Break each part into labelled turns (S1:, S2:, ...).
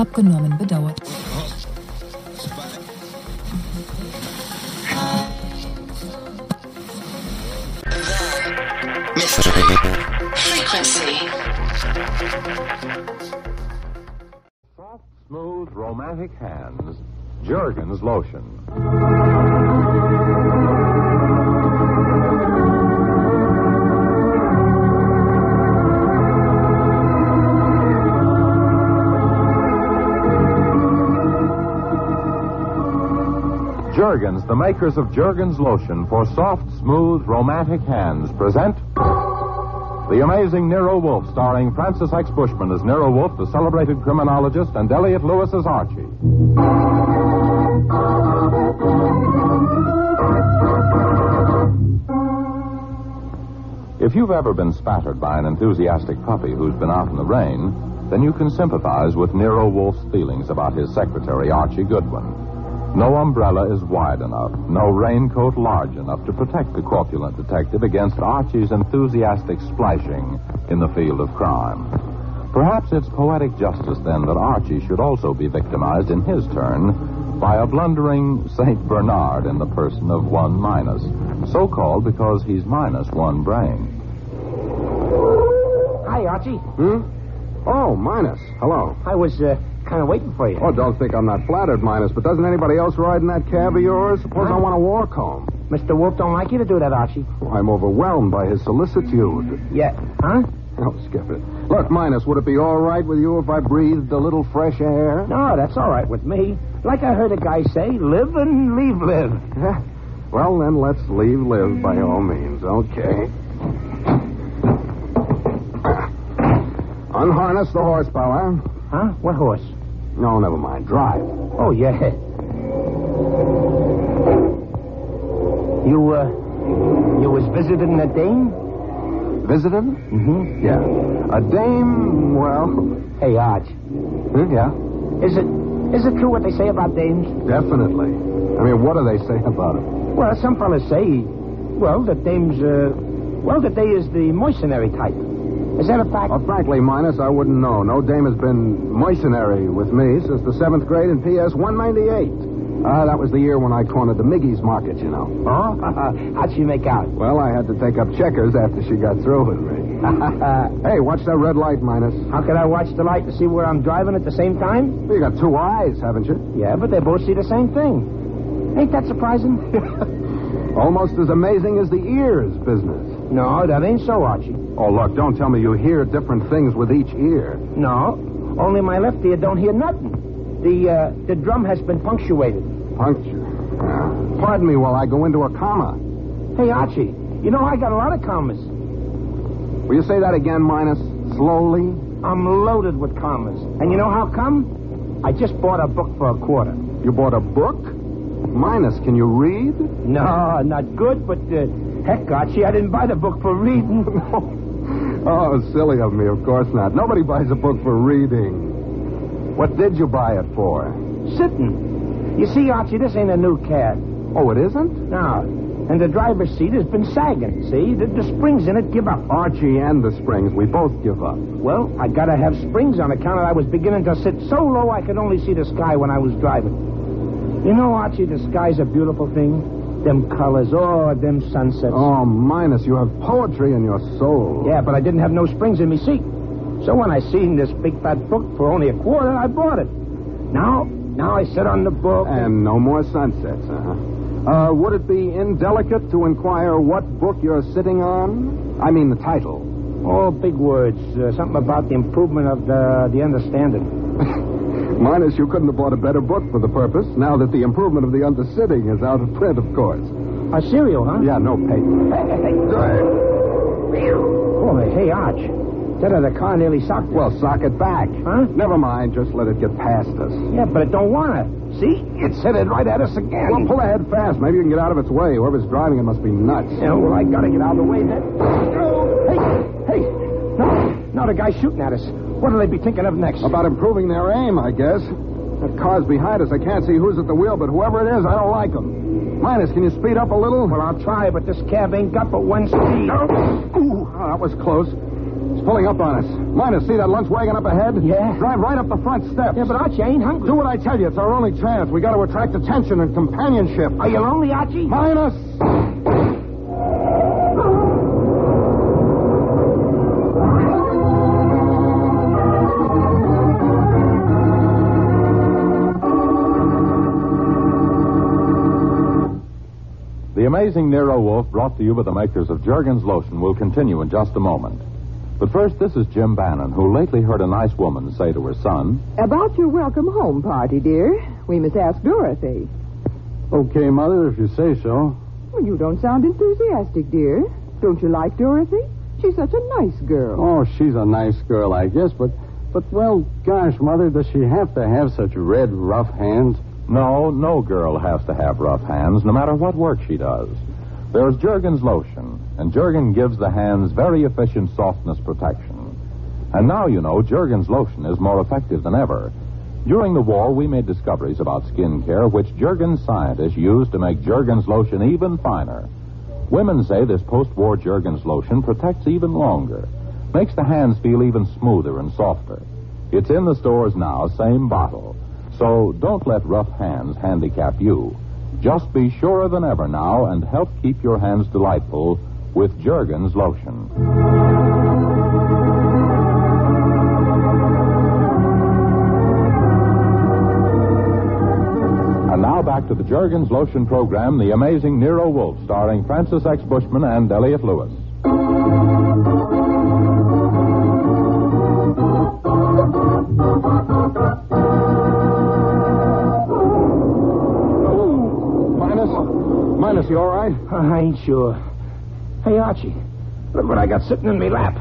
S1: abgenommen bedauert.
S2: Soft, smooth, romantic hands. Jergens lotion. Jergens, the makers of Jergens lotion for soft, smooth, romantic hands, present the amazing Nero Wolfe, starring Francis X. Bushman as Nero Wolfe, the celebrated criminologist, and Elliot Lewis as Archie. If you've ever been spattered by an enthusiastic puppy who's been out in the rain, then you can sympathize with Nero Wolfe's feelings about his secretary, Archie Goodwin. No umbrella is wide enough, no raincoat large enough to protect the corpulent detective against Archie's enthusiastic splashing in the field of crime. Perhaps it's poetic justice, then, that Archie should also be victimized in his turn by a blundering St. Bernard in the person of one minus, so called because he's minus one brain.
S3: Hi, uh, Archie.
S2: Hmm? Oh, Minus. Hello.
S3: I was uh, kind of waiting for you.
S2: Oh, don't think I'm not flattered, Minus, but doesn't anybody else ride in that cab of yours? Suppose I want a walk home.
S3: Mr. Wolf don't like you to do that, Archie.
S2: Oh, I'm overwhelmed by his solicitude.
S3: Yeah. Huh?
S2: Oh, skip it. Look, Minus, would it be all right with you if I breathed a little fresh air?
S3: No, that's all right with me. Like I heard a guy say, live and leave live.
S2: Yeah. Well, then let's leave live by all means. Okay. Unharness the horsepower.
S3: Huh? What horse?
S2: No, never mind. Drive.
S3: Oh, yeah. You, uh, you was visiting a dame?
S2: Visited?
S3: Mm-hmm.
S2: Yeah. A dame, well.
S3: Hey, Arch,
S2: hmm, Yeah.
S3: is it, is it true what they say about dames?
S2: Definitely. I mean, what do they say about it?
S3: Well, some fellas say, well, that dames, uh, well, that they is the mercenary type. Is that a fact?
S2: Well, frankly, Minus, I wouldn't know. No dame has been mercenary with me since the seventh grade in PS 198. Uh, that was the year when I cornered the Miggy's market, you know.
S3: Huh? How'd she make out?
S2: Well, I had to take up checkers after she got through with me. hey, watch that red light, Minus.
S3: How could I watch the light to see where I'm driving at the same time?
S2: You got two eyes, haven't you?
S3: Yeah, but they both see the same thing. Ain't that surprising?
S2: Almost as amazing as the ears business.
S3: no, that ain't so, Archie.
S2: Oh, look, don't tell me you hear different things with each ear.
S3: No, only my left ear don't hear nothing. The uh, the drum has been punctuated.
S2: Puncture. Yeah. Pardon me while I go into a comma.
S3: Hey, Archie, you know I got a lot of commas.
S2: Will you say that again, Minus? Slowly?
S3: I'm loaded with commas, and you know how come? I just bought a book for a quarter.
S2: You bought a book? Minus, can you read?
S3: No, not good, but uh, heck, Archie, I didn't buy the book for reading.
S2: Oh, silly of me, of course not. Nobody buys a book for reading. What did you buy it for?
S3: Sitting. You see, Archie, this ain't a new cab.
S2: Oh, it isn't?
S3: Now, and the driver's seat has been sagging, see? The, the springs in it give up.
S2: Archie and the Springs, we both give up.
S3: Well, I gotta have springs on account of I was beginning to sit so low I could only see the sky when I was driving. You know, Archie, the sky's a beautiful thing. Them colors, oh, them sunsets.
S2: Oh, Minus, you have poetry in your soul.
S3: Yeah, but I didn't have no springs in me seat. So when I seen this big fat book for only a quarter, I bought it. Now, now I sit on the book.
S2: And no more sunsets, huh? Uh, would it be indelicate to inquire what book you're sitting on? I mean, the title.
S3: all big words, uh, Oh, something about the improvement of the the understanding.
S2: Minus, you couldn't have bought a better book for the purpose, now that the improvement of the undersitting is out of print, of course.
S3: A cereal, huh?
S2: Yeah, no paper.
S3: Hey, hey, hey. Boy, hey, Arch. That other car nearly socked me.
S2: Well, sock it back.
S3: Huh?
S2: Never mind, just let it get past us.
S3: yeah, but it don't wanna. See? It's headed right at us again.
S2: Well, pull ahead fast. Maybe you can get out of its way. Whoever's driving it must be nuts.
S3: Yeah, well, I gotta get out of the way then. Hey, hey, no, now the guy's shooting at us. What'll they be thinking of next?
S2: About improving their aim, I guess. That car's behind us. I can't see who's at the wheel, but whoever it is, I don't like him. Minus, can you speed up a little?
S3: Well, I'll try, but this cab ain't got but one speed.
S2: Ooh, oh, that was close. It's pulling up on us. Minus, see that lunch wagon up ahead?
S3: Yeah.
S2: Drive right up the front steps.
S3: Yeah, but Archie, I ain't hungry.
S2: Do what I tell you. It's our only chance. We got to attract attention and companionship.
S3: Are you lonely, Archie?
S2: Minus!
S4: The amazing Nero Wolf, brought to you by the makers of Jergens Lotion, will continue in just a moment. But first, this is Jim Bannon, who lately heard a nice woman say to her son,
S5: About your welcome home party, dear, we must ask Dorothy.
S2: Okay, Mother, if you say so.
S5: Well, you don't sound enthusiastic, dear. Don't you like Dorothy? She's such a nice girl.
S2: Oh, she's a nice girl, I guess, but, but well, gosh, Mother, does she have to have such red, rough hands?
S4: No, no girl has to have rough hands, no matter what work she does. There's Jergens Lotion, and Jergen gives the hands very efficient softness protection. And now you know Jergens Lotion is more effective than ever. During the war, we made discoveries about skin care which Jergens scientists used to make Jergens Lotion even finer. Women say this post war Jergens Lotion protects even longer, makes the hands feel even smoother and softer. It's in the stores now, same bottle. So don't let rough hands handicap you. Just be surer than ever now and help keep your hands delightful with Jergens lotion. And now back to the Jergens lotion program, The Amazing Nero Wolf, starring Francis X. Bushman and Elliot Lewis.
S2: Minus? Minus, you all right?
S3: I ain't sure. Hey, Archie, look what I got sitting in my lap.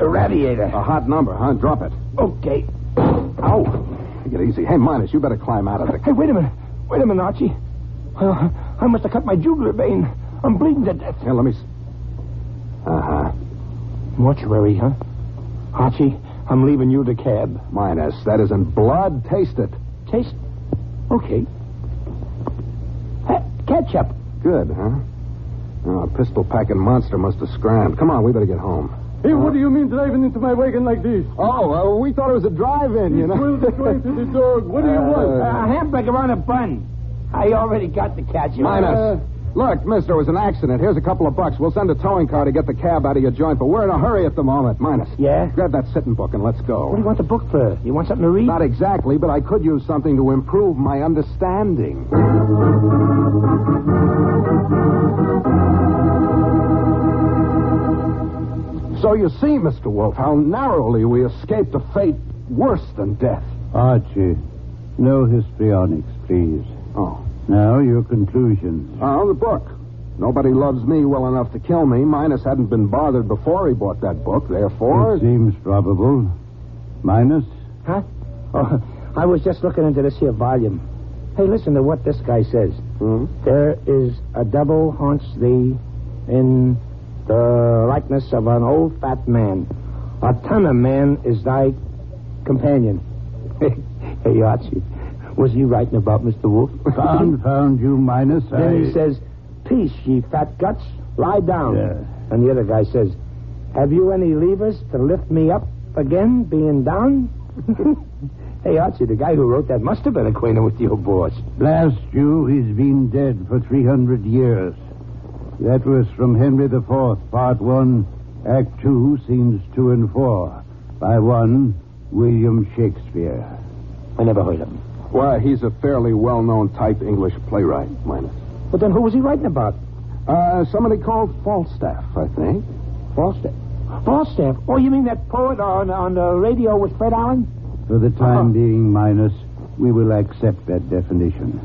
S3: A radiator.
S2: A hot number, huh? Drop it.
S3: Okay.
S2: Ow. Take it easy. Hey, Minus, you better climb out of it.
S3: Hey, wait a minute. Wait a minute, Archie. Well, I must have cut my jugular vein. I'm bleeding to death.
S2: Here, let me. s Uh-huh.
S3: Mortuary, huh? Archie, I'm leaving you the cab.
S2: Minus, that isn't blood. Taste it.
S3: Taste? Okay. Ha- ketchup.
S2: Good, huh? Oh, a pistol packing monster must have scrammed. Come on, we better get home.
S6: Hey,
S7: uh,
S6: what do you mean driving into my wagon like this?
S2: Oh, uh, we thought it was a drive-in, you
S6: It will destroy to the dog. What do you
S3: Uh, A
S6: want?
S3: hamburger on a bun. I already got the ketchup.
S2: Minus. Look, mister, it was an accident. Here's a couple of bucks. We'll send a towing car to get the cab out of your joint, but we're in a hurry at the moment. Minus.
S3: Yeah?
S2: Grab that sitting book and let's go.
S3: What do you want the book for? You want something to read?
S2: Not exactly, but I could use something to improve my understanding. So you see, Mr. Wolf, how narrowly we escaped a fate worse than death.
S7: Archie, no histrionics, please.
S2: Oh.
S7: Now, your conclusions.
S2: Oh, the book. Nobody loves me well enough to kill me. Minus hadn't been bothered before he bought that book. Therefore,
S7: It seems probable. Minus?
S3: Huh? Oh, I was just looking into this here volume. Hey, listen to what this guy says.
S2: Hmm?
S3: There is a devil haunts thee in the likeness of an old fat man. A ton of man is thy companion. hey, Archie, was he writing about Mr. Wolf?
S7: Confound you, Minus.
S3: Then
S7: I...
S3: he says, Peace, ye fat guts, lie down.
S7: Yeah.
S3: And the other guy says, Have you any levers to lift me up again, being down?
S8: Hey, Archie, the guy who wrote that must have been acquainted with your boss.
S7: Blast you, he's been dead for 300 years. That was from Henry IV, Part 1, Act 2, Scenes 2 and 4, by one William Shakespeare.
S8: I never heard of him.
S2: Well, he's a fairly well known type English playwright, Minus.
S8: But then who was he writing about?
S2: Uh, somebody called Falstaff, I think.
S8: Falstaff. Falstaff? Oh, you mean that poet on, on the radio with Fred Allen?
S7: For the
S8: Uh-huh.
S7: time being, Minus, we will accept that definition.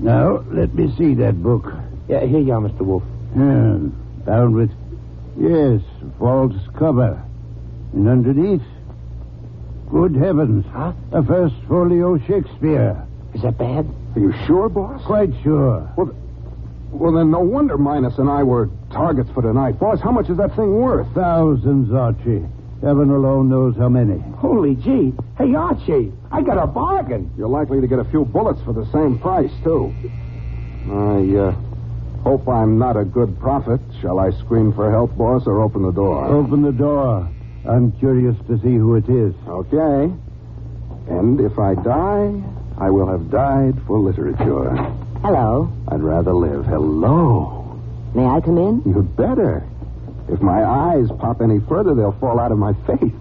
S7: Now, let me see that book.
S8: Yeah, here you are, Mr. Wolf.
S7: Yeah, bound with. Yes, false cover. And underneath. Good heavens.
S8: Huh?
S7: A first folio Shakespeare.
S8: Is that bad?
S2: Are you sure, boss?
S7: Quite sure.
S2: Well, th- well, then no wonder Minus and I were targets for tonight. Boss, how much is that thing worth?
S7: Thousands, Archie. Heaven alone knows how many.
S8: Holy gee. Hey, Archie, I got a bargain.
S2: You're likely to get a few bullets for the same price, too. I uh, hope I'm not a good prophet. Shall I scream for help, boss, or open the door?
S7: Open the door. I'm curious to see who it is.
S2: Okay. And if I die, I will have died for literature.
S5: Hello.
S2: I'd rather live. Hello.
S5: May I come in?
S2: You'd better. If my eyes pop any further, they'll fall out of my face.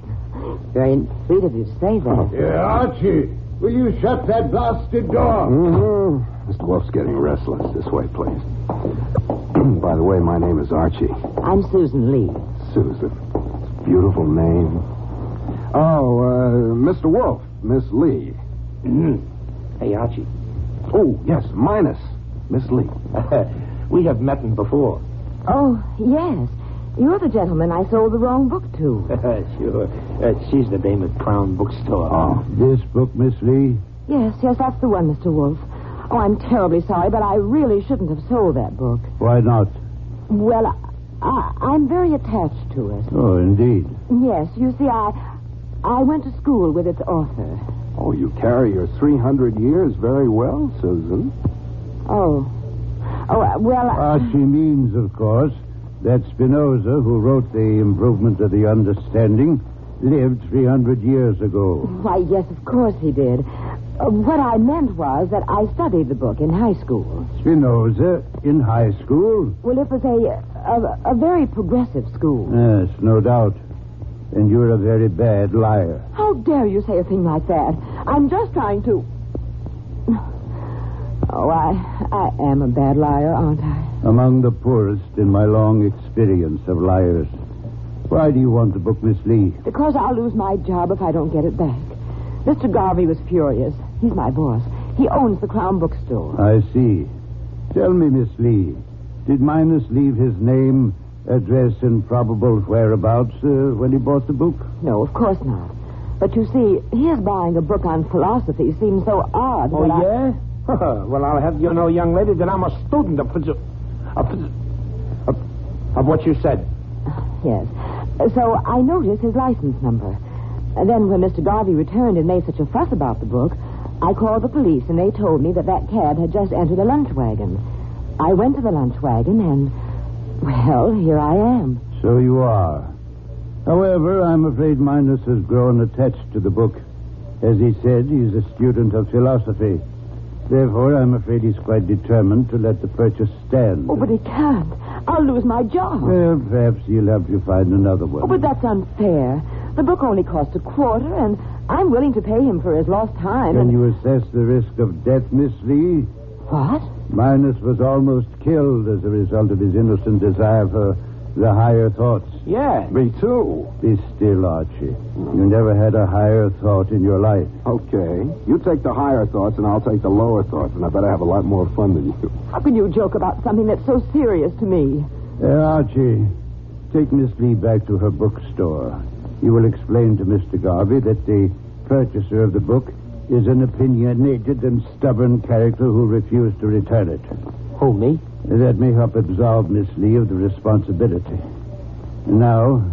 S5: Very sweet of you to say
S2: Oh.
S5: that.
S7: Archie, will you shut that blasted
S8: Mm,
S7: door?
S2: Mm-hmm. Mr. Wolf's getting restless. This way, please. By the way, my name is Archie.
S5: I'm Susan Lee.
S2: Susan. It's a beautiful name. Oh, uh, Mr. Wolf, Miss Lee.
S8: Mm-hmm. Hey, Archie,
S2: Oh, yes, minus Miss Lee.
S8: we have met him before.
S5: Oh, yes. You're the gentleman I sold the wrong book to.
S8: sure. Uh, she's the dame at Crown Bookstore.
S2: Oh,
S7: This book, Miss Lee?
S5: Yes, yes, that's the one, Mr. Wolf. Oh, I'm terribly sorry, but I really shouldn't have sold that book.
S7: Why not?
S5: Well, I, I, I'm very attached to it.
S7: Oh, indeed.
S5: Yes, you see, I, I went to school with its author.
S2: oh, you carry your 300 years very well, Susan.
S5: Oh. Oh, uh, well, I-
S7: Archie means, of course, that Spinoza, who wrote The Improvement of the Understanding, lived 300 years ago.
S5: why, yes, of course he did. Uh, what I meant was that I studied the book in high school.
S7: Spinoza in high school?
S5: Well, it was a, a, a very progressive school.
S7: Yes, no doubt. And you're a very bad liar.
S5: How dare you say a thing like that? I'm just trying to. Oh, I, I am a bad liar, aren't I?
S7: Among the poorest in my long experience of liars. Why do you want the book, Miss Lee?
S5: Because I'll lose my job if I don't get it back. Mr. Garvey was furious. He's my boss. He owns the Crown Bookstore.
S7: I see. Tell me, Miss Lee, did Minus leave his name, address, and probable whereabouts uh, when he bought the book?
S5: No, of course not. But you see, his buying a book on philosophy seems so odd.
S8: Oh,
S5: that I-
S8: yeah? well, I'll have you know, young lady, that I'm a student of, phys- of, phys- of, of what you said.
S5: Yes. Uh, So I noticed his license number. And then when Mr. Garvey returned and made such a fuss about the book, I called the police and they told me that that cab had just entered a lunch wagon. I went to the lunch wagon and, well, here I am.
S7: So you are. However, I'm afraid Minus has grown attached to the book. As he said, he's a student of philosophy. Therefore, I'm afraid he's quite determined to let the purchase stand.
S5: Oh, but he can't. I'll lose my job.
S2: Uh,
S7: Well, perhaps he'll help you find another one.
S5: Oh, but that's unfair. The book only cost a quarter, and I'm willing to pay him for his lost time.
S7: Can
S5: and...
S7: you assess the risk of death, Miss Lee?
S5: What?
S7: Minus was almost killed as a result of his innocent desire for the higher thoughts.
S8: Yeah.
S2: Me too.
S7: Be still, Archie. You never had a higher thought in your life.
S2: Okay. You take the higher thoughts, and I'll take the lower thoughts, and I bet I have a lot more fun than you.
S5: How can you joke about something that's so serious to me?
S7: Uh, Archie, take Miss Lee back to her bookstore. You will explain to Mr. Garvey that the purchaser of the book is an opinionated and stubborn character who refused to return it.
S8: Who, me?
S7: That may help absolve Miss Lee of the responsibility. Now,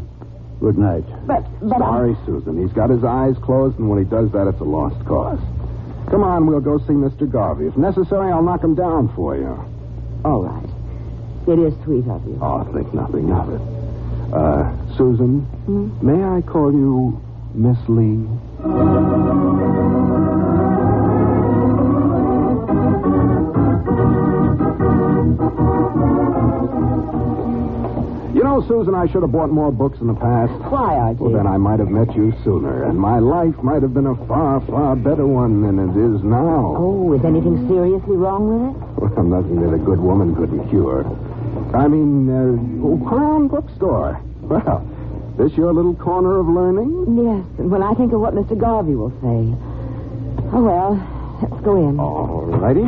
S7: good night.
S5: But, but I...
S2: Sorry, Susan. He's got his eyes closed, and when he does that, it's a lost cause. Come on, we'll go see Mr. Garvey. If necessary, I'll knock him down for you.
S5: All right. It is sweet of you.
S2: Oh, think nothing of it. Uh, Susan, may I call you Miss Lee? You know, Susan, I should have bought more books in the past.
S5: Why, Archie?
S2: Well, then I might have met you sooner, and my life might have been a far, far better one than it is now.
S5: Oh, is anything seriously wrong with it?
S2: Well, nothing that a good woman couldn't cure. I mean, uh, Crown Bookstore. Well, this your little corner of learning?
S5: Yes, and when I think of what Mr. Garvey will say. Oh, well, let's go in.
S2: All righty.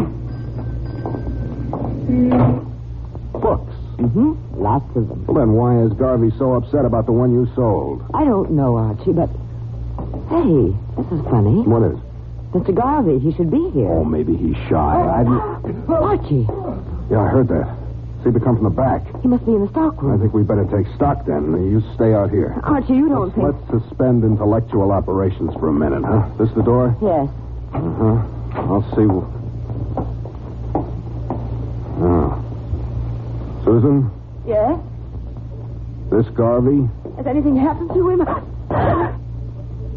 S2: Books.
S5: Mm-hmm. Lots of them.
S2: Well, then why is Garvey so upset about the one you sold?
S5: I don't know, Archie, but. Hey, this is funny.
S2: What is?
S5: Mr. Garvey, he should be here. Oh.
S2: Oh, maybe he's shy. I
S5: Archie,
S2: yeah, I heard that. Seemed to come from the back.
S5: he must be in the stockroom.
S2: I think we better take stock then. You stay out here.
S5: Archie, you don't think.
S2: Let's suspend intellectual operations for a minute, huh? This the door?
S5: Yes.
S2: Uh-huh. I'll see. wh- Oh. Susan,
S5: Yes?
S2: this Garvey,
S5: Has anything happened to him?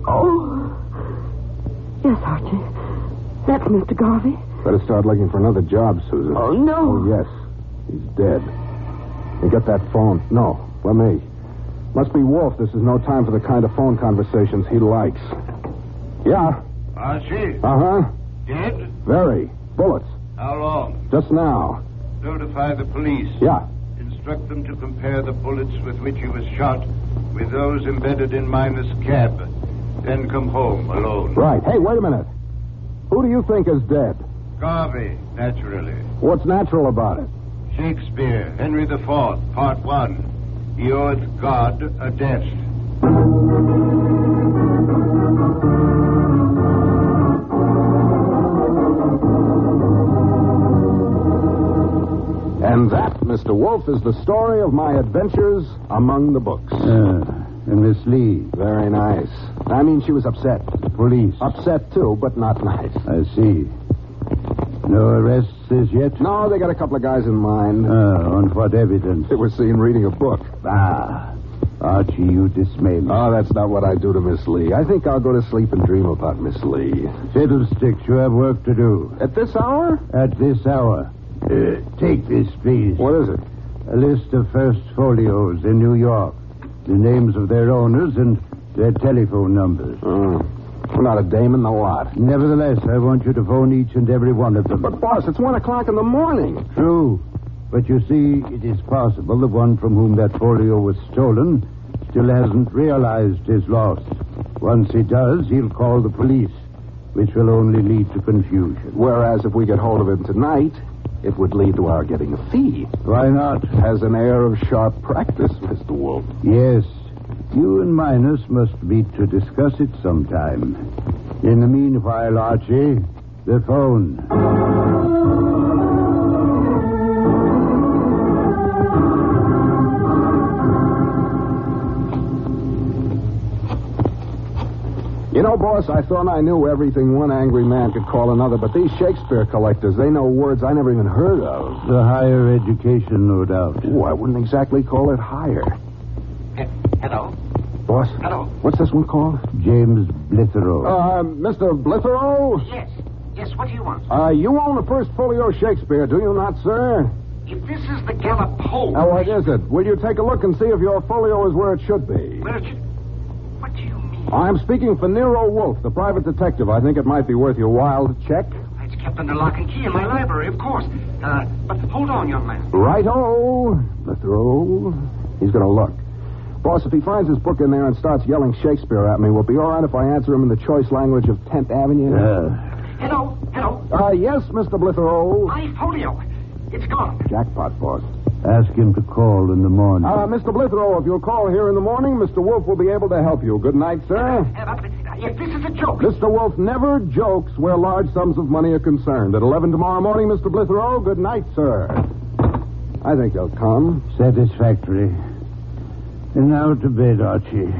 S5: Oh. Yes, Archie. That's Mr. Garvey.
S2: better start looking for another job, Susan.
S5: Oh, no.
S2: Oh, yes. He's dead. And get that phone. No, let me. Must be Wolf. This is no time for the kind of phone conversations he likes. Yeah.
S9: Archie,
S7: Uh-huh.
S2: Uh huh.
S9: dead?
S2: Very. Bullets.
S9: How long?
S2: Just now.
S9: Notify the police.
S2: Yeah.
S9: Instruct them to compare the bullets with which he was shot with those embedded in Miner's cab. Then come home alone.
S2: Right. Hey, wait a minute. Who do you think is dead?
S9: Garvey, naturally.
S2: What's natural about it?
S9: Shakespeare, Henry IV, Part One. He oweth God a debt.
S2: And that, Mr. Wolf, is the story of my adventures among the books.
S7: Uh, and Miss Lee,
S2: Very nice. I mean, she was upset.
S7: police.
S2: Upset, too, but not nice.
S7: I see. No arrests as yet?
S2: No, they got a couple of guys in mind.
S7: Ah, on what evidence?
S2: They were seen reading a book.
S7: Ah, Archie, you dismay me.
S2: Oh, that's not what I do to Miss Lee. I think I'll go to sleep and dream about Miss Lee.
S7: Fiddlesticks, you have work to do.
S2: At this hour?
S7: At this hour. Uh, take this, please.
S2: What is it?
S7: A list of first folios in New York. The names of their owners and their telephone numbers.
S2: Mm. Not a dame in the lot.
S7: Nevertheless, I want you to phone each and every one of them.
S2: But, boss, it's one o'clock in the morning.
S7: True. But you see, it is possible the one from whom that folio was stolen still hasn't realized his loss. Once he does, he'll call the police, which will only lead to confusion.
S2: Whereas if we get hold of him tonight, it would lead to our getting a fee.
S7: Why not?
S2: Has an air of sharp practice, Mr. Wolf.
S7: Yes. You and Minus must meet to discuss it sometime. In the meanwhile, Archie, the phone.
S2: You know, boss, I thought I knew everything one angry man could call another, but these Shakespeare collectors, they know words I never even heard of.
S7: The higher education, no doubt.
S2: Oh, I wouldn't exactly call it higher.
S9: Hello?
S2: Boss?
S9: Hello?
S2: What's this one called?
S7: James Blitherow.
S2: Uh, Mr. Blitherow?
S9: Yes. Yes, what do you want?
S2: Uh, you own the first folio Shakespeare, do you not, sir?
S9: If this is the Gallup poll.
S2: Now, what is it? Will you take a look and see if your folio is where it should be?
S9: Merchant, what do you mean?
S2: I'm speaking for Nero Wolf, the private detective. I think it might be worth your while to check.
S9: It's kept under lock and key in my library, of course. Uh, but hold on, young man.
S2: Righto, Blitherow. He's going to look. Boss, if he finds his book in there and starts yelling Shakespeare at me, will it be all right if I answer him in the choice language of 10th Avenue?
S7: Uh,
S9: Hello, hello.
S2: Uh, yes, Mr. Blitherow.
S9: My folio. It's gone.
S2: Jackpot, boss.
S7: ask him to call in the morning.
S2: Uh, Mr. Blitherow, if you'll call here in the morning, Mr. Wolf will be able to help you. Good night, sir.
S9: Uh, but, uh, if this is a joke.
S2: Mr. Wolf never jokes where large sums of money are concerned. At 11 tomorrow morning, Mr. Blitherow, good night, sir. I think they'll come.
S7: Satisfactory. And now to bed, Archie.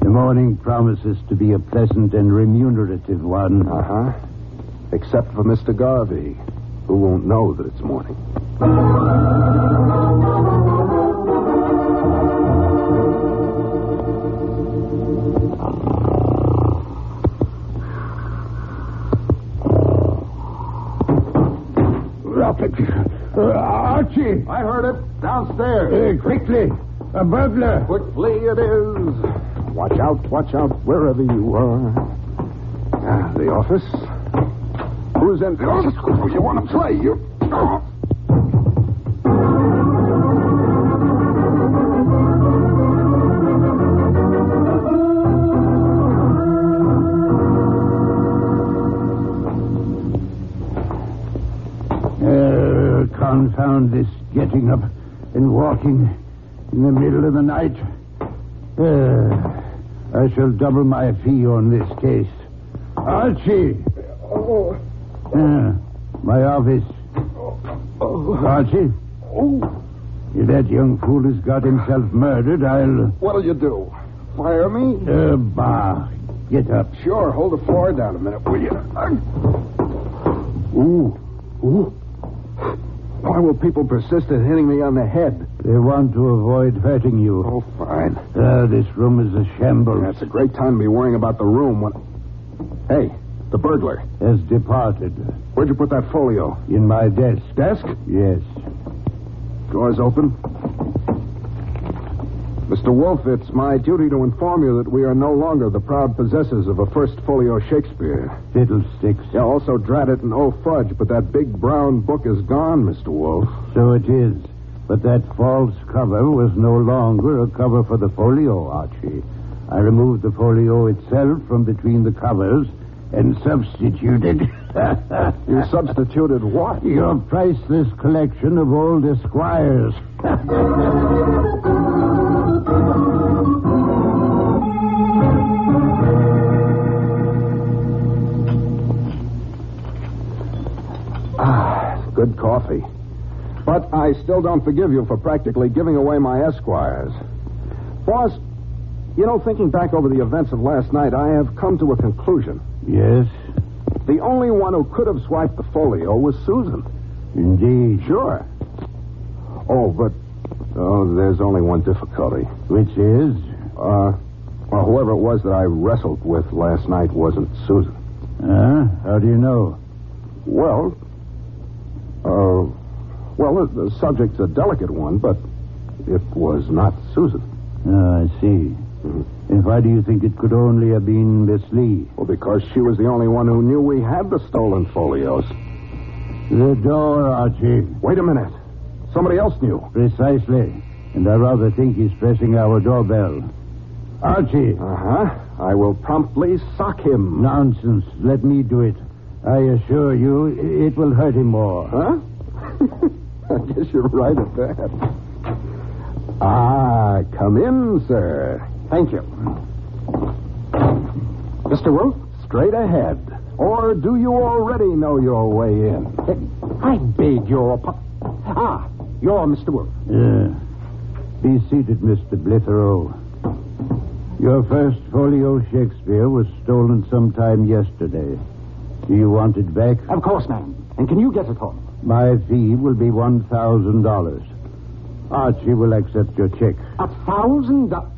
S7: The morning promises to be a pleasant and remunerative one.
S2: Uh huh. Except for Mr. Garvey, who won't know that it's morning.
S7: Rapid.
S2: Uh, Archie! I heard it. Downstairs.
S7: Hey, quickly! A burglar!
S2: Quickly it is. Watch out, watch out, wherever you are. Ah, the office. Who's in the office? Oh, you want to play? You. Oh.
S7: Uh, confound this getting up and walking in the middle of the night. Uh, I shall double my fee on this case. Archie!
S10: Oh,
S7: Uh, my office.
S2: Oh,
S7: Archie? If that young fool has got himself murdered, I'll.
S2: What'll you do? Fire me?
S7: Uh, bah. Get up.
S2: Sure, hold the floor down a minute, will you? Ooh. Ooh. Why will people persist in hitting me on the head?
S7: They want to avoid hurting you.
S2: Oh, fine.
S7: Uh, this room is a shambles.
S2: That's a great time to be worrying about the room when. Hey, the burglar.
S7: Has departed.
S2: Where'd you put that folio?
S7: In my desk.
S2: Desk?
S7: Yes.
S2: Doors open. Mr. Wolf, it's my duty to inform you that we are no longer the proud possessors of a first folio Shakespeare.
S7: Fiddlesticks.
S2: Yeah, also, drat it and oh fudge, but that big brown book is gone, Mr. Wolf.
S7: So it is. But that false cover was no longer a cover for the folio, Archie. I removed the folio itself from between the covers and substituted
S2: You substituted what?
S7: your priceless collection of old esquires.
S2: Ah, good coffee. But I still don't forgive you for practically giving away my esquires. Boss, you know, thinking back over the events of last night, I have come to a conclusion.
S7: Yes,
S2: The only one who could have swiped the folio was Susan.
S7: indeed.
S2: Sure. Oh, but oh, there's only one difficulty.
S7: Which is?
S2: Uh, well, whoever it was that I wrestled with last night wasn't Susan.
S7: Huh? How do you know?
S2: Uh-huh. Well, uh, well, the, the subject's a delicate one, but it was not Susan.
S7: Ah, I see. And why do you think it could only have been Miss Lee?
S2: Well, because she was the only one who knew we had the stolen folios.
S7: The door, Archie.
S2: Wait a minute. Somebody else knew.
S7: Precisely. And I rather think he's pressing our doorbell. Archie!
S2: Uh huh. I will promptly sock him.
S7: Nonsense. Let me do it. I assure you, i- it will hurt him more.
S2: Huh? I guess you're right at that. Ah, come in, sir. Thank you. Mr. Wolf, straight ahead. Or do you already know your way in? I beg your pardon. Ah, you're Mr. Wolf.
S7: Yeah. Be seated, Mr. Blitherow. Your first folio Shakespeare was stolen sometime yesterday. Do you want it back?
S11: Of course, ma'am. And can you get it for me?
S7: My fee will be $1,000. Archie will accept your check.
S11: A thousand dollars.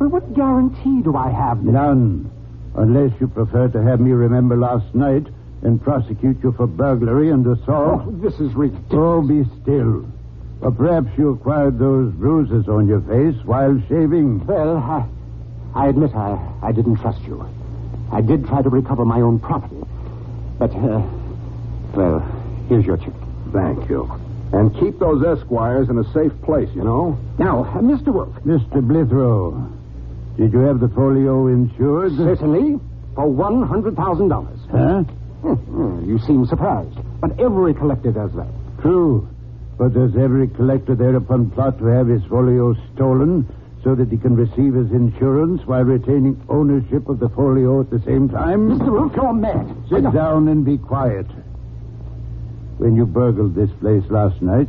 S11: Well, what guarantee do I have? Miss-
S7: None. Unless you prefer to have me remember last night and prosecute you for burglary and assault.
S11: Oh, this is ridiculous.
S7: Oh, be still. Or perhaps you acquired those bruises on your face while shaving.
S11: Well, I, I admit I, I didn't trust you. I did try to recover my own property. But, uh, well, here's your check.
S2: Thank you. And keep those esquires in a safe place, you know?
S11: Now, uh, Mr. Wolf.
S7: Mr. Blitherow, did you have the folio insured?
S11: Certainly, for $100,000.
S7: Huh?
S11: Hmm, hmm, You seem surprised. But every collector does that.
S7: True. But does every collector thereupon plot to have his folio stolen so that he can receive his insurance while retaining ownership of the folio at the same time?
S11: Mr. Wolf, you're mad.
S7: Sit down and be quiet. When you burgled this place last night,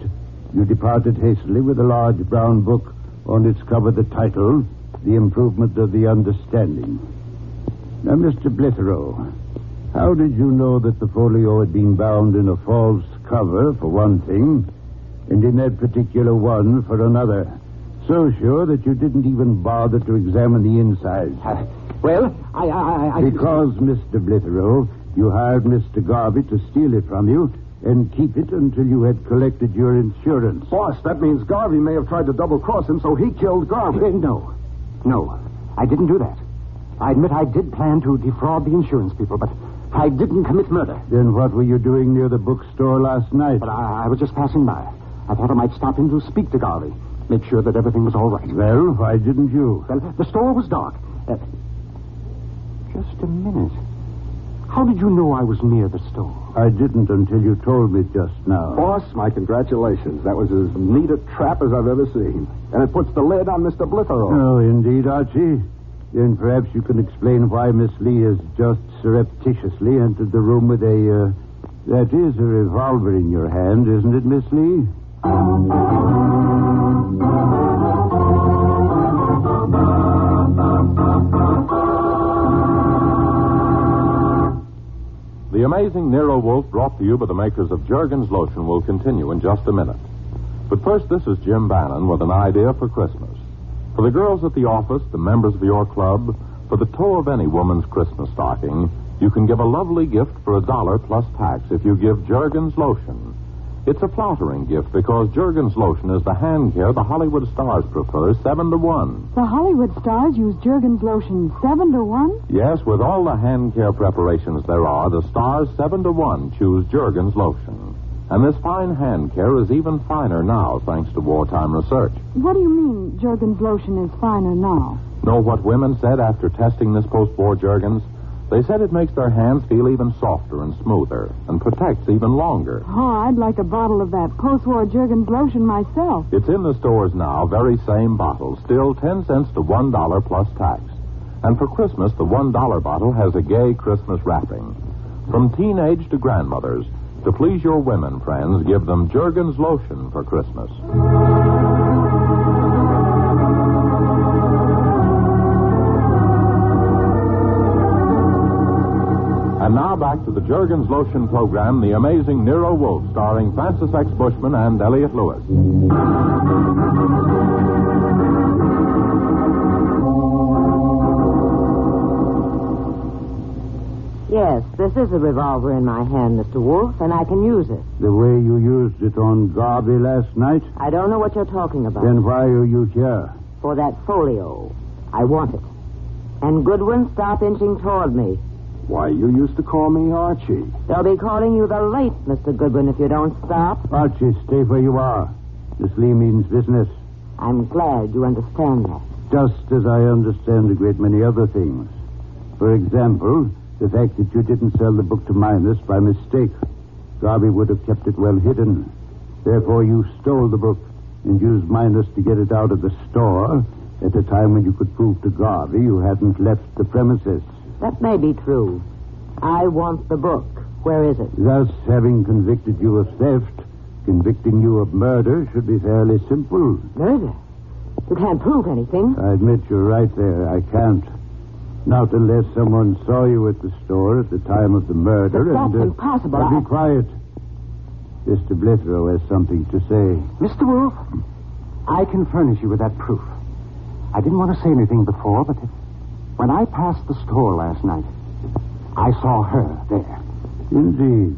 S7: you departed hastily with a large brown book on its cover the title, The Improvement of the Understanding. Now, Mr. Blitherow, how did you know that the folio had been bound in a false cover, for one thing, and in that particular one for another? So sure that you didn't even bother to examine the inside.
S11: Uh, well, I. I, I I-
S7: Because, Mr. Blitherow, you hired Mr. Garvey to steal it from you, and keep it until you had collected your insurance.
S2: Boss, that means Garvey may have tried to double cross him, so he killed Garvey.
S11: Eh, No. No, I didn't do that. I admit I did plan to defraud the insurance people, but I didn't commit murder.
S7: Then what were you doing near the bookstore last night?
S11: But I, I was just passing by. I thought I might stop in to speak to Garvey, make sure that everything was all right.
S7: Well, why didn't you?
S11: Well, the store was dark. Uh, just a minute. How did you know I was near the store?
S7: I didn't until you told me just now.
S2: Boss, my congratulations. That was as neat a trap as I've ever seen. And it puts the lid on Mr. Blithero.
S7: Oh, indeed, Archie. Then perhaps you can explain why Miss Lee has just surreptitiously entered the room with a, uh, that is, a revolver in your hand, isn't it, Miss Lee?
S4: The amazing Nero Wolf brought to you by the makers of Jergens Lotion will continue in just a minute. But first, this is Jim Bannon with an idea for Christmas. For the girls at the office, the members of your club, for the toe of any woman's Christmas stocking, you can give a lovely gift for a dollar plus tax if you give Jergens Lotion. It's a flattering gift because Jergens Lotion is the hand care the Hollywood stars prefer, 7 to 1.
S12: The Hollywood stars use Jergens lotion seven to one.
S4: Yes, with all the hand care preparations there are, the stars seven to one choose Jergens lotion. And this fine hand care is even finer now thanks to wartime research.
S12: What do you mean Jergens lotion is finer now?
S4: Know what women said after testing this post war Jergens? They said it makes their hands feel even softer and smoother and protects even longer.
S12: Oh, I'd like a bottle of that post-war Jergens lotion myself.
S4: It's in the stores now, very same bottle, still 10 cents to $1 plus tax. And for Christmas, the $1 bottle has a gay Christmas wrapping. From teenage to grandmothers, to please your women friends, give them Jergens lotion for Christmas. And now back to the Jergens Lotion program, The Amazing Nero Wolf, starring Francis X. Bushman and Elliot Lewis.
S5: Yes, this is a revolver in my hand, Mr. Wolf, and I can use it.
S7: The way you used it on Garvey last night?
S5: I don't know what you're talking about.
S7: Then why are you here?
S5: For that folio. I want it. And Goodwin, stop inching toward me.
S2: Why, you used to call me Archie.
S5: They'll be calling you the late, Mr. Goodwin, if you don't stop.
S7: Archie, stay where you are. This Lee means business.
S5: I'm glad you understand that.
S7: Just as I understand a great many other things. For example, the fact that you didn't sell the book to Minus by mistake. Garvey would have kept it well hidden. Therefore, you stole the book and used Minus to get it out of the store at a time when you could prove to Garvey you hadn't left the premises.
S5: That may be true. I want the book. Where is it?
S7: Thus, having convicted you of theft, convicting you of murder should be fairly simple.
S5: Murder? You can't prove anything.
S7: I admit you're right there. I can't. Not unless someone saw you at the store at the time of the murder.
S5: But that's
S7: and, uh,
S5: impossible.
S7: now
S5: I-
S7: be quiet. Mr. Blithero has something to say.
S11: Mr. Wolf, I can furnish you with that proof. I didn't want to say anything before, but when I passed the store last night, I saw her there.
S7: Indeed.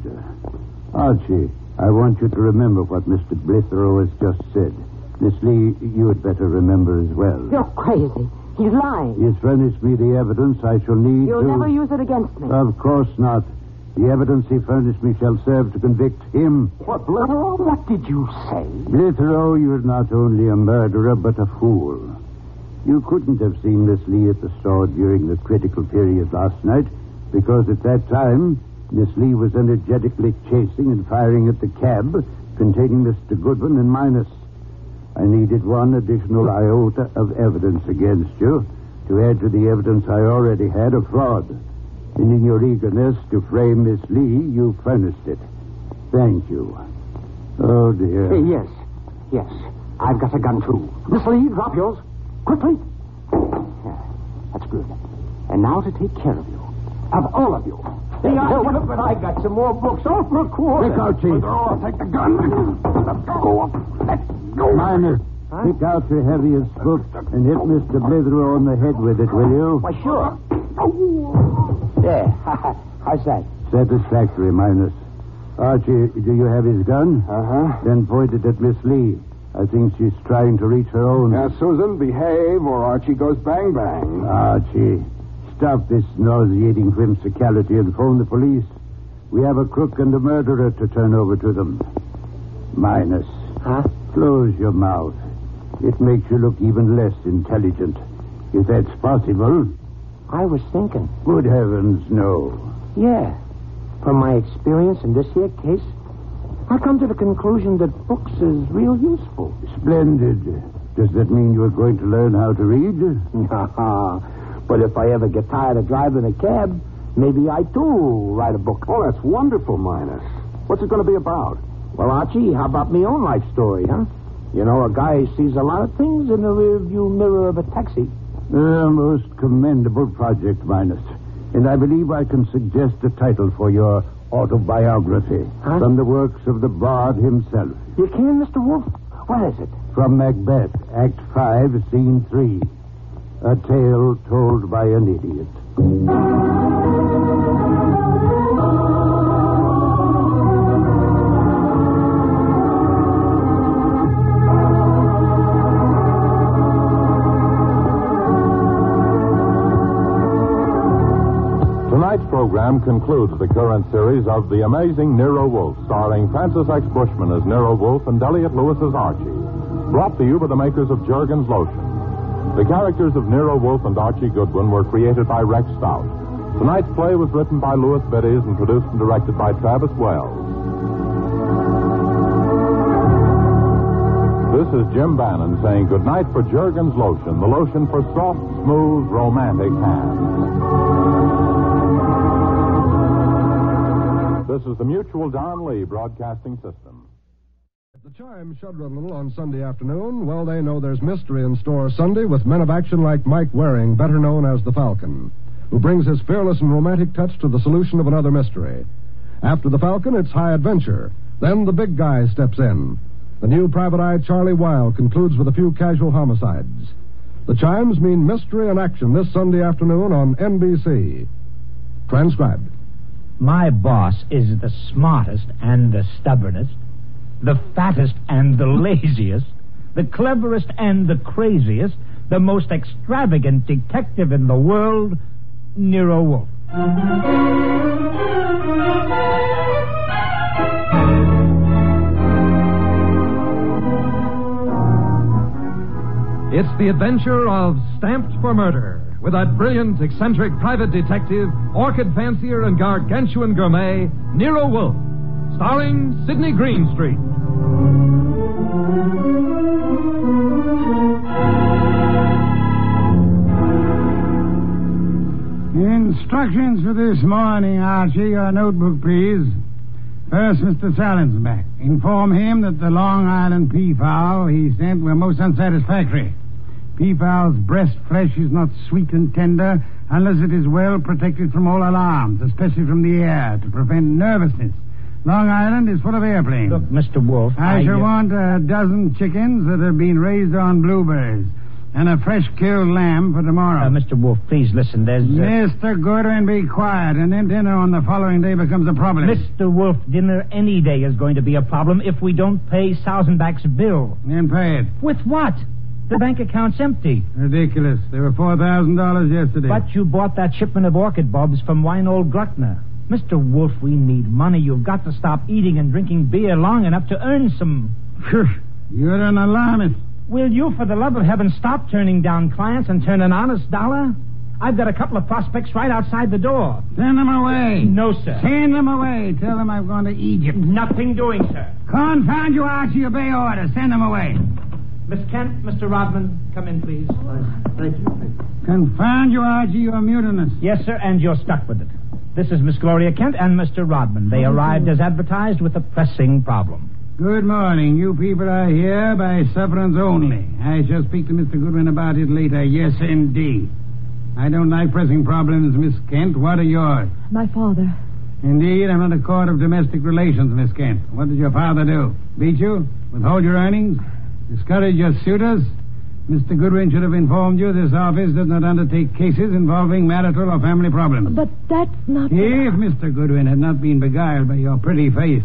S7: Archie, I want you to remember what Mr. Blithero has just said. Miss Lee, you had better remember as well.
S5: You're crazy. He's lying.
S7: He's furnished me the evidence I shall need
S5: You'll
S7: to...
S5: never use it against me.
S7: Of course not. The evidence he furnished me shall serve to convict him.
S11: What, Blithero? What did you say?
S7: Blithero, you're not only a murderer, but a fool. You couldn't have seen Miss Lee at the store during the critical period last night, because at that time, Miss Lee was energetically chasing and firing at the cab containing Mr. Goodwin and Minus. I needed one additional iota of evidence against you to add to the evidence I already had of fraud. And in your eagerness to frame Miss Lee, you furnished it. Thank you. Oh, dear.
S11: Eh, yes, yes. I've got a gun, too. Miss Lee, drop yours. Quickly. Yeah, that's good. And now to take care of you. Of all of you. Hey,
S2: but I got some more books off the quarter.
S7: Quick out, Chief.
S2: Oh, take the gun. Let go up. Let go.
S7: Miner, pick out your heaviest book and hit Mr. Blitherow on the head with it, will
S13: Oh.
S7: you?
S11: Why, sure. There. How's that?
S7: Satisfactory, Minus. Archie, do you have his gun? Uh
S11: Uh-huh.
S14: huh.
S7: Then point it at Miss Lee. I think she's trying to reach her own.
S14: Now, Susan, behave, or Archie goes bang bang.
S7: Archie, Ah, stop this nauseating whimsicality and phone the police. We have a crook and a murderer to turn over to them. Minus.
S13: Huh?
S7: Close your mouth. It makes you look even less intelligent. If that's possible.
S13: I was thinking.
S7: Good heavens, no.
S13: Yeah. From my experience in this here case, I come to the conclusion that books is real useful.
S7: Splendid. Does that mean you are going to learn how to read?
S13: but if I ever get tired of driving a cab, maybe I too write a book.
S14: Oh, that's wonderful, Minus. What's it going to be about?
S13: Well, Archie, how about me own life story, huh? You know, a guy sees a lot of things in the rearview mirror of a taxi.
S7: A most commendable project, Minus. And I believe I can suggest a title for your autobiography
S13: Huh?
S7: from the works of the bard himself.
S13: You can, Mr. Wolf? What is it?
S7: From Macbeth, Act 5, Scene 3. A tale told by an idiot.
S4: Tonight's program concludes the current series of The Amazing Nero Wolfe, starring Francis X. Bushman as Nero Wolfe and Elliot Lewis as Archie, brought to you by the makers of Jergens Lotion. The characters of Nero Wolfe and Archie Goodwin were created by Rex Stout. Tonight's play was written by Louis Biddies and produced and directed by Travis Wells. This is Jim Bannon saying goodnight for Jergens Lotion, the lotion for soft, smooth, romantic hands. This is the Mutual Don Lee Broadcasting System.
S2: The chimes shudder a little on Sunday afternoon. Well, they know there's mystery in store Sunday with men of action like Mike Waring, better known as the Falcon, who brings his fearless and romantic touch to the solution of another mystery. After the Falcon, it's high adventure. Then the big guy steps in. The new private eye, Charlie Weil, concludes with a few casual homicides. The chimes mean mystery and action this Sunday afternoon on NBC. Transcribed.
S3: My boss is the smartest and the stubbornest, the fattest and the laziest, the cleverest and the craziest, the most extravagant detective in the world, Nero Wolf.
S15: It's the adventure of Stamped for Murder with that brilliant, eccentric private detective, orchid fancier, and gargantuan gourmet, Nero Wolfe, starring Sidney Greenstreet.
S16: Instructions for this morning, Archie. Your notebook, please. First, Mr. Salinsbeck. Inform him that the Long Island peafowl he sent were most unsatisfactory. Peafowl's breast flesh is not sweet and tender unless it is well protected from all alarms, especially from the air, to prevent nervousness. Long Island is full of airplanes. Look,
S3: Mr. Wolf,
S16: I,
S3: I,
S16: shall
S3: uh,
S16: want a dozen chickens that have been raised on bluebirds and a fresh killed lamb for tomorrow.
S3: Uh, Mr. Wolf, please listen. There's. Uh,
S16: Mr. Goodwin, be quiet, and then dinner on the following day becomes a problem.
S3: Mr. Wolf, dinner any day is going to be a problem if we don't pay Sausenbach's bill.
S16: Then pay it.
S3: With what? The bank account's empty.
S16: Ridiculous. They were $4,000 yesterday.
S3: But you bought that shipment of orchid bulbs from Weinold Gluckner. Mr. Wolf, we need money. You've got to stop eating and drinking beer long enough to earn some.
S16: You're an alarmist.
S3: Will you, for the love of heaven, stop turning down clients and turn an honest dollar? I've got a couple of prospects right outside the door.
S16: Send them away.
S3: No, sir.
S16: Send them away. Tell them I've gone to Egypt.
S3: Nothing doing, sir.
S16: Confound you, Archie. Obey orders. Send them away.
S3: Miss Kent, Mr. Rodman, come in, please. Thank you.
S16: Confound you, Archie. You're mutinous.
S3: Yes, sir, and you're stuck with it. This is Miss Gloria Kent and Mr. Rodman. They arrived as advertised with a pressing problem.
S16: Good morning. You people are here by sufferance only. I shall speak to Mr. Goodwin about it later. Yes, indeed. I don't like pressing problems, Miss Kent. What are yours?
S12: My father.
S16: Indeed, I'm not a court of domestic relations, Miss Kent. What did your father do? Beat you? Withhold your earnings? Discourage your suitors? Mr. Goodwin should have informed you this office does not undertake cases involving marital or family problems.
S12: But that's not.
S16: If Mr. Goodwin had not been beguiled by your pretty face,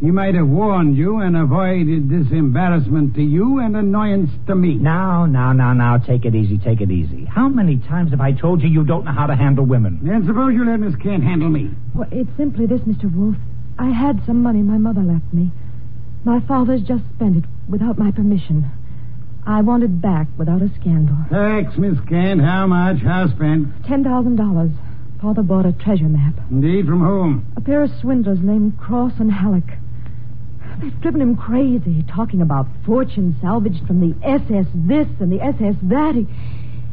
S16: he might have warned you and avoided this embarrassment to you and annoyance to me.
S3: Now, now, now, now, take it easy, take it easy. How many times have I told you you don't know how to handle women?
S16: Then suppose you let Miss Kent handle me.
S12: Well, it's simply this, Mr. Wolf. I had some money my mother left me. My father's just spent it without my permission. I want it back without a scandal.
S16: Thanks, Miss Kent. How much? How spent?
S12: Ten thousand dollars. Father bought a treasure map.
S16: Indeed, from whom?
S12: A pair of swindlers named Cross and Halleck. They've driven him crazy, talking about fortune salvaged from the SS this and the SS that. He,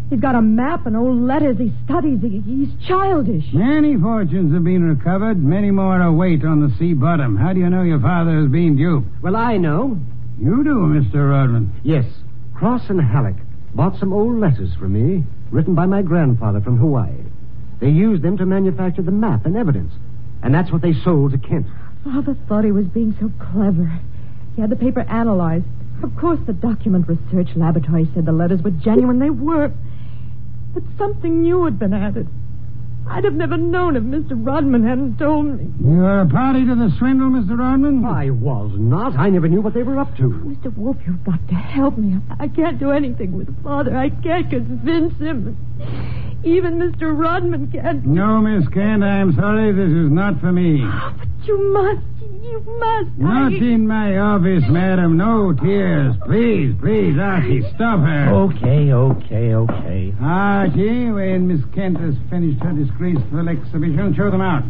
S12: he's got a map and old letters he studies. He, he's childish.
S16: Many fortunes have been recovered. Many more await on the sea bottom. How do you know your father has been duped?
S8: Well, I know.
S16: You do, Mr. Rodman.
S8: Yes. Cross and Halleck bought some old letters from me, written by my grandfather from Hawaii. They used them to manufacture the map and evidence, and that's what they sold to Kent.
S12: Father thought he was being so clever. He had the paper analyzed. Of course, the document research laboratory said the letters were genuine. They were. But something new had been added. I'd have never known if Mr. Rodman hadn't told me.
S16: You're a party to the swindle, Mr. Rodman?
S8: I was not. I never knew what they were up to.
S12: Mr. Wolf, you've got to help me. I can't do anything with Father. I can't convince him. Even Mr. Rodman can't.
S16: No, Miss Kent, I am sorry. This is not for me.
S12: But you must. You must.
S16: Not
S12: I...
S16: in my office, madam. No tears. Please, please, Archie, stop her.
S3: Okay, okay, okay.
S16: Archie, when Miss Kent has finished her disgraceful exhibition, show them out.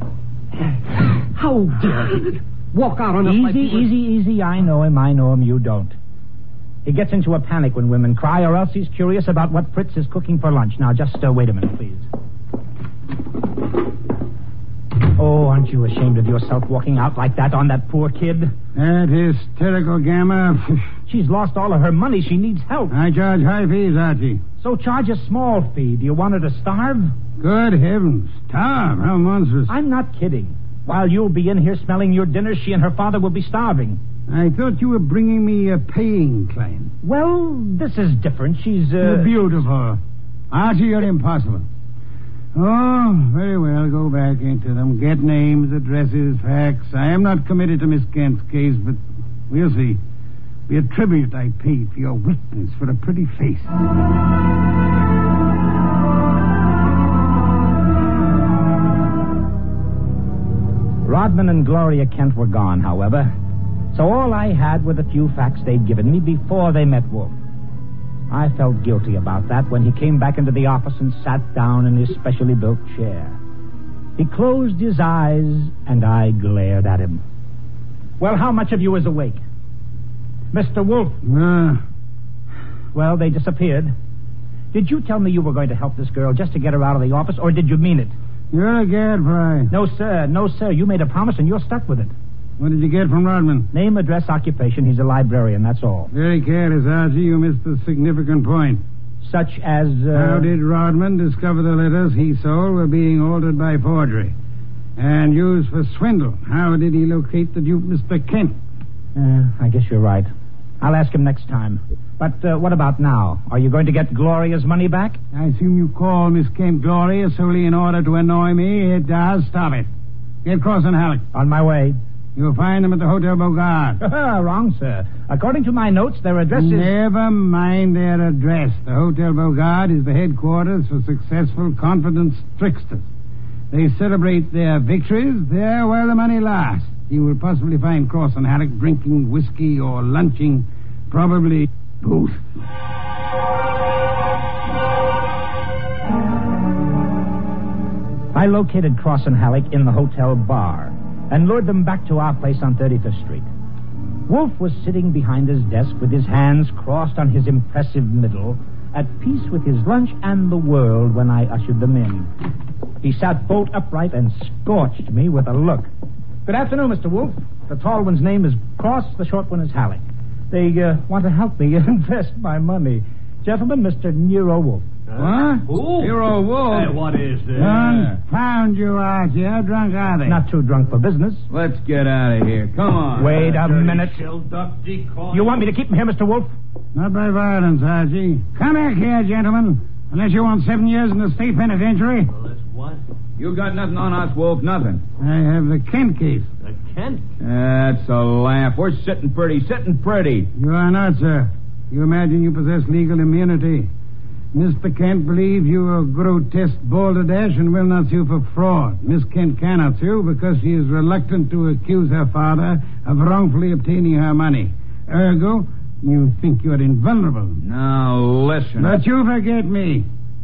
S8: How dare he walk out on us
S3: easy,
S8: like we were-
S3: easy, easy. I know him. I know him. You don't. He gets into a panic when women cry, or else he's curious about what Fritz is cooking for lunch. Now, just uh, wait a minute, please. Oh, aren't you ashamed of yourself walking out like that on that poor kid?
S16: That hysterical gamma.
S3: She's lost all of her money. She needs help.
S16: I charge high fees, Archie.
S3: So charge a small fee. Do you want her to starve?
S16: Good heavens. Starve? How monstrous.
S3: I'm not kidding. While you'll be in here smelling your dinner, she and her father will be starving.
S16: I thought you were bringing me a paying client.
S3: Well, this is different. She's, uh...
S16: You're beautiful. Archie, you're impossible. Oh, very well. Go back into them. Get names, addresses, facts. I am not committed to Miss Kent's case, but we'll see. Be a tribute I pay for your witness for a pretty face.
S3: Rodman and Gloria Kent were gone, however, so all I had were the few facts they'd given me before they met Wolf. I felt guilty about that when he came back into the office and sat down in his specially built chair. He closed his eyes, and I glared at him. Well, how much of you is awake? Mr. Wolf.
S16: Ah,
S3: Well, they disappeared. Did you tell me you were going to help this girl just to get her out of the office, or did you mean it?
S16: you're a gadfly.
S3: No, sir. No, sir. You made a promise, and you're stuck with it.
S16: What did you get from Rodman?
S3: Name, address, occupation. He's a librarian, that's all.
S16: Very careless, Archie. You missed the significant point.
S3: Such as. Uh,
S16: How did Rodman discover the letters he sold were being altered by forgery and used for swindle? How did he locate the dupe, Mr. Kent?
S3: Uh, I guess you're right. I'll ask him next time. But uh, what about now? Are you going to get Gloria's money back?
S16: I assume you call Miss Kent Gloria solely in order to annoy me. It does. Stop it. Get Cross and Halleck.
S3: On my way.
S16: You'll find them at the Hotel Bogart.
S3: Wrong, sir. According to my notes, their address is.
S16: Never mind their address. The Hotel Bogart is the headquarters for successful confidence tricksters. They celebrate their victories there where the money lasts. You will possibly find Cross and Haddock drinking whiskey or lunching, probably both.
S3: I located Cross and Halleck in the hotel bar and lured them back to our place on 35th Street. Wolf was sitting behind his desk with his hands crossed on his impressive middle, at peace with his lunch and the world when I ushered them in. He sat bolt upright and scorched me with a look. Good afternoon, Mr. Wolf. The tall one's name is Cross, the short one is Halleck. They uh, want to help me invest my money. Gentlemen, Mr. Nero Wolf.
S16: What?
S17: Who?
S16: Nero Wolf.
S17: Hey, what is this?
S16: Confound you, Archie. How drunk are they?
S3: Not too drunk for business.
S18: Let's get out of here. Come on.
S3: Wait a
S18: Dirty
S3: minute.
S18: shill duck decoy.
S3: You want me to keep him here, Mr. Wolf?
S16: Not by violence, Archie. Come back here, gentlemen. Unless you want seven years in the state penitentiary.
S18: You got nothing on us, Wolf. Nothing.
S16: I have the Kent case.
S18: The Kent? That's a laugh. We're sitting pretty, sitting pretty.
S16: You are not, sir. You imagine you possess legal immunity. Mr. Kent believes you a grotesque balderdash and will not sue for fraud. Miss Kent cannot sue because she is reluctant to accuse her father of wrongfully obtaining her money. Ergo, you think you are invulnerable.
S18: Now listen.
S16: But you forget me.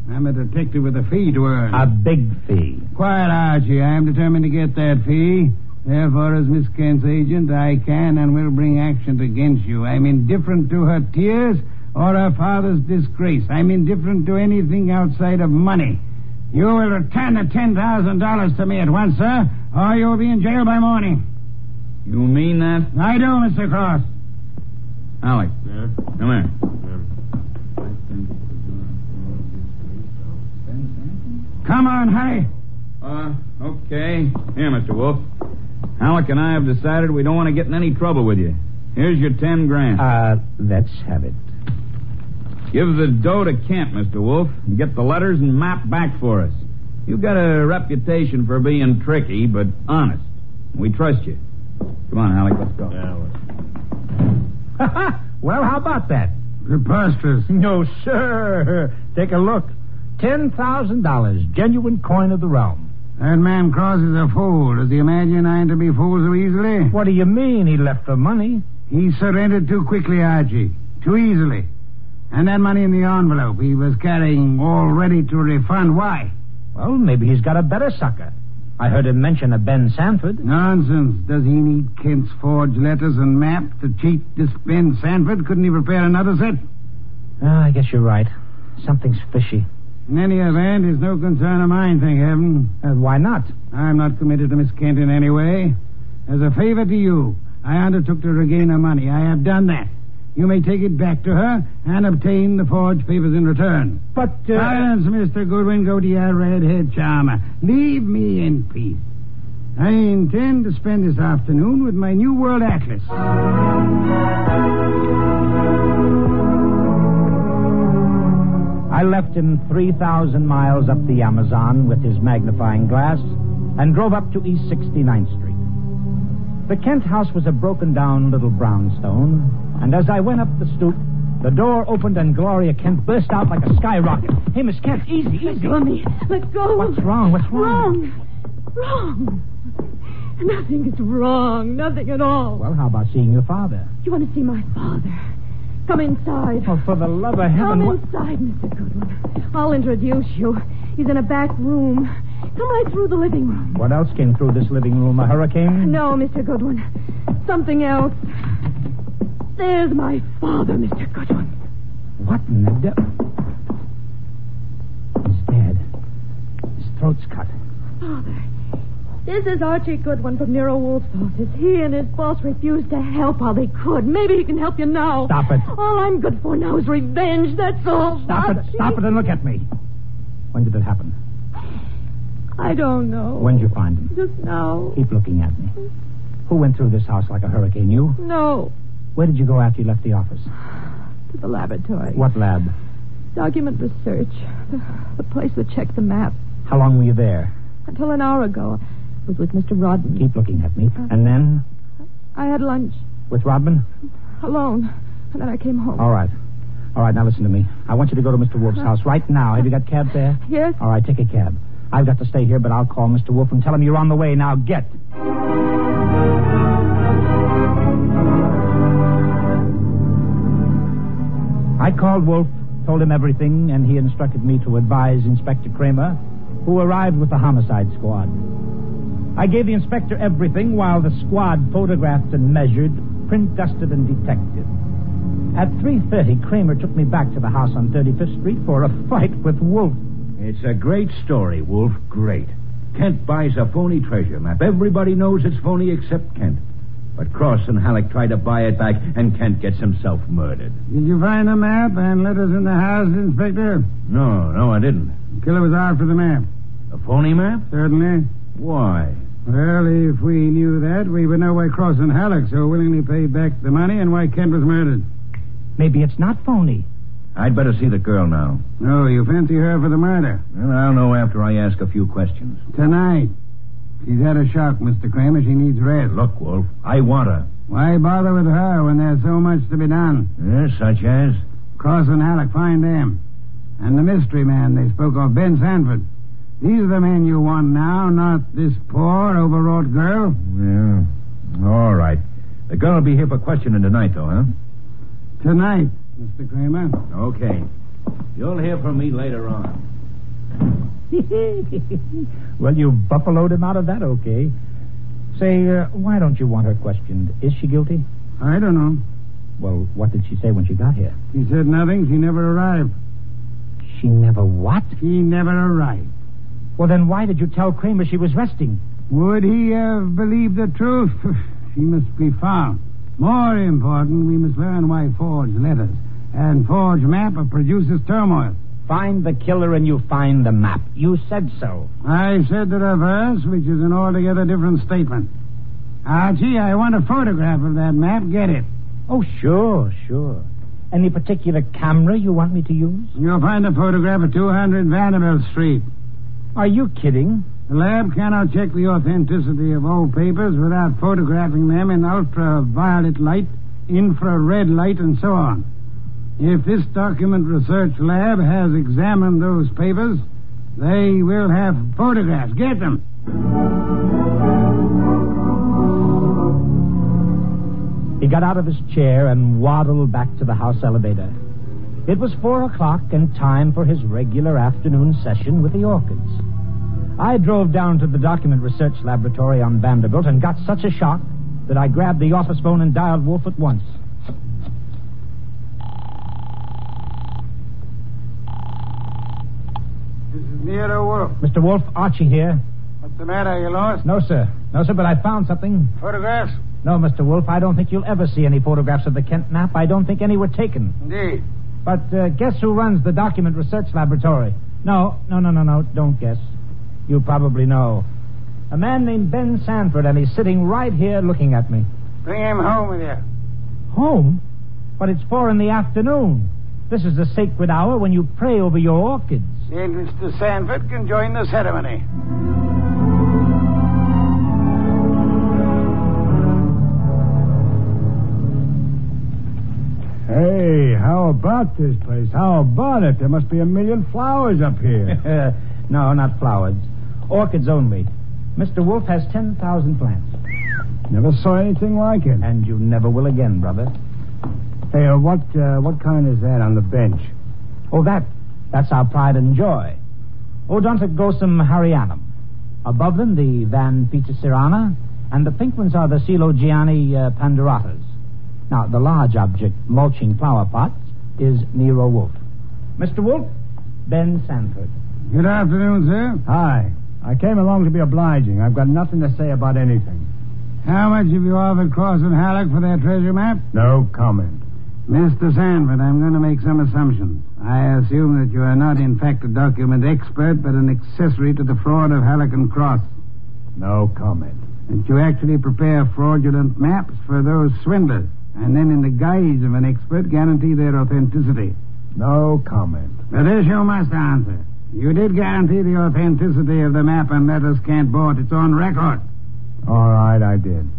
S16: I'm a detective with a fee to earn.
S3: A big fee.
S16: Quiet, Archie. I am determined to get that fee. Therefore, as Miss Kent's agent, I can and will bring action against you. I'm indifferent to her tears or her father's disgrace. I'm indifferent to anything outside of money. You will return the $10,000 to me at once, sir, or you'll be in jail by morning.
S18: You mean that?
S16: I do, Mr. Cross.
S18: Alec. Come here.
S16: Come on, hurry.
S18: Uh, okay. Here, Mr. Wolf. Alec and I have decided we don't want to get in any trouble with you. Here's your ten grand.
S3: Uh, let's have it.
S18: Give the dough to Kent, Mr. Wolf, and get the letters and map back for us. You've got a reputation for being tricky, but honest. We trust you. Come on, Alec, let's go. Yeah,
S3: well, how about that?
S16: Preposterous.
S3: No, sir. Take a look. $10,000, genuine coin of the realm.
S16: That man Cross is a fool. Does he imagine I am to be fooled so easily?
S3: What do you mean he left the money?
S16: He surrendered too quickly, Archie. Too easily. And that money in the envelope he was carrying all ready to refund. Why?
S3: Well, maybe he's got a better sucker. I heard him mention a Ben Sanford.
S16: Nonsense. Does he need Kent's forged letters and map to cheat this Ben Sanford? Couldn't he prepare another set?
S3: Ah, I guess you're right. Something's fishy.
S16: In any event, it's no concern of mine, thank heaven.
S3: Uh, why not?
S16: I'm not committed to Miss Kent in any way. As a favor to you, I undertook to regain her money. I have done that. You may take it back to her and obtain the forged papers in return.
S3: But, uh...
S16: Silence, Mr. Goodwin. Go to your red-haired charmer. Leave me in peace. I intend to spend this afternoon with my New World Atlas.
S3: I left him 3,000 miles up the Amazon with his magnifying glass and drove up to East 69th Street. The Kent house was a broken down little brownstone, and as I went up the stoop, the door opened and Gloria Kent burst out like a skyrocket. Hey, Miss Kent, easy,
S12: Let
S3: easy.
S12: go of me. Let go.
S3: What's wrong? What's wrong?
S12: Wrong. Wrong. Nothing is wrong. Nothing at all.
S3: Well, how about seeing your father?
S12: You want to see my father? Come inside.
S3: Oh, for the love of heaven.
S12: Come
S3: what-
S12: inside, Mr. Goodwin. I'll introduce you. He's in a back room. Come right through the living room.
S3: What else came through this living room? A hurricane?
S12: No, Mr. Goodwin. Something else. There's my father, Mr. Goodwin.
S3: What in the devil? He's dead. His throat's cut.
S12: Father, this is Archie Goodwin from Nero Wolf's office. He and his boss refused to help while they could. Maybe he can help you now.
S3: Stop it.
S12: All I'm good for now is revenge, that's all.
S3: Stop it.
S12: Archie.
S3: Stop it and look at me. When did it happen?
S12: I don't know.
S3: When did you find him?
S12: Just now.
S3: Keep looking at me. Who went through this house like a hurricane? You?
S12: No.
S3: Where did you go after you left the office?
S12: To the laboratory.
S3: What lab?
S12: Document research. The, the place that checked the map.
S3: How long were you there?
S12: Until an hour ago. I was with Mr. Rodman.
S3: Keep looking at me. And then?
S12: I had lunch
S3: With Rodman?
S12: alone. And then I came home.
S3: All right. All right, now listen to me. I want you to go to Mr. Wolf's house right now. Have you got cab fare?
S12: Yes?
S3: All right, take a cab. I've got to stay here, but I'll call Mr. Wolf and tell him you're on the way. Now get. I called Wolf, told him everything, and he instructed me to advise Inspector Kramer, who arrived with the homicide squad. I gave the inspector everything while the squad photographed and measured, print dusted and detected. At 3.30, Kramer took me back to the house on 35th Street for a fight with Wolf.
S19: It's a great story, Wolf. Great. Kent buys a phony treasure map. Everybody knows it's phony except Kent.
S18: But Cross and Halleck tried to buy it back, and Kent gets himself murdered.
S16: Did you find the map and letters in the house, Inspector?
S18: No, no, I didn't.
S16: Killer was out for the map.
S18: A phony map?
S16: Certainly.
S18: Why?
S16: Well, if we knew that, we would know why Cross and Halleck so willingly paid back the money and why Kent was murdered.
S3: Maybe it's not phony.
S18: I'd better see the girl now.
S16: No, you fancy her for the murder.
S18: Well, I'll know after I ask a few questions.
S16: Tonight. She's had a shock, Mr. Kramer. She needs rest.
S18: Look, Wolf, I want her.
S16: Why bother with her when there's so much to be done?
S18: Yes, such as?
S16: Cross and Halleck, find them. And the mystery man they spoke of, Ben Sanford. These are the men you want now, not this poor, overwrought girl.
S18: Yeah. All right. The girl will be here for questioning tonight, though, huh?
S16: Tonight, Mr. Kramer.
S18: Okay. You'll hear from me later on.
S3: well, you buffaloed him out of that, okay. Say, uh, why don't you want her questioned? Is she guilty?
S16: I don't know.
S3: Well, what did she say when she got here?
S16: She said nothing. She never arrived.
S3: She never what?
S16: She never arrived.
S3: Well, then why did you tell Kramer she was resting?
S16: Would he have believed the truth? she must be found. More important, we must learn why forged letters and forged map produces turmoil.
S3: Find the killer and you find the map. You said so.
S16: I said the reverse, which is an altogether different statement. Archie, I want a photograph of that map. Get it.
S3: Oh, sure, sure. Any particular camera you want me to use?
S16: You'll find a photograph at 200 Vanderbilt Street.
S3: Are you kidding?
S16: The lab cannot check the authenticity of old papers without photographing them in ultraviolet light, infrared light, and so on. If this document research lab has examined those papers, they will have photographs. Get them.
S3: He got out of his chair and waddled back to the house elevator. It was four o'clock and time for his regular afternoon session with the orchids. I drove down to the document research laboratory on Vanderbilt and got such a shock that I grabbed the office phone and dialed Wolf at once.
S16: Nero Wolf.
S3: Mr. Wolf, Archie here.
S16: What's the matter? Are you lost?
S3: No, sir. No, sir, but I found something.
S16: Photographs?
S3: No, Mr. Wolf, I don't think you'll ever see any photographs of the Kent map. I don't think any were taken.
S16: Indeed.
S3: But uh, guess who runs the document research laboratory? No, no, no, no, no. Don't guess. You probably know. A man named Ben Sanford, and he's sitting right here looking at me.
S16: Bring him home with you.
S3: Home? But it's four in the afternoon. This is the sacred hour when you pray over your orchids.
S16: And Mr. Sanford can join the ceremony.
S7: Hey, how about this place? How about it? There must be a million flowers up here.
S3: no, not flowers. Orchids only. Mr. Wolf has 10,000 plants.
S7: Never saw anything like it.
S3: And you never will again, brother.
S7: Hey, uh, what uh, what kind is that on the bench?
S3: Oh, that that's our pride and joy. Oh, Odontoglossum harrianum. Above them, the Van Petersirana, and the pink ones are the Celogiani uh, panderatas. Now, the large object, mulching flower pots, is Nero Wolf. Mr. Wolf, Ben Sanford.
S16: Good afternoon, sir.
S7: Hi. I came along to be obliging. I've got nothing to say about anything.
S16: How much have you offered Cross and Halleck for their treasure map?
S7: No comment.
S16: Mr. Sanford, I'm going to make some assumptions. I assume that you are not, in fact, a document expert, but an accessory to the fraud of Halleck and Cross.
S7: No comment.
S16: That you actually prepare fraudulent maps for those swindlers, and then, in the guise of an expert, guarantee their authenticity.
S7: No comment.
S16: But this you must answer. You did guarantee the authenticity of the map and letters Kent bought. It's on record.
S7: All right, I did.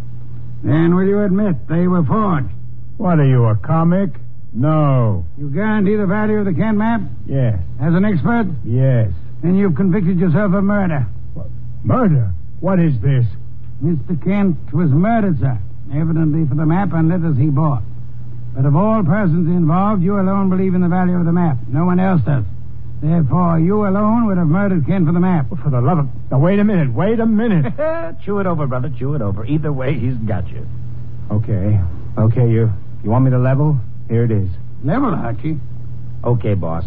S16: Then will you admit they were forged?
S7: What are you, a comic? No.
S16: You guarantee the value of the Kent map?
S7: Yes.
S16: As an expert?
S7: Yes.
S16: Then you've convicted yourself of murder.
S7: What? Murder? What is this?
S16: Mr. Kent was murdered, sir. Evidently for the map and letters he bought. But of all persons involved, you alone believe in the value of the map. No one else does. Therefore, you alone would have murdered Ken for the map.
S7: Well, for the love of. Now, wait a minute. Wait a minute.
S3: chew it over, brother. Chew it over. Either way, he's got you.
S7: Okay. Okay, you. You want me to level? Here it is.
S16: Level, Archie.
S3: Okay, boss.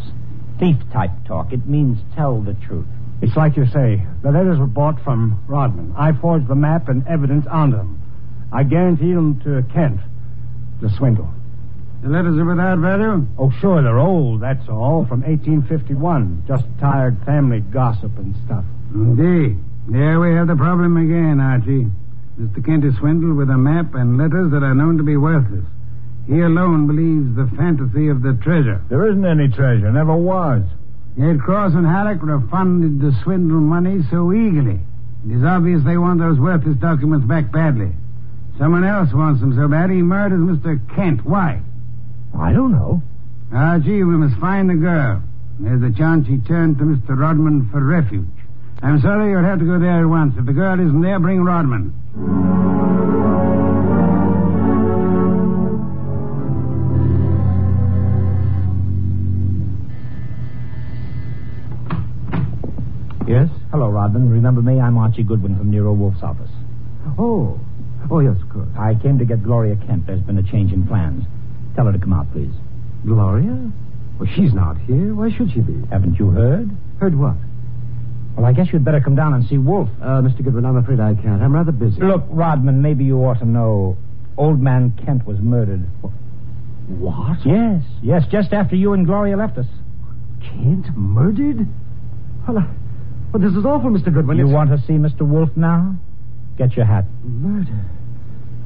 S3: Thief type talk. It means tell the truth.
S7: It's like you say. The letters were bought from Rodman. I forged the map and evidence on them.
S20: I guarantee them to Kent, the swindle.
S16: The letters are without value?
S20: Oh, sure, they're old, that's all, from 1851. Just tired family gossip and stuff.
S16: Indeed. There we have the problem again, Archie. Mr. Kent is swindled with a map and letters that are known to be worthless. He alone believes the fantasy of the treasure.
S20: There isn't any treasure, never was.
S16: Yet Cross and Halleck refunded the swindle money so eagerly. It is obvious they want those worthless documents back badly. Someone else wants them so bad he murders Mr. Kent. Why?
S20: I don't know.
S16: Archie, we must find the girl. There's a chance she turned to Mr. Rodman for refuge. I'm sorry you'll have to go there at once. If the girl isn't there, bring Rodman.
S3: Yes? Hello, Rodman. Remember me? I'm Archie Goodwin from Nero Wolf's office.
S8: Oh. Oh, yes, of course.
S3: I came to get Gloria Kent. There's been a change in plans. Tell her to come out, please.
S8: Gloria? Well, she's not here. Why should she be?
S3: Haven't you heard?
S8: Heard what?
S3: Well, I guess you'd better come down and see Wolf.
S8: Uh, Mr. Goodwin, I'm afraid I can't. I'm rather busy.
S3: Look, Rodman, maybe you ought to know. Old man Kent was murdered.
S8: What?
S3: Yes, yes, just after you and Gloria left us.
S8: Kent murdered? Well, I... well this is awful, Mr. Goodwin.
S3: you
S8: It's-
S3: want to see Mr. Wolf now? Get your hat.
S8: Murder.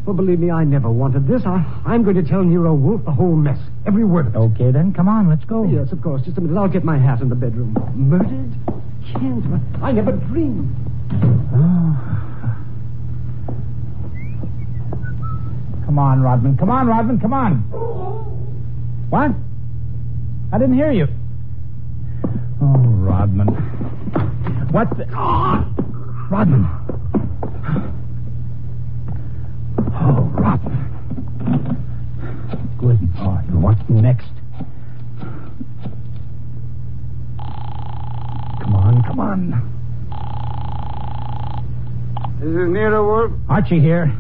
S8: Well, believe me, I never wanted this. I, I'm going to tell Nero Wolf the whole mess, every word of it.
S3: Okay, then. Come on, let's go.
S8: Yes, of course. Just a minute. I'll get my hat in the bedroom. Murdered? Kent, but I never dreamed.
S3: Ah. Come on, Rodman. Come on, Rodman. Come on. What? I didn't hear you. Oh, Rodman. What the.
S8: Ah!
S3: Rodman. Oh, Rodman. Good Lord. What next? Come on, come on.
S16: This is Nero Wolf.
S3: Archie here.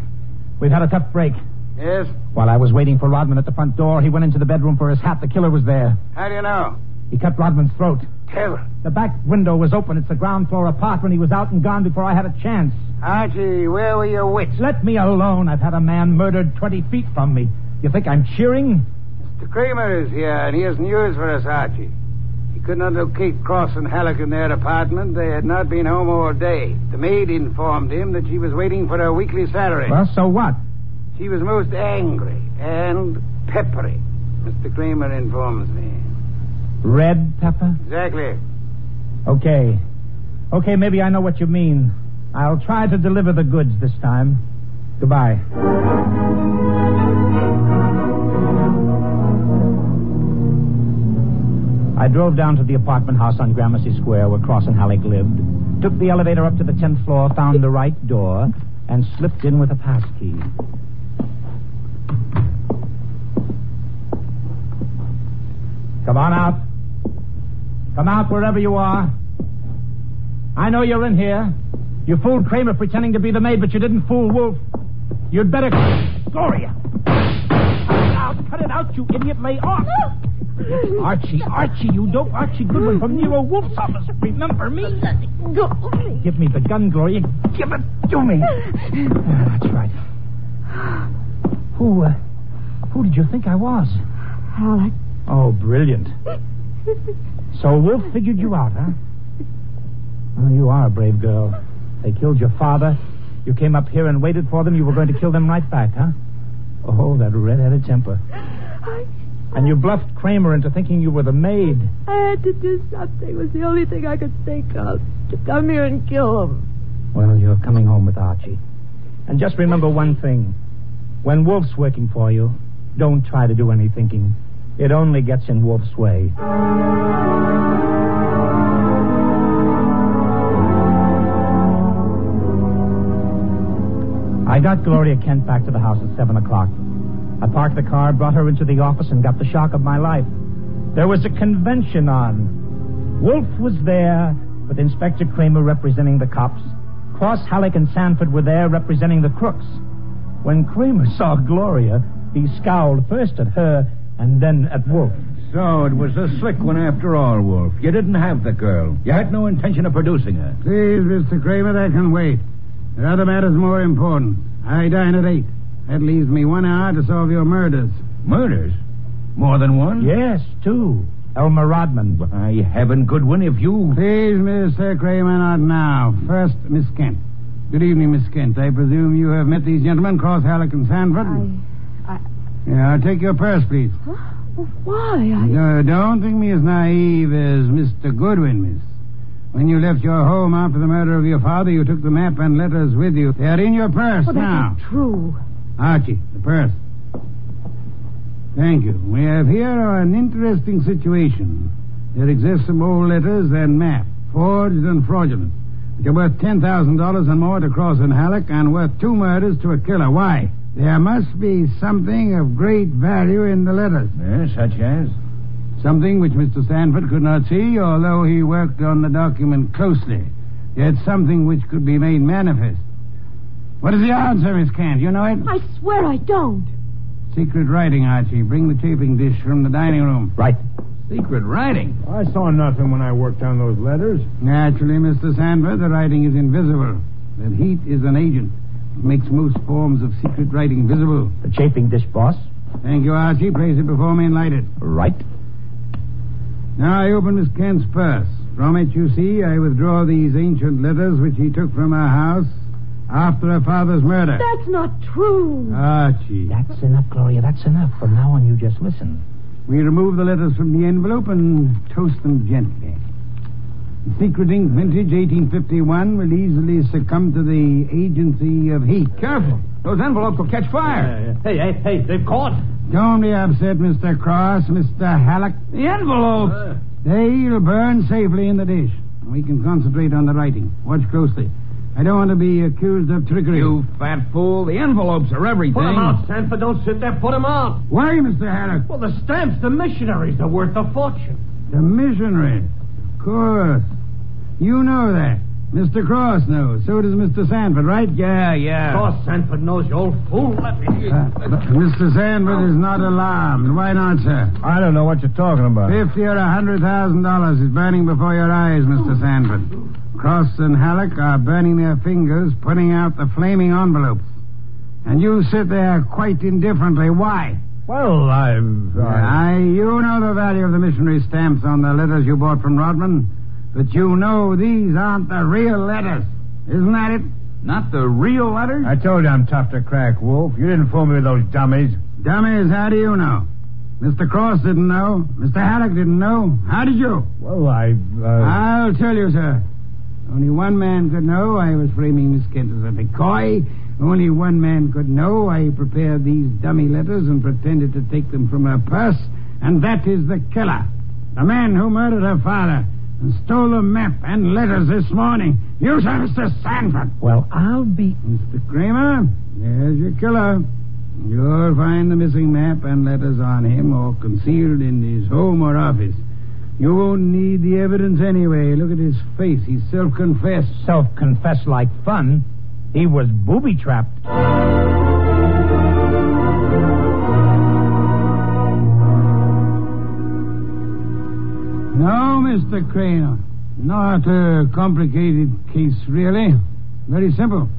S3: We've had a tough break.
S16: Yes?
S3: While I was waiting for Rodman at the front door, he went into the bedroom for his hat. The killer was there.
S16: How do you know?
S3: He cut Rodman's throat.
S16: Taylor.
S3: The back window was open. It's the ground floor apartment. He was out and gone before I had a chance.
S16: Archie, where were your wits?
S3: Let me alone. I've had a man murdered 20 feet from me. You think I'm cheering?
S16: Mr. Kramer is here, and he has news for us, Archie. He could not locate Cross and Halleck in their apartment. They had not been home all day. The maid informed him that she was waiting for her weekly salary.
S3: Well, so what?
S16: She was most angry and peppery, Mr. Kramer informs me.
S3: Red pepper?
S16: Exactly.
S3: Okay. Okay, maybe I know what you mean. I'll try to deliver the goods this time. Goodbye. I drove down to the apartment house on Gramercy Square where Cross and Halleck lived, took the elevator up to the 10th floor, found the right door, and slipped in with a passkey. Come on out. Come out wherever you are. I know you're in here. You fooled Kramer pretending to be the maid, but you didn't fool Wolf. You'd better. Gloria! Cut it out! Cut it out, you idiot! Lay off! Archie, Archie, you dope Archie Goodwin from Nero Wolf's office. Remember me?
S12: Go, please.
S3: Give me the gun, Gloria. Give it to me. Ah, That's right. Who, uh, who did you think I was?
S12: Alec.
S3: Oh, brilliant. So Wolf figured you out, huh? Well, you are a brave girl. They killed your father. You came up here and waited for them. You were going to kill them right back, huh? Oh, that red-headed temper.
S12: I,
S3: And you bluffed Kramer into thinking you were the maid.
S12: I had to do something. It was the only thing I could think of. To come here and kill him.
S3: Well, you're coming home with Archie. And just remember one thing. When Wolf's working for you, don't try to do any thinking. It only gets in Wolf's way. I got Gloria Kent back to the house at 7 o'clock. I parked the car, brought her into the office, and got the shock of my life. There was a convention on. Wolf was there, with Inspector Kramer representing the cops. Cross, Halleck, and Sanford were there representing the crooks. When Kramer saw Gloria, he scowled first at her and then at Wolf.
S18: So it was a slick one after all, Wolf. You didn't have the girl. You had no intention of producing her.
S16: Please, Mr. Kramer, that can wait. There are other matters more important. I dine at eight. That leaves me one hour to solve your murders.
S18: Murders? More than one?
S3: Yes, two. Elmer Rodman.
S18: By heaven, Goodwin, if you.
S16: Please, Mr. Kramer, not now. First, Miss Kent. Good evening, Miss Kent. I presume you have met these gentlemen, Cross, Halleck, and Sanford?
S8: I-
S16: Yeah, I'll take your purse, please.
S8: Why? I...
S16: No, don't think me as naive as Mr. Goodwin, miss. When you left your home after the murder of your father, you took the map and letters with you. They are in your purse
S8: Well, that's
S16: now.
S8: not true.
S16: Archie, the purse. Thank you. We have here an interesting situation. There exist some old letters and map, forged and fraudulent, which are worth $10,000 and more to Cross and Halleck and worth two murders to a killer. Why? There must be something of great value in the letters.
S18: Yes, such as?
S16: Something which Mr. Sanford could not see, although he worked on the document closely. Yet something which could be made manifest. What is the answer, Miss Kent? You know it?
S8: I swear I don't.
S16: Secret writing, Archie. Bring the chafing dish from the dining room.
S18: Right.
S12: Secret writing?
S16: I saw nothing when I worked on those letters. Naturally, Mr. Sanford, the writing is invisible. But heat is an agent. It makes most forms of secret writing visible.
S3: The chafing dish, boss.
S16: Thank you, Archie. Place it before me and light it.
S3: Right.
S16: Now I open Miss Kent's purse. From it, you see, I withdraw these ancient letters which he took from her house after her father's murder.
S8: That's not true.
S3: Uh,
S16: Archie.
S3: That's enough, Gloria. That's enough. From now on, you just listen.
S16: We remove the letters from the envelope and toast them gently. Secret ink vintage 1851 will easily succumb to the agency of heat. Careful. Those envelopes will catch fire.
S3: Hey, hey, hey, they've caught.
S16: Don't be upset, Mr. Cross, Mr. Halleck.
S12: The
S16: Oh,
S12: envelope.
S16: They'll burn safely in the dish. We can concentrate on the writing. Watch closely. I don't want to be accused of trickery.
S12: You fat fool. The envelopes are everything.
S16: Put 'em out,
S12: Sanford. Don't sit there. Put them out.
S16: Why, Mr. Haddock?
S12: Well, the stamps, the missionaries are worth a fortune.
S16: The missionary. Of course. You know that. Mr. Cross knows. So does Mr. Sanford, right? Yeah, yeah.
S12: Sanford knows you old fool. Let me.
S16: Uh, but Mr. Sanford is not alarmed. Why not, sir?
S7: I don't know what you're talking about.
S16: Fifty or a hundred thousand dollars is burning before your eyes, Mr. Sanford. Cross and Halleck are burning their fingers, putting out the flaming envelopes. And you sit there quite indifferently. Why?
S7: Well, I've. I...
S16: I, you know the value of the missionary stamps on the letters you bought from Rodman, but you know these aren't the real letters. Isn't that it?
S12: Not the real letters?
S7: I told you I'm tough to crack, Wolf. You didn't fool me with those dummies.
S16: Dummies, how do you know? Mr. Cross didn't know. Mr. Haddock didn't know. How did you?
S7: Well, I. Uh...
S12: Ah,
S16: I'll tell you, sir. Only one man could know I was framing Miss Kent as a decoy. Only one man could know I prepared these dummy letters and pretended to take them from her purse, and that is the killer. The man who murdered her father and stole the map and letters this morning. You, sir, Mr. Sanford.
S3: Well, I'll be.
S16: Mr. Kramer, there's your killer. You'll find the missing map and letters on him or concealed in his home or office. You won't need the evidence anyway. Look at his face. He's self confessed.
S3: Self confessed like fun. He was booby trapped.
S16: No, Mr. Crane. Not a complicated case, really. Very simple.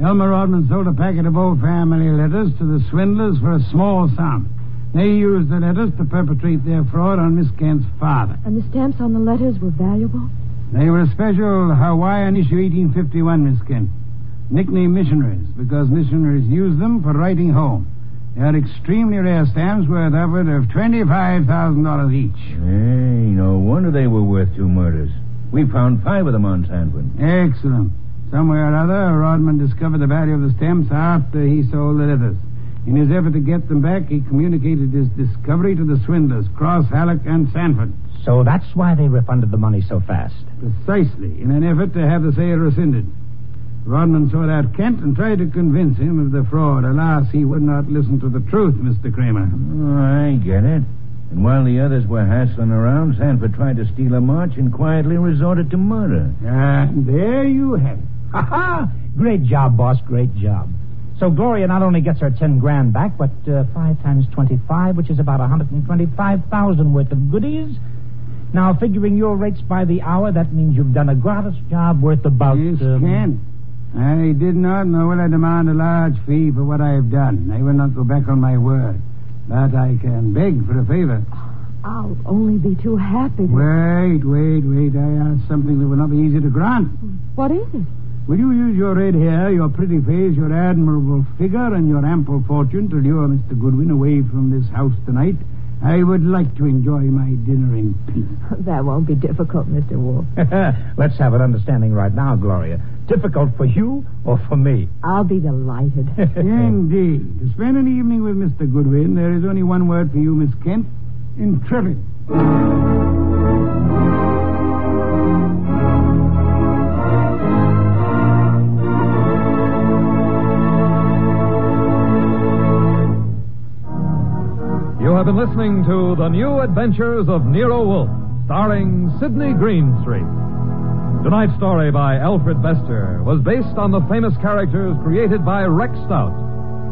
S16: Elmer Rodman sold a packet of old family letters to the swindlers for a small sum. They used the letters to perpetrate their fraud on Miss Kent's father.
S8: And the stamps on the letters were valuable?
S16: They were a special Hawaiian issue 1851, Miss Kent. Nicknamed missionaries because missionaries used them for writing home. They are extremely rare stamps worth upward of $25,000 each.
S18: Hey, no wonder they were worth two murders. We found five of them on Sanford.
S16: Excellent. Somewhere or other, Rodman discovered the value of the stamps after he sold the letters. In his effort to get them back, he communicated his discovery to the swindlers, Cross, Halleck, and Sanford.
S3: So that's why they refunded the money so fast.
S16: Precisely, in an effort to have the sale rescinded. Rodman sought out Kent and tried to convince him of the fraud. Alas, he would not listen to the truth, Mr. Kramer.
S18: Oh, I get it. And while the others were hassling around, Sanford tried to steal a march and quietly resorted to murder.
S16: And there you have it.
S3: Ha ha! Great job, boss. Great job. So Gloria not only gets her ten grand back, but uh, five times twenty-five, which is about a one hundred and twenty-five thousand worth of goodies. Now, figuring your rates by the hour, that means you've done a gratis job worth about.
S16: Yes,
S3: um,
S16: Kent.
S21: I did not, nor will I demand a large fee for what I have done. I will not go back on my word. But I can beg for a favor.
S12: I'll only be too happy. to-
S21: Wait, wait, wait. I ask something that will not be easy to grant.
S12: What is it?
S21: Will you use your red hair, your pretty face, your admirable figure, and your ample fortune to lure Mr. Goodwin away from this house tonight? I would like to enjoy my dinner in peace.
S12: That won't be difficult, Mr. Wolf.
S3: Let's have an understanding right now, Gloria. Difficult for you or for me?
S12: I'll be delighted.
S21: Indeed. To spend an evening with Mr. Goodwin, there is only one word for you, Miss Kent. Intrepid.
S17: You have been listening to The New Adventures of Nero Wolfe, starring Sidney Greenstreet. Tonight's story by Alfred Bester was based on the famous characters created by Rex Stout,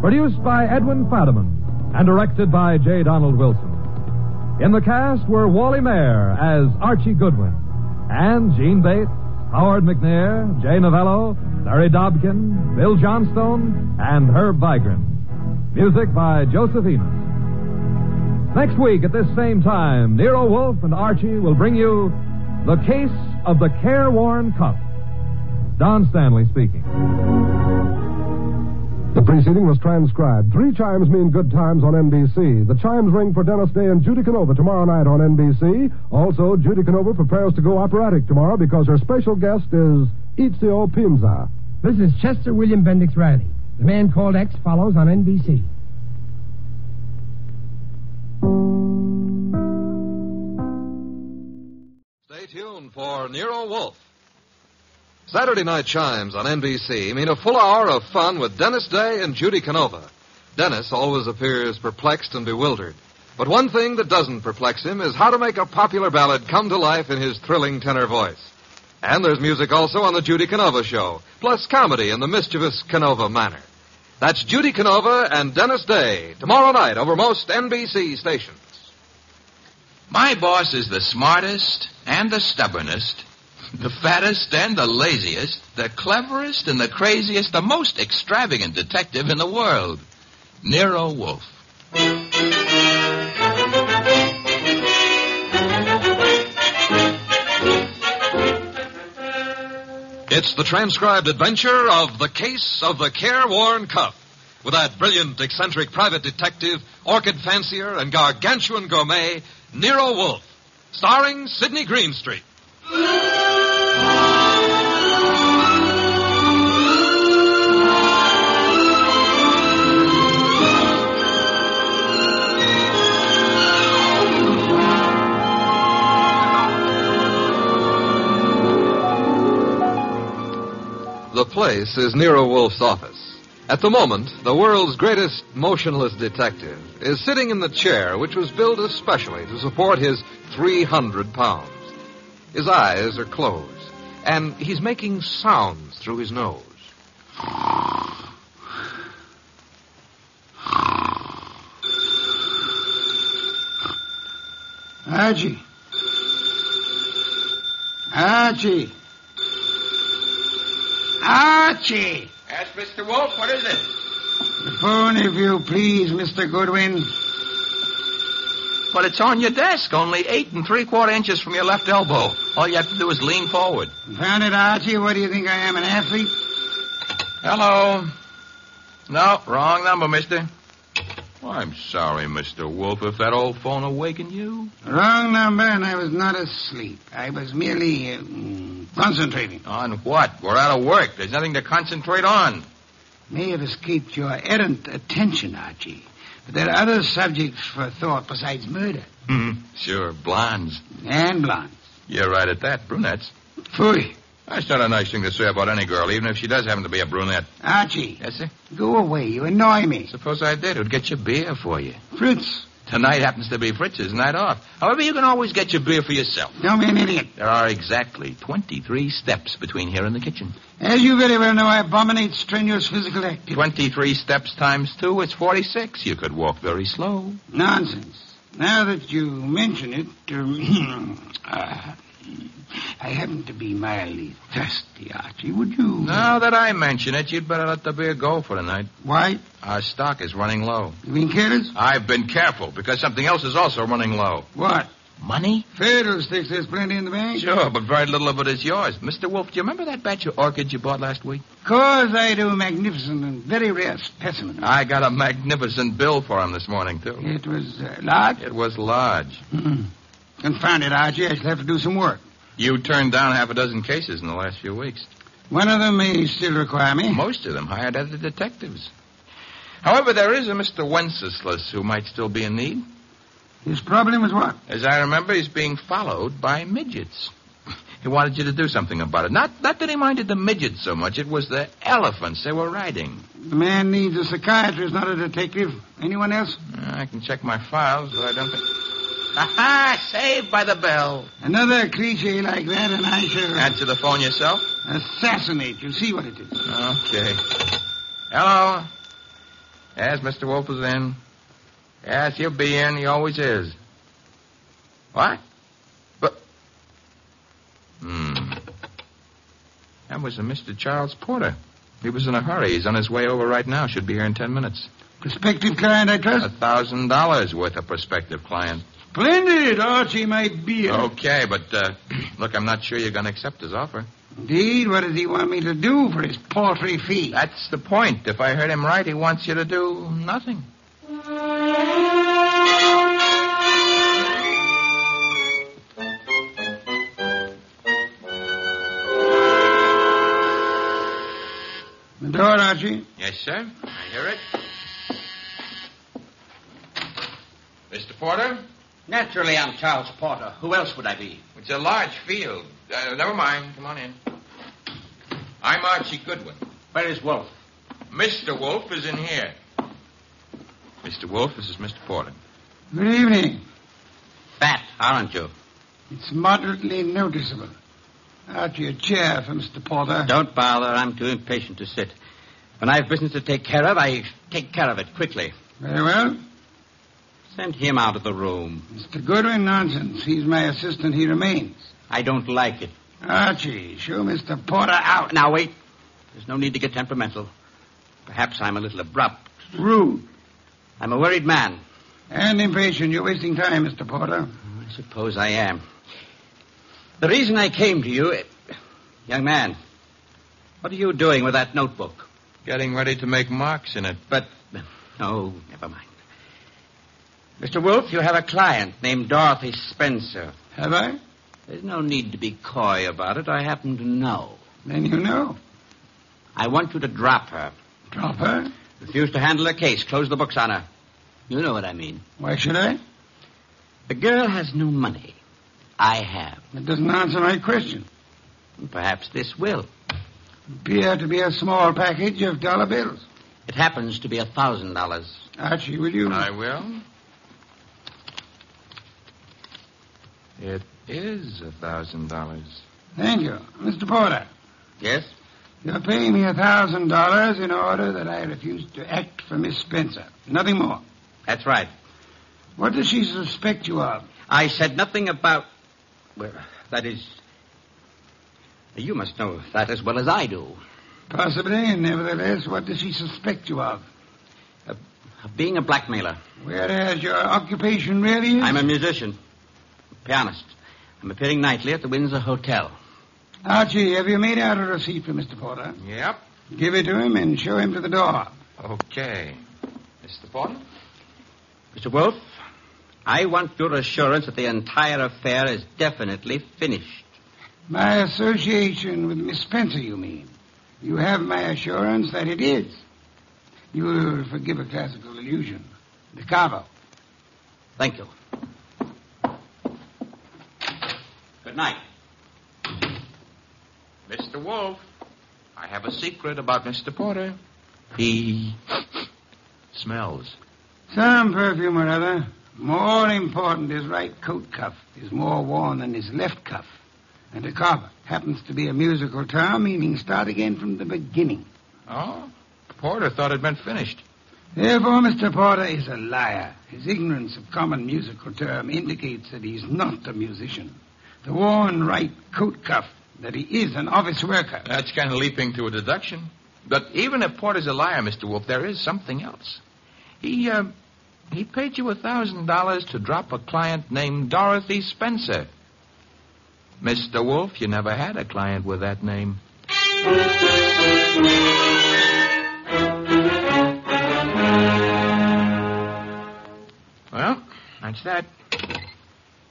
S17: produced by Edwin Fadiman, and directed by J. Donald Wilson. In the cast were Wally Mayer as Archie Goodwin, and Gene Bates, Howard McNair, Jay Novello, Larry Dobkin, Bill Johnstone, and Herb Vigran. Music by Joseph Enos. Next week at this same time, Nero Wolf and Archie will bring you The Case of the Careworn Cup. Don Stanley speaking.
S10: The preceding was transcribed. Three chimes mean good times on NBC. The chimes ring for Dennis Day and Judy Canova tomorrow night on NBC. Also, Judy Canova prepares to go operatic tomorrow because her special guest is Itzio Pinza.
S22: This is Chester William Bendix Riley. The man called X follows on NBC.
S15: Stay tuned for Nero Wolf. Saturday night chimes on NBC mean a full hour of fun with Dennis Day and Judy Canova. Dennis always appears perplexed and bewildered. But one thing that doesn't perplex him is how to make a popular ballad come to life in his thrilling tenor voice. And there's music also on the Judy Canova show, plus comedy in the mischievous Canova manner. That's Judy Canova and Dennis Day tomorrow night over most NBC stations.
S23: My boss is the smartest and the stubbornest, the fattest and the laziest, the cleverest and the craziest, the most extravagant detective in the world, Nero Wolf.
S15: It's the transcribed adventure of The Case of the Careworn Cup with that brilliant, eccentric private detective, orchid fancier, and gargantuan gourmet, Nero Wolfe, starring Sidney Greenstreet. The place is Nero Wolfe's office. At the moment, the world's greatest motionless detective is sitting in the chair which was built especially to support his 300 pounds. His eyes are closed, and he's making sounds through his nose.
S16: Archie. Archie. Archie!
S23: Ask Mr. Wolf, what is it?
S16: The phone, if you please, Mr. Goodwin.
S23: But it's on your desk, only eight and three quarter inches from your left elbow. All you have to do is lean forward.
S16: Found it, Archie. What do you think I am, an athlete?
S23: Hello. No, wrong number, mister. Well, I'm sorry, Mr. Wolf, if that old phone awakened you.
S16: Wrong number, and I was not asleep. I was merely uh, mm, concentrating.
S23: On what? We're out of work. There's nothing to concentrate on.
S16: May have escaped your errant attention, Archie. But there are other subjects for thought besides murder
S23: Hmm. sure, blondes.
S16: and blonde.
S23: You're right at that, brunettes.
S16: Phooey.
S23: That's not a nice thing to say about any girl, even if she does happen to be a brunette.
S16: Archie,
S23: Yes, sir?
S16: go away. You annoy me.
S23: Suppose I did. Who'd get your beer for you?
S16: Fritz,
S23: Tonight happens to be Fritz's night off. However, you can always get your beer for yourself.
S16: don't be an idiot.
S23: There are exactly 23 steps between here and the kitchen.
S16: As you very well know, I abominate strenuous physical activity.
S23: 23 steps times 2 is 46. You could walk very slow.
S16: Nonsense. Now that you mention it, um, uh, I happen to be mildly thirsty, Archie. Would you?
S23: Now that I mention it, you'd better let the beer go for tonight.
S16: Why?
S23: Our stock is running low.
S16: You mean carrots?
S23: I've been careful because something else is also running low.
S16: What?
S23: Money?
S16: Fiddlesticks, there's plenty in the bank.
S23: Sure, but very little of it is yours. Mr. Wolf, do you remember that batch of orchids you bought last week?
S16: Course I do. Magnificent and very rare specimen.
S23: I got a magnificent bill for him this morning, too.
S16: It was uh, large?
S23: It was large.
S16: Hmm. Confound it, Archie. I shall have to do some work.
S23: You turned down half a dozen cases in the last few weeks.
S16: One of them may still require me.
S23: Most of them hired other detectives. However, there is a Mr. Wenceslas who might still be in need.
S16: His problem is what?
S23: As I remember, he's being followed by midgets. He wanted you to do something about it. Not, not that he minded the midgets so much. It was the elephants they were riding.
S16: The man needs a psychiatrist, not a detective. Anyone else?
S23: Uh, I can check my files, but I don't think... Aha! Saved by the bell.
S16: Another creature like that, and I shall
S23: Answer the phone yourself.
S16: assassinate you. See what it is.
S23: Okay. Hello. Yes, Mr. Wolf is in. Yes, he'll be in. He always is. What? But. Hmm. That was a Mr. Charles Porter. He was in a hurry. He's on his way over right now. Should be here in ten minutes.
S16: Prospective client, I trust?
S23: A thousand dollars worth of prospective client.
S16: Splendid, Archie, my beer.
S23: Okay, but uh, look, I'm not sure you're going to accept his offer.
S16: Indeed, what does he want me to do for his paltry fee?
S23: That's the point. If I heard him right, he wants you to do nothing.
S16: The door, Archie.
S23: Yes, sir. I hear it. Mr. Porter?
S24: Naturally, I'm Charles Porter. Who else would I be?
S23: It's a large field. Uh, never mind. Come on in. I'm Archie Goodwin.
S24: Where is Wolf?
S23: Mr. Wolf is in here. Mr. Wolf, this is Mr. Porter.
S16: Good evening.
S24: Fat, aren't you?
S16: It's moderately noticeable. Archie, a chair for Mr. Porter.
S24: Don't bother. I'm too impatient to sit. When I have business to take care of, I take care of it quickly.
S16: Very well.
S24: Send him out of the room.
S16: Mr. Goodwin, nonsense. He's my assistant. He remains.
S24: I don't like it.
S16: Archie, show Mr. Porter out.
S24: Now, wait. There's no need to get temperamental. Perhaps I'm a little abrupt.
S16: Rude.
S24: I'm a worried man.
S16: And impatient. You're wasting time, Mr. Porter.
S24: I suppose I am. The reason I came to you. eh, Young man, what are you doing with that notebook?
S23: Getting ready to make marks in it.
S24: But. No, never mind. Mr. Wolf, you have a client named Dorothy Spencer.
S16: Have I?
S24: There's no need to be coy about it. I happen to know.
S16: Then you know.
S24: I want you to drop her.
S16: Drop her?
S24: Refuse to handle her case. Close the books on her. You know what I mean.
S16: Why should I?
S24: The girl has no money. I have.
S16: That doesn't answer my question.
S24: Perhaps this will.
S16: Appear to be a small package of dollar bills.
S24: It happens to be a thousand dollars.
S16: Archie, will you?
S23: I will. It is a thousand dollars.
S16: Thank you. Mr. Porter,
S24: Yes?
S16: you're paying me a thousand dollars in order that I refuse to act for Miss Spencer. Nothing more.
S24: That's right.
S16: What does she suspect you of?
S24: I said nothing about. Well, that is. You must know that as well as I do.
S16: Possibly, and nevertheless, what does she suspect you of?
S24: Uh, Of being a blackmailer.
S16: Whereas your occupation really is.
S24: I'm a musician, pianist. I'm appearing nightly at the Windsor Hotel.
S16: Archie, have you made out a receipt for Mr. Porter?
S23: Yep.
S16: Give it to him and show him to the door.
S23: Okay. Mr. Porter?
S24: Mr. Wolf, I want your assurance that the entire affair is definitely finished.
S16: My association with Miss Spencer, you mean? You have my assurance that it is. You will forgive a classical illusion. The Cavo.
S24: Thank you. Good night.
S23: Mr. Wolf, I have a secret about Mr. Porter. He smells.
S16: Some perfume or other. More important, his right coat cuff is more worn than his left cuff. And the Cavo happens to be a musical term meaning start again from the beginning.
S23: Oh? Porter thought it'd been finished.
S16: Therefore, Mr. Porter is a liar. His ignorance of common musical term indicates that he's not a musician. the worn right coat cuff that he is an office worker.
S23: That's kind of leaping to a deduction. But even if Porter's a liar, Mr. Wolf, there is something else. He, uh, he paid you a $1,000 to drop a client named Dorothy Spencer. Mr. Wolf, you never had a client with that name. Well, that's that.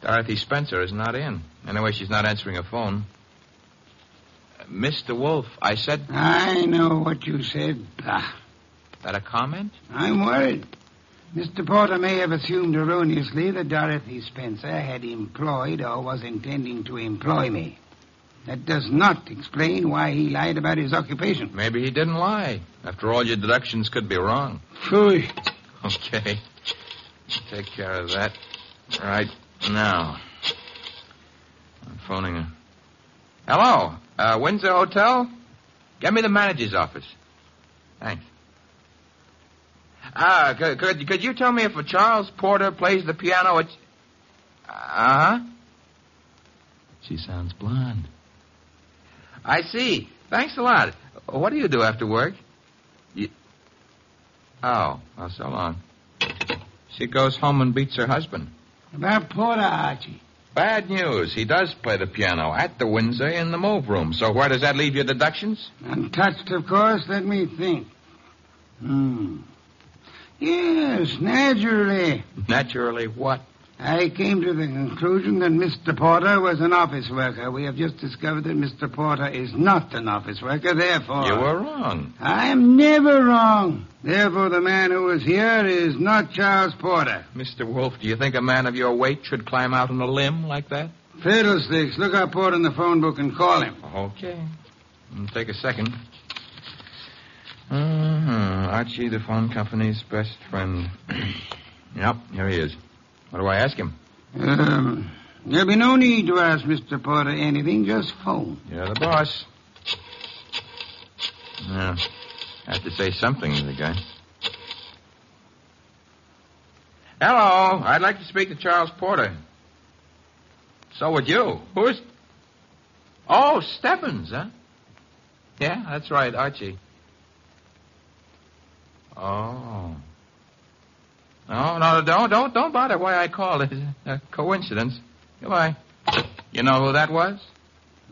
S23: Dorothy Spencer is not in. Anyway, she's not answering her phone. Uh, Mr. Wolf, I said.
S16: I know what you said. Ah,
S23: That a comment?
S16: I'm worried. Mr. Porter may have assumed erroneously that Dorothy Spencer had employed or was intending to employ me. That does not explain why he lied about his occupation.
S23: Maybe he didn't lie. After all, your deductions could be wrong.
S16: Phew.
S23: Okay. Take care of that right now. I'm phoning her. Hello, uh, Windsor Hotel? Get me the manager's office. Thanks. Ah, could, could, could you tell me if a Charles Porter plays the piano at... Uh-huh. She sounds blonde. I see. Thanks a lot. What do you do after work? You... Oh, well, so long. She goes home and beats her husband.
S16: About Porter, Archie.
S23: Bad news. He does play the piano at the Windsor in the move room. So where does that leave your deductions?
S16: Untouched, of course. Let me think. Hmm. Yes, naturally.
S23: Naturally, what?
S16: I came to the conclusion that Mr. Porter was an office worker. We have just discovered that Mr. Porter is not an office worker, therefore.
S23: You were wrong.
S16: I am never wrong. Therefore, the man who is here is not Charles Porter.
S23: Mr. Wolf, do you think a man of your weight should climb out on a limb like that?
S16: Fiddlesticks, look up Porter in the phone book and call him.
S23: Okay. It'll Mm, take a 2nd Mm-hmm. Archie, the phone company's best friend. yep, here he is. What do I ask him?
S16: Um, there'll be no need to ask Mr. Porter anything, just phone.
S23: You're the boss. Yeah. I have to say something to the guy. Hello. I'd like to speak to Charles Porter. So would you. Who is. Oh, Stebbins, huh? Yeah, that's right, Archie. Oh. No, no, don't, don't, don't bother why I called. It's a coincidence. Goodbye. You know who that was?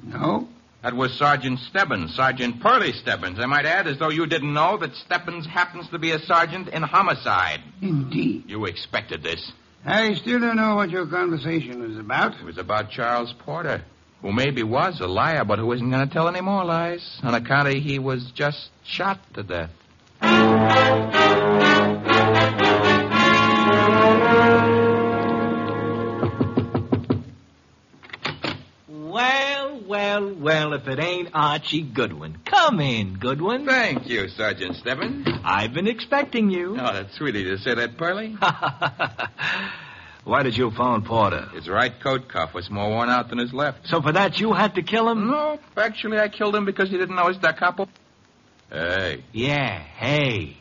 S16: No.
S23: That was Sergeant Stebbins, Sergeant Pearly Stebbins. I might add, as though you didn't know, that Stebbins happens to be a sergeant in homicide.
S16: Indeed.
S23: You expected this.
S16: I still don't know what your conversation was about.
S23: It was about Charles Porter, who maybe was a liar, but who isn't going to tell any more lies on account of he was just shot to death.
S25: Well, well, well, if it ain't Archie Goodwin. Come in, Goodwin.
S23: Thank you, Sergeant Stebbins.
S25: I've been expecting you.
S23: Oh, that's sweet of you to say that, Pearly.
S25: Why did you phone Porter?
S23: His right coat cuff was more worn out than his left.
S25: So for that, you had to kill him?
S23: No, actually, I killed him because he didn't know his da capo. Hey.
S25: Yeah, hey.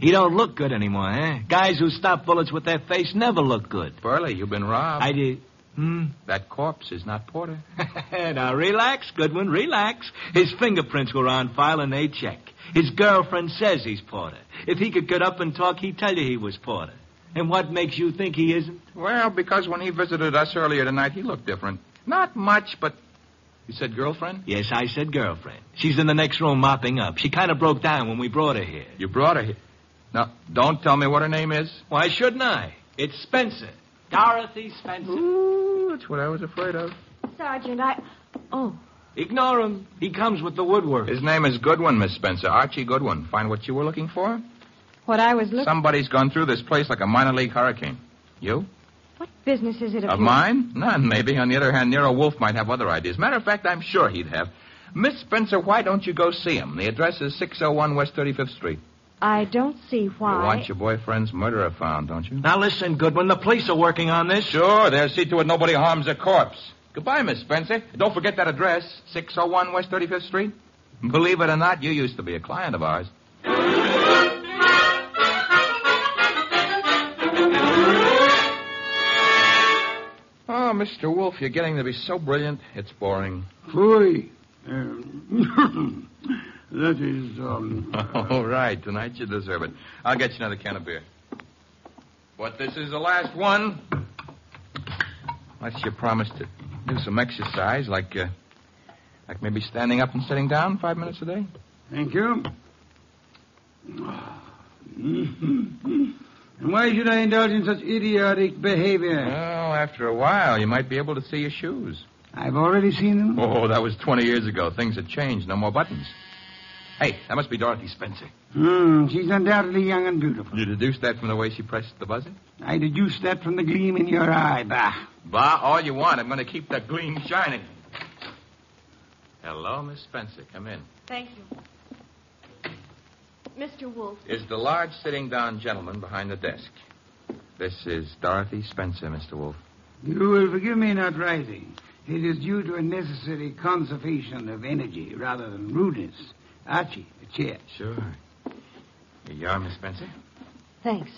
S25: He don't look good anymore, eh? Guys who stop bullets with their face never look good.
S23: Burley, you've been robbed.
S25: I did. Hmm?
S23: That corpse is not Porter.
S25: now, relax, Goodwin, relax. His fingerprints were on file and they check. His girlfriend says he's Porter. If he could get up and talk, he'd tell you he was Porter. And what makes you think he isn't?
S23: Well, because when he visited us earlier tonight, he looked different. Not much, but. You said girlfriend?
S25: Yes, I said girlfriend. She's in the next room mopping up. She kind of broke down when we brought her here.
S23: You brought her here. Now, don't tell me what her name is.
S25: Why shouldn't I? It's Spencer. Dorothy Spencer.
S23: Ooh, that's what I was afraid of.
S1: Sergeant, I. Oh,
S25: Ignore him. He comes with the woodwork.
S23: His name is Goodwin, Miss Spencer. Archie Goodwin. Find what you were looking for?
S1: what I was looking.
S23: Somebody's gone through this place like a minor league hurricane. You?
S1: What business is it of,
S23: Of
S1: yours?
S23: mine? None, maybe. On the other hand, Nero Wolf might have other ideas. Matter of fact, I'm sure he'd have. Miss Spencer, why don't you go see him? The address is 601 West 35th Street.
S1: I don't see why.
S23: You want your boyfriend's murderer found, don't you?
S25: Now listen, Goodwin. The police are working on this.
S23: Sure, they'll see to it nobody harms a corpse. Goodbye, Miss Spencer. Don't forget that address, 601 West 35th Street. Believe it or not, you used to be a client of ours. Oh, Now, Mr. Wolf, you're getting to be so brilliant, it's boring.
S16: Fooey. Um, that is, um,
S23: All right, tonight you deserve it. I'll get you another can of beer. But this is the last one. Unless you promise to do some exercise, like, uh, like maybe standing up and sitting down five minutes a day.
S16: thank you. And why should I indulge in such idiotic behavior?
S23: Well, after a while, you might be able to see your shoes.
S16: I've already seen them.
S23: Oh, that was 20 years ago. Things have changed. No more buttons. Hey, that must be Dorothy Spencer.
S16: Hmm, she's undoubtedly young and beautiful.
S23: You deduced that from the way she pressed the buzzer?
S16: I deduced that from the gleam in your eye, bah.
S23: Bah, all you want. I'm going to keep that gleam shining. Hello, Miss Spencer. Come in.
S1: Thank you. Mr. Wolf,
S23: Is the large sitting down gentleman behind the desk? This is Dorothy Spencer, Mr. Wolf.
S16: You will forgive me not rising. It is due to a necessary conservation of energy rather than rudeness. Archie, a chair.
S23: Sure. Here you are, Miss Spencer.
S16: Thanks.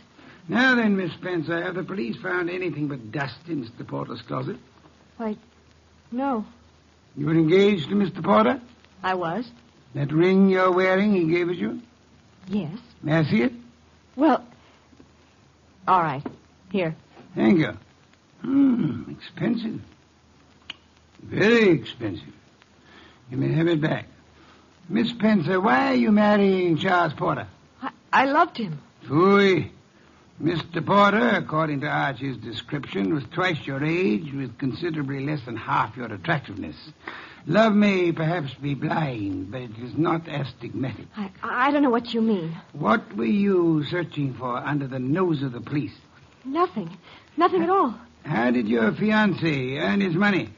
S16: Now then, Miss Spencer, have the police found anything but dust in Mr. Porter's closet?
S1: why, no,
S16: You were engaged to Mr. Porter?
S1: I was.
S16: That ring you're wearing he gave it you?
S1: Yes.
S16: May I see it?
S1: Well, all right. Here.
S16: Thank you. Hmm, expensive. Very expensive. You may have it back. Miss Spencer, why are you marrying Charles Porter?
S1: I loved him.
S16: Fooey. Mr. Porter, according to Archie's description, was twice your age with considerably less than half your attractiveness. Love may perhaps be blind, but it is not astigmatic.
S1: I, I don't know what you mean.
S16: What were you searching for under the nose of the police?
S1: Nothing. Nothing at all.
S16: How did your fiancé earn his money?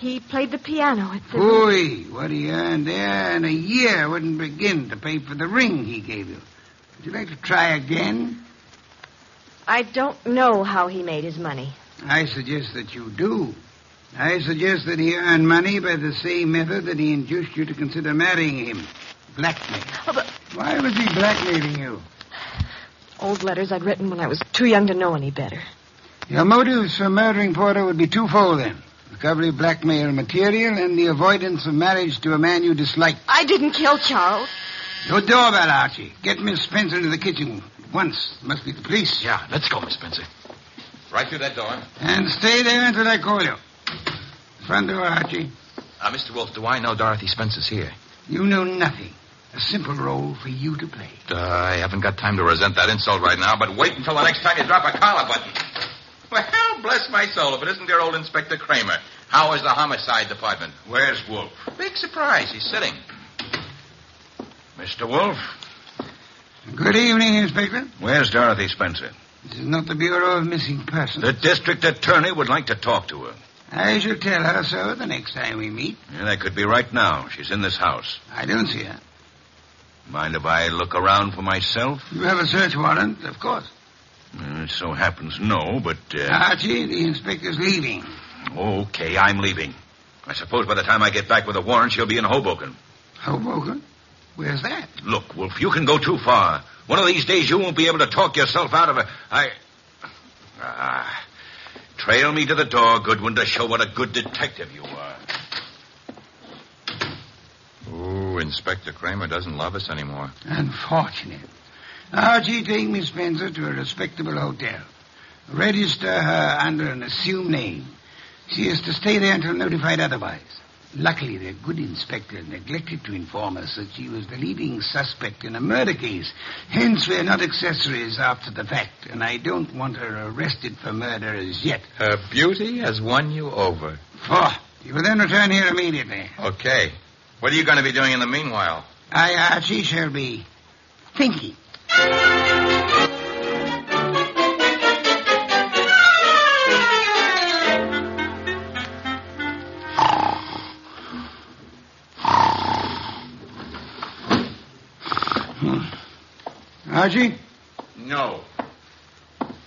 S1: He played the piano at the.
S16: Boy, what he earned there in a year wouldn't begin to pay for the ring he gave you. Would you like to try again?
S1: I don't know how he made his money.
S16: I suggest that you do. I suggest that he earned money by the same method that he induced you to consider marrying him. Blackmail.
S1: Oh,
S16: Why was he blackmailing you?
S1: Old letters I'd written when I was too young to know any better.
S16: Your motives for murdering Porter would be twofold then. Recovery of blackmail material and the avoidance of marriage to a man you dislike.
S1: I didn't kill Charles.
S16: Your doorbell, Archie. Get Miss Spencer into the kitchen at once. Must be the police.
S23: Yeah, let's go, Miss Spencer. Right through that door.
S16: And stay there until I call you. Front door, Archie.
S23: Uh, Mr. Wolf, do I know Dorothy Spencer's here?
S16: You know nothing. A simple role for you to play.
S23: Uh, I haven't got time to resent that insult right now, but wait until the next time you drop a collar button. Well, bless my soul, if it isn't dear old Inspector Kramer. How is the homicide department? Where's Wolf? Big surprise, he's sitting. Mr. Wolf?
S16: Good evening, Inspector.
S8: Where's Dorothy Spencer?
S16: This is not the Bureau of Missing Persons.
S8: The district attorney would like to talk to her.
S16: I shall tell her so the next time we meet.
S8: Yeah, that could be right now. She's in this house.
S16: I don't see her.
S8: Mind if I look around for myself?
S16: You have a search warrant, of course.
S8: Uh, it so happens, no, but. Uh...
S16: Archie, the inspector's leaving.
S8: Okay, I'm leaving. I suppose by the time I get back with a warrant, she'll be in Hoboken.
S16: Hoboken? Where's that?
S8: Look, Wolf, you can go too far. One of these days, you won't be able to talk yourself out of a. I. Ah. Trail me to the door, Goodwin, to show what a good detective you are.
S23: Ooh, Inspector Kramer doesn't love us anymore.
S16: Unfortunate. Archie, take Miss Spencer to a respectable hotel. Register her under an assumed name. She is to stay there until notified otherwise. Luckily, the good inspector neglected to inform us that she was the leading suspect in a murder case. Hence, we are not accessories after the fact, and I don't want her arrested for murder as yet.
S23: Her beauty has won you over.
S16: For Oh, you will then return here immediately.
S23: Okay. What are you going to be doing in the meanwhile?
S16: I, Archie, shall be thinking. Archie?
S24: No.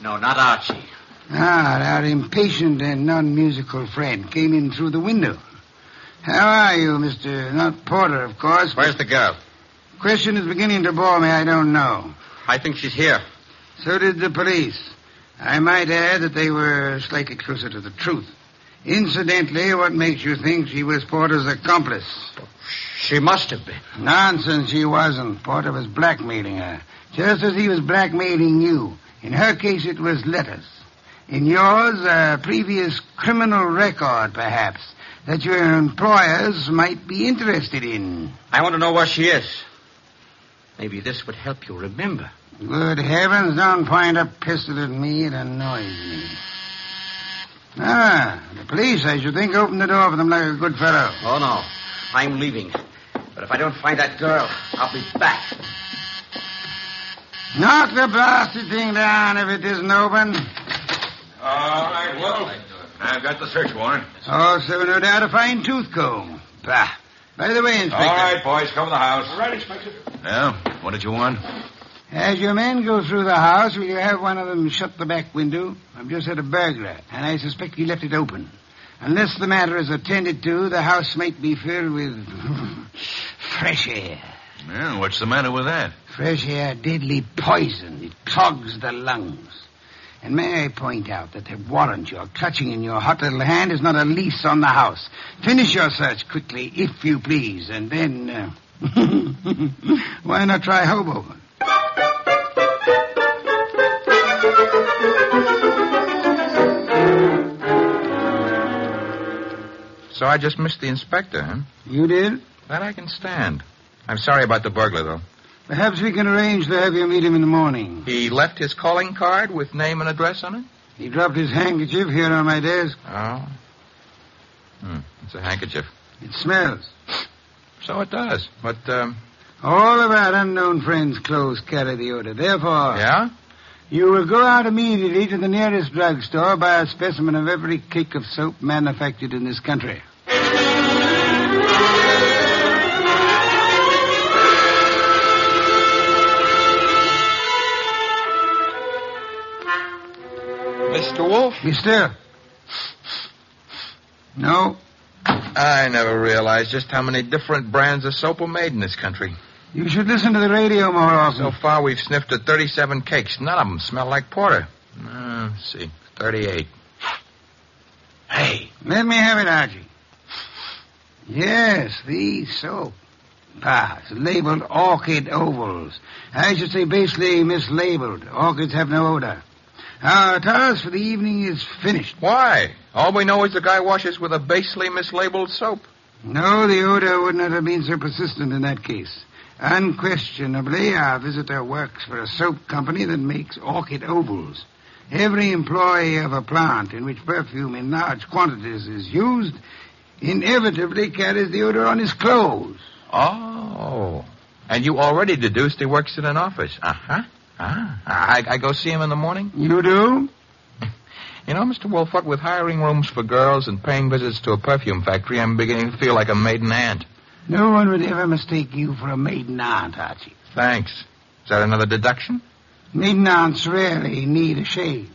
S24: No, not Archie.
S16: Ah, our impatient and non-musical friend came in through the window. How are you, Mr. Not Porter, of course.
S24: Where's the girl?
S16: Question is beginning to bore me. I don't know.
S24: I think she's here.
S16: So did the police. I might add that they were slightly closer to the truth. Incidentally, what makes you think she was Porter's accomplice? She must have been. Nonsense, she wasn't. Porter was blackmailing her, just as he was blackmailing you. In her case, it was letters. In yours, a previous criminal record, perhaps, that your employers might be interested in.
S24: I want to know where she is. Maybe this would help you remember.
S16: Good heavens, don't point a pistol at me. It annoys me. Ah, the police, I should think, opened the door for them like a good fellow.
S24: Oh, no. I'm leaving. But if I don't find that girl, I'll be back.
S16: Knock the blasted thing down if it isn't open.
S8: All right, well, I've got the search warrant.
S16: Also, no doubt, a fine tooth comb. Bah. By the way, Inspector.
S8: All right, boys, cover the house.
S16: All right, Inspector.
S8: Yeah, what did you want?
S16: As your men go through the house, will you have one of them shut the back window? I've just had a burglar, and I suspect he left it open. Unless the matter is attended to, the house might be filled with fresh air.
S8: Yeah, what's the matter with that?
S16: Fresh air, deadly poison. It clogs the lungs. And may I point out that the warrant you're clutching in your hot little hand is not a lease on the house. Finish your search quickly, if you please, and then uh, why not try Hobo?
S23: So I just missed the inspector, huh?
S16: You did?
S23: That I can stand. I'm sorry about the burglar, though.
S16: Perhaps we can arrange to have you meet him in the morning.
S23: He left his calling card with name and address on it?
S16: He dropped his handkerchief here on my desk.
S23: Oh. Hmm. It's a handkerchief.
S16: It smells.
S23: So it does. But, um,
S16: All of our unknown friends' clothes carry the odor. Therefore.
S23: Yeah?
S16: You will go out immediately to the nearest drugstore, buy a specimen of every cake of soap manufactured in this country.
S23: Mr. Wolf?
S16: Mister. No.
S23: I never realized just how many different brands of soap are made in this country.
S16: You should listen to the radio more often.
S23: So far, we've sniffed at 37 cakes. None of them smell like porter. Uh, let's see, 38. Hey,
S16: Let me have it, Archie. Yes, the soap. Ah, it's labeled orchid ovals. I should say basically mislabeled. Orchids have no odor. Our task for the evening is finished.
S23: Why? all we know is the guy washes with a basely mislabeled soap.
S16: No, the odor would not have been so persistent in that case. Unquestionably, our visitor works for a soap company that makes orchid ovals. Every employee of a plant in which perfume in large quantities is used inevitably carries the odor on his clothes.
S23: Oh. And you already deduced he works in an office. Uh huh. Ah, I, I go see him in the morning?
S16: You do?
S23: You know, Mr. Wolford, with hiring rooms for girls and paying visits to a perfume factory, I'm beginning to feel like a maiden aunt.
S16: No one would ever mistake you for a maiden aunt, Archie.
S23: Thanks. Is that another deduction?
S16: Maiden aunts rarely need a shave.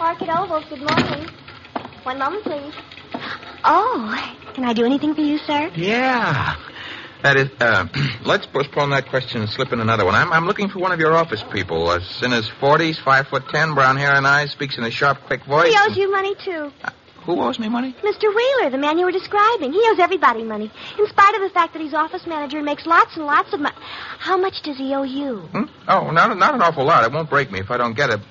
S2: Orchid Oval, good morning. One moment, please.
S26: Oh, can I do anything for you, sir?
S23: Yeah. That is, uh, let's postpone that question and slip in another one. I'm, I'm looking for one of your office people. Uh, in his 40s, 5 foot 10, brown hair and eyes, speaks in a sharp, quick voice.
S26: He owes you money, too.
S23: Uh, Who owes me money?
S26: Mr. Wheeler, the man you were describing. He owes everybody money, in spite of the fact that he's office manager and makes lots and lots of money. How much does he owe you?
S23: Oh, not, not an awful lot. It won't break me if I don't get it. B-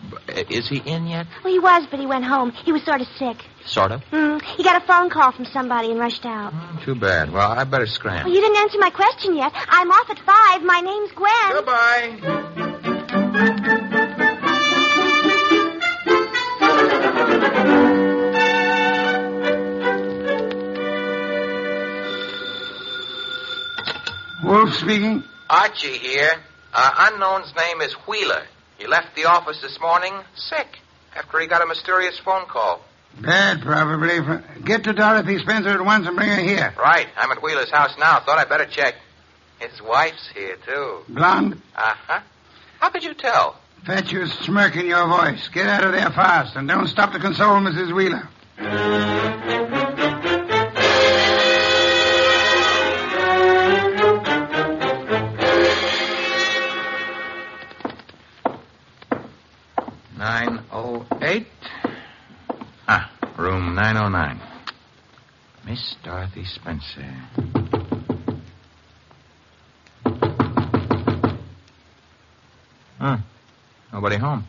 S23: Is he in yet?
S26: Well, he was, but he went home. He was sort of sick.
S23: Sort of. Hmm,
S26: Mm, he got a phone call from somebody and rushed out.
S23: Too bad. Well, I better scram.
S26: Well, you didn't answer my question yet. I'm off at five. My name's Gwen.
S23: Goodbye.
S16: Wolf speaking.
S23: Archie here. Uh, unknown's name is Wheeler. He left the office this morning sick after he got a mysterious phone call.
S16: Bad, probably. Get to Dorothy Spencer at once and bring her here.
S23: Right. I'm at Wheeler's house now. Thought I'd better check. His wife's here, too.
S16: Blonde,
S23: Uh huh. How could you tell?
S16: fetch your smirk in your voice. Get out of there fast, and don't stop to console Mrs. Wheeler.
S23: oh Ah, oh Miss Dorothy Spencer. Huh. Hmm. Nobody home.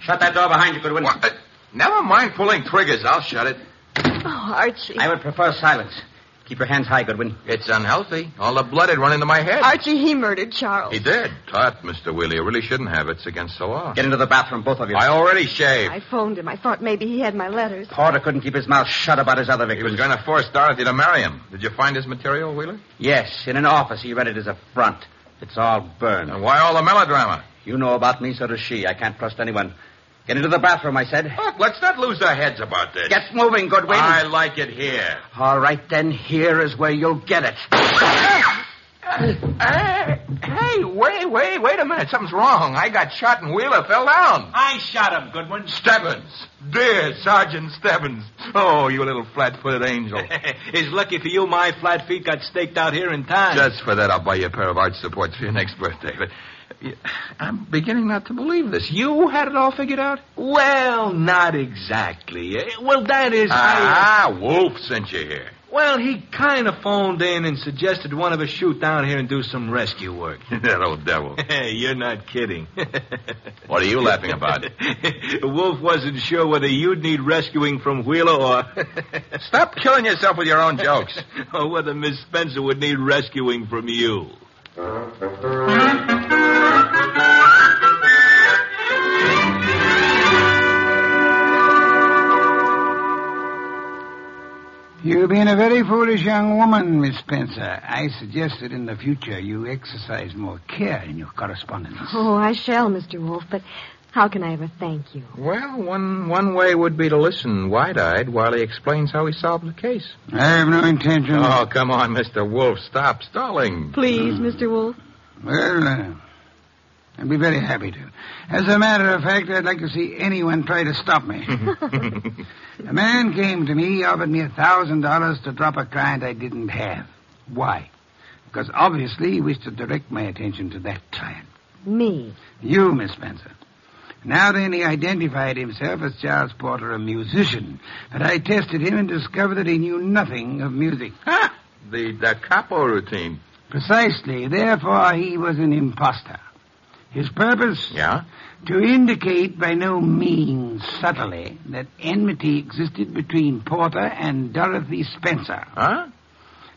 S24: Shut that door behind you, Goodwin.
S23: Never mind pulling triggers. I'll shut it.
S1: Oh, Archie.
S24: I would prefer silence. Keep your hands high, Goodwin.
S23: It's unhealthy. All the blood had run into my head.
S1: Archie, he murdered Charles.
S23: He did. Tut, Mr. Wheeler. You really shouldn't have. It's against the law.
S24: Get into the bathroom, both of you.
S23: I already shaved.
S1: I phoned him. I thought maybe he had my letters.
S24: Porter couldn't keep his mouth shut about his other
S23: He
S24: victims.
S23: was going to force Dorothy to marry him. Did you find his material, Wheeler?
S24: Yes, in an office he read it as a front. It's all burned. And
S23: why all the melodrama?
S24: You know about me, so does she. I can't trust anyone. Get into the bathroom, I said.
S23: Look, let's not lose our heads about this.
S24: Get moving, Goodwin.
S23: I like it here.
S24: All right, then. Here is where you'll get it.
S23: Hey, wait, wait, wait a minute. Something's wrong. I got shot and Wheeler fell down.
S25: I shot him, Goodwin.
S23: Stebbins. Dear Sergeant Stebbins. Oh, you little flat footed angel.
S25: it's lucky for you my flat feet got staked out here in time.
S23: Just for that, I'll buy you a pair of arch supports for your next birthday. But uh, I'm beginning not to believe this. You had it all figured out?
S25: Well, not exactly. Eh, Well, that is. I,
S23: Ah, Wolf sent you here.
S25: well, he kind of phoned in and suggested one of us shoot down here and do some rescue work.
S23: that old devil.
S25: Hey, you're not kidding.
S23: What are you laughing about?
S25: Wolf wasn't sure whether you'd need rescuing from Wheeler or.
S23: Stop killing yourself with your own jokes.
S25: or whether Miss Spencer would need rescuing from you.
S16: You've been a very foolish young woman, Miss Spencer. I suggest that in the future you exercise more care in your correspondence.
S1: Oh, I shall, Mr. Wolf, but how can I ever thank you?
S23: Well, one, one way would be to listen wide eyed while he explains how he solved the case.
S16: I have no intention.
S23: Oh, come on, Mr. Wolf. Stop stalling.
S1: Please, Mr. Wolf.
S16: Hmm. Well, uh, I'd be very happy to. As a matter of fact, I'd like to see anyone try to stop me. a man came to me, offered me a thousand dollars to drop a client I didn't have. Why? Because obviously he wished to direct my attention to that client.
S1: Me.
S16: You, Miss Spencer. Now then, he identified himself as Charles Porter, a musician. But I tested him and discovered that he knew nothing of music.
S23: Ha! The Da Capo routine.
S16: Precisely. Therefore, he was an imposter. His purpose?
S23: Yeah?
S16: To indicate by no means subtly that enmity existed between Porter and Dorothy Spencer.
S23: Huh?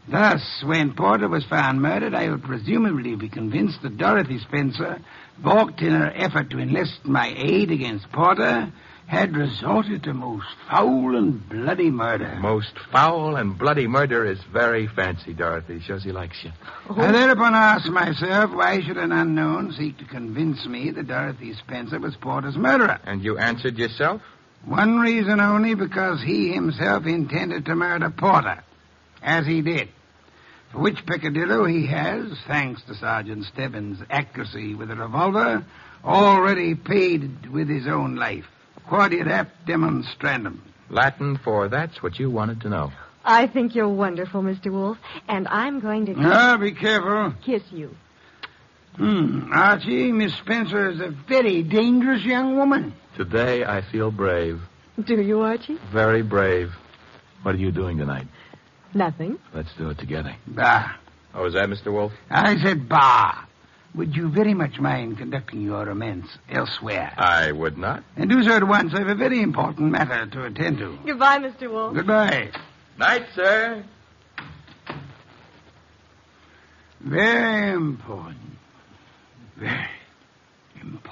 S16: Thus, when Porter was found murdered, I would presumably be convinced that Dorothy Spencer, balked in her effort to enlist my aid against Porter, had resorted to most foul and bloody murder.
S23: Most foul and bloody murder is very fancy, Dorothy. Shows he likes you.
S16: I thereupon asked myself, why should an unknown seek to convince me that Dorothy Spencer was Porter's murderer?
S23: And you answered yourself?
S16: One reason only because he himself intended to murder Porter, as he did. For which peccadillo he has, thanks to Sergeant Stebbins' accuracy with a revolver, already paid with his own life. Quod ap demonstrandum.
S23: Latin for that's what you wanted to know.
S1: I think you're wonderful, Mr. Wolf, and I'm going to
S16: Ah, be careful.
S1: kiss you.
S16: Hmm, Archie, Miss Spencer is a very dangerous young woman.
S23: Today I feel brave.
S1: Do you, Archie?
S23: Very brave. What are you doing tonight?
S1: Nothing.
S23: Let's do it together.
S16: Bah.
S23: Oh, is that Mr. Wolf?
S16: I said, bah. Would you very much mind conducting your romance elsewhere?
S23: I would not.
S16: And do so at once. I have a very important matter to attend to.
S1: Goodbye, Mr. Wolf.
S16: Goodbye.
S23: Night, sir.
S16: Very important. Very important.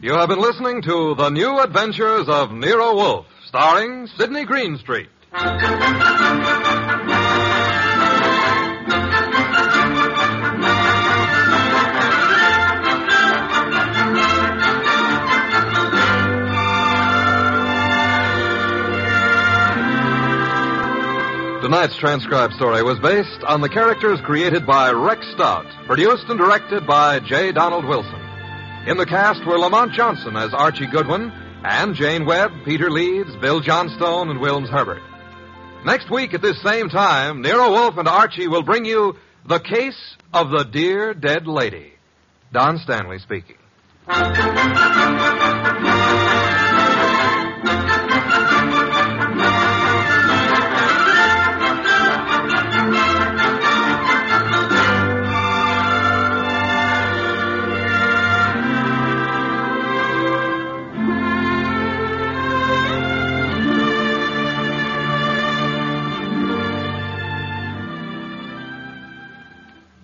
S15: You have been listening to The New Adventures of Nero Wolf, starring Sidney Greenstreet. Tonight Tonight's transcribed story was based on the characters created by Rex Stout, produced and directed by J. Donald Wilson. In the cast were Lamont Johnson as Archie Goodwin, and Jane Webb, Peter Leeds, Bill Johnstone, and Wilms Herbert. Next week at this same time, Nero Wolf and Archie will bring you The Case of the Dear Dead Lady. Don Stanley speaking.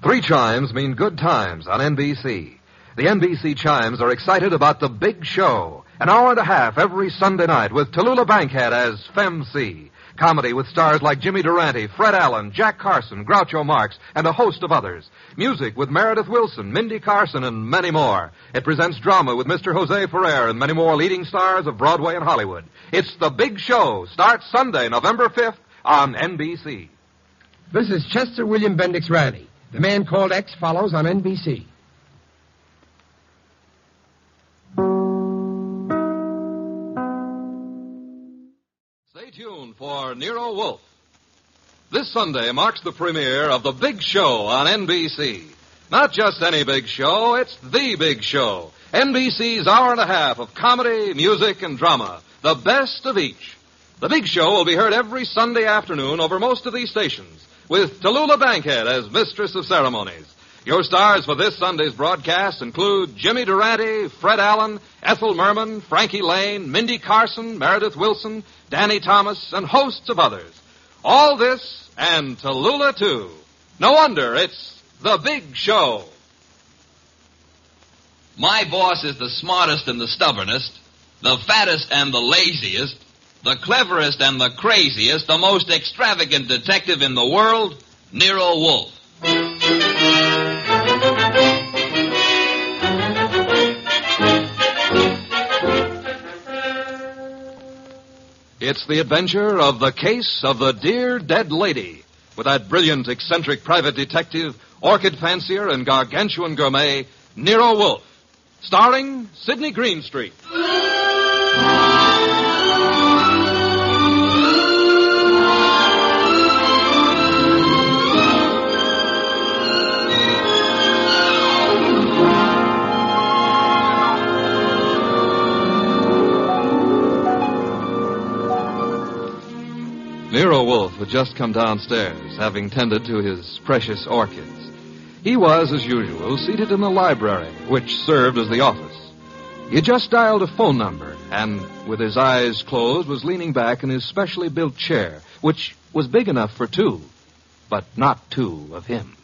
S15: Three chimes mean good times on NBC. The NBC chimes are excited about the big show, an hour and a half every Sunday night with Tallulah Bankhead as Femc. Comedy with stars like Jimmy Durante, Fred Allen, Jack Carson, Groucho Marx, and a host of others. Music with Meredith Wilson, Mindy Carson, and many more. It presents drama with Mr. Jose Ferrer and many more leading stars of Broadway and Hollywood. It's The Big Show. Starts Sunday, November 5th on NBC.
S22: This is Chester William Bendix Riley. The man called X follows on NBC.
S15: Stay tuned for Nero Wolf. This Sunday marks the premiere of The Big Show on NBC. Not just any big show, it's The Big Show. NBC's hour and a half of comedy, music, and drama. The best of each. The Big Show will be heard every Sunday afternoon over most of these stations, with Tallulah Bankhead as Mistress of Ceremonies. Your stars for this Sunday's broadcast include Jimmy Durante, Fred Allen, Ethel Merman, Frankie Lane, Mindy Carson, Meredith Wilson, Danny Thomas, and hosts of others. All this and Tallulah too. No wonder it's the big show.
S23: My boss is the smartest and the stubbornest, the fattest and the laziest, the cleverest and the craziest, the most extravagant detective in the world, Nero Wolf.
S15: It's the adventure of the case of the dear dead lady with that brilliant, eccentric private detective, orchid fancier, and gargantuan gourmet, Nero Wolf, starring Sidney Greenstreet. Nero Wolf had just come downstairs, having tended to his precious orchids. He was, as usual, seated in the library, which served as the office. He had just dialed a phone number, and with his eyes closed, was leaning back in his specially built chair, which was big enough for two, but not two of him.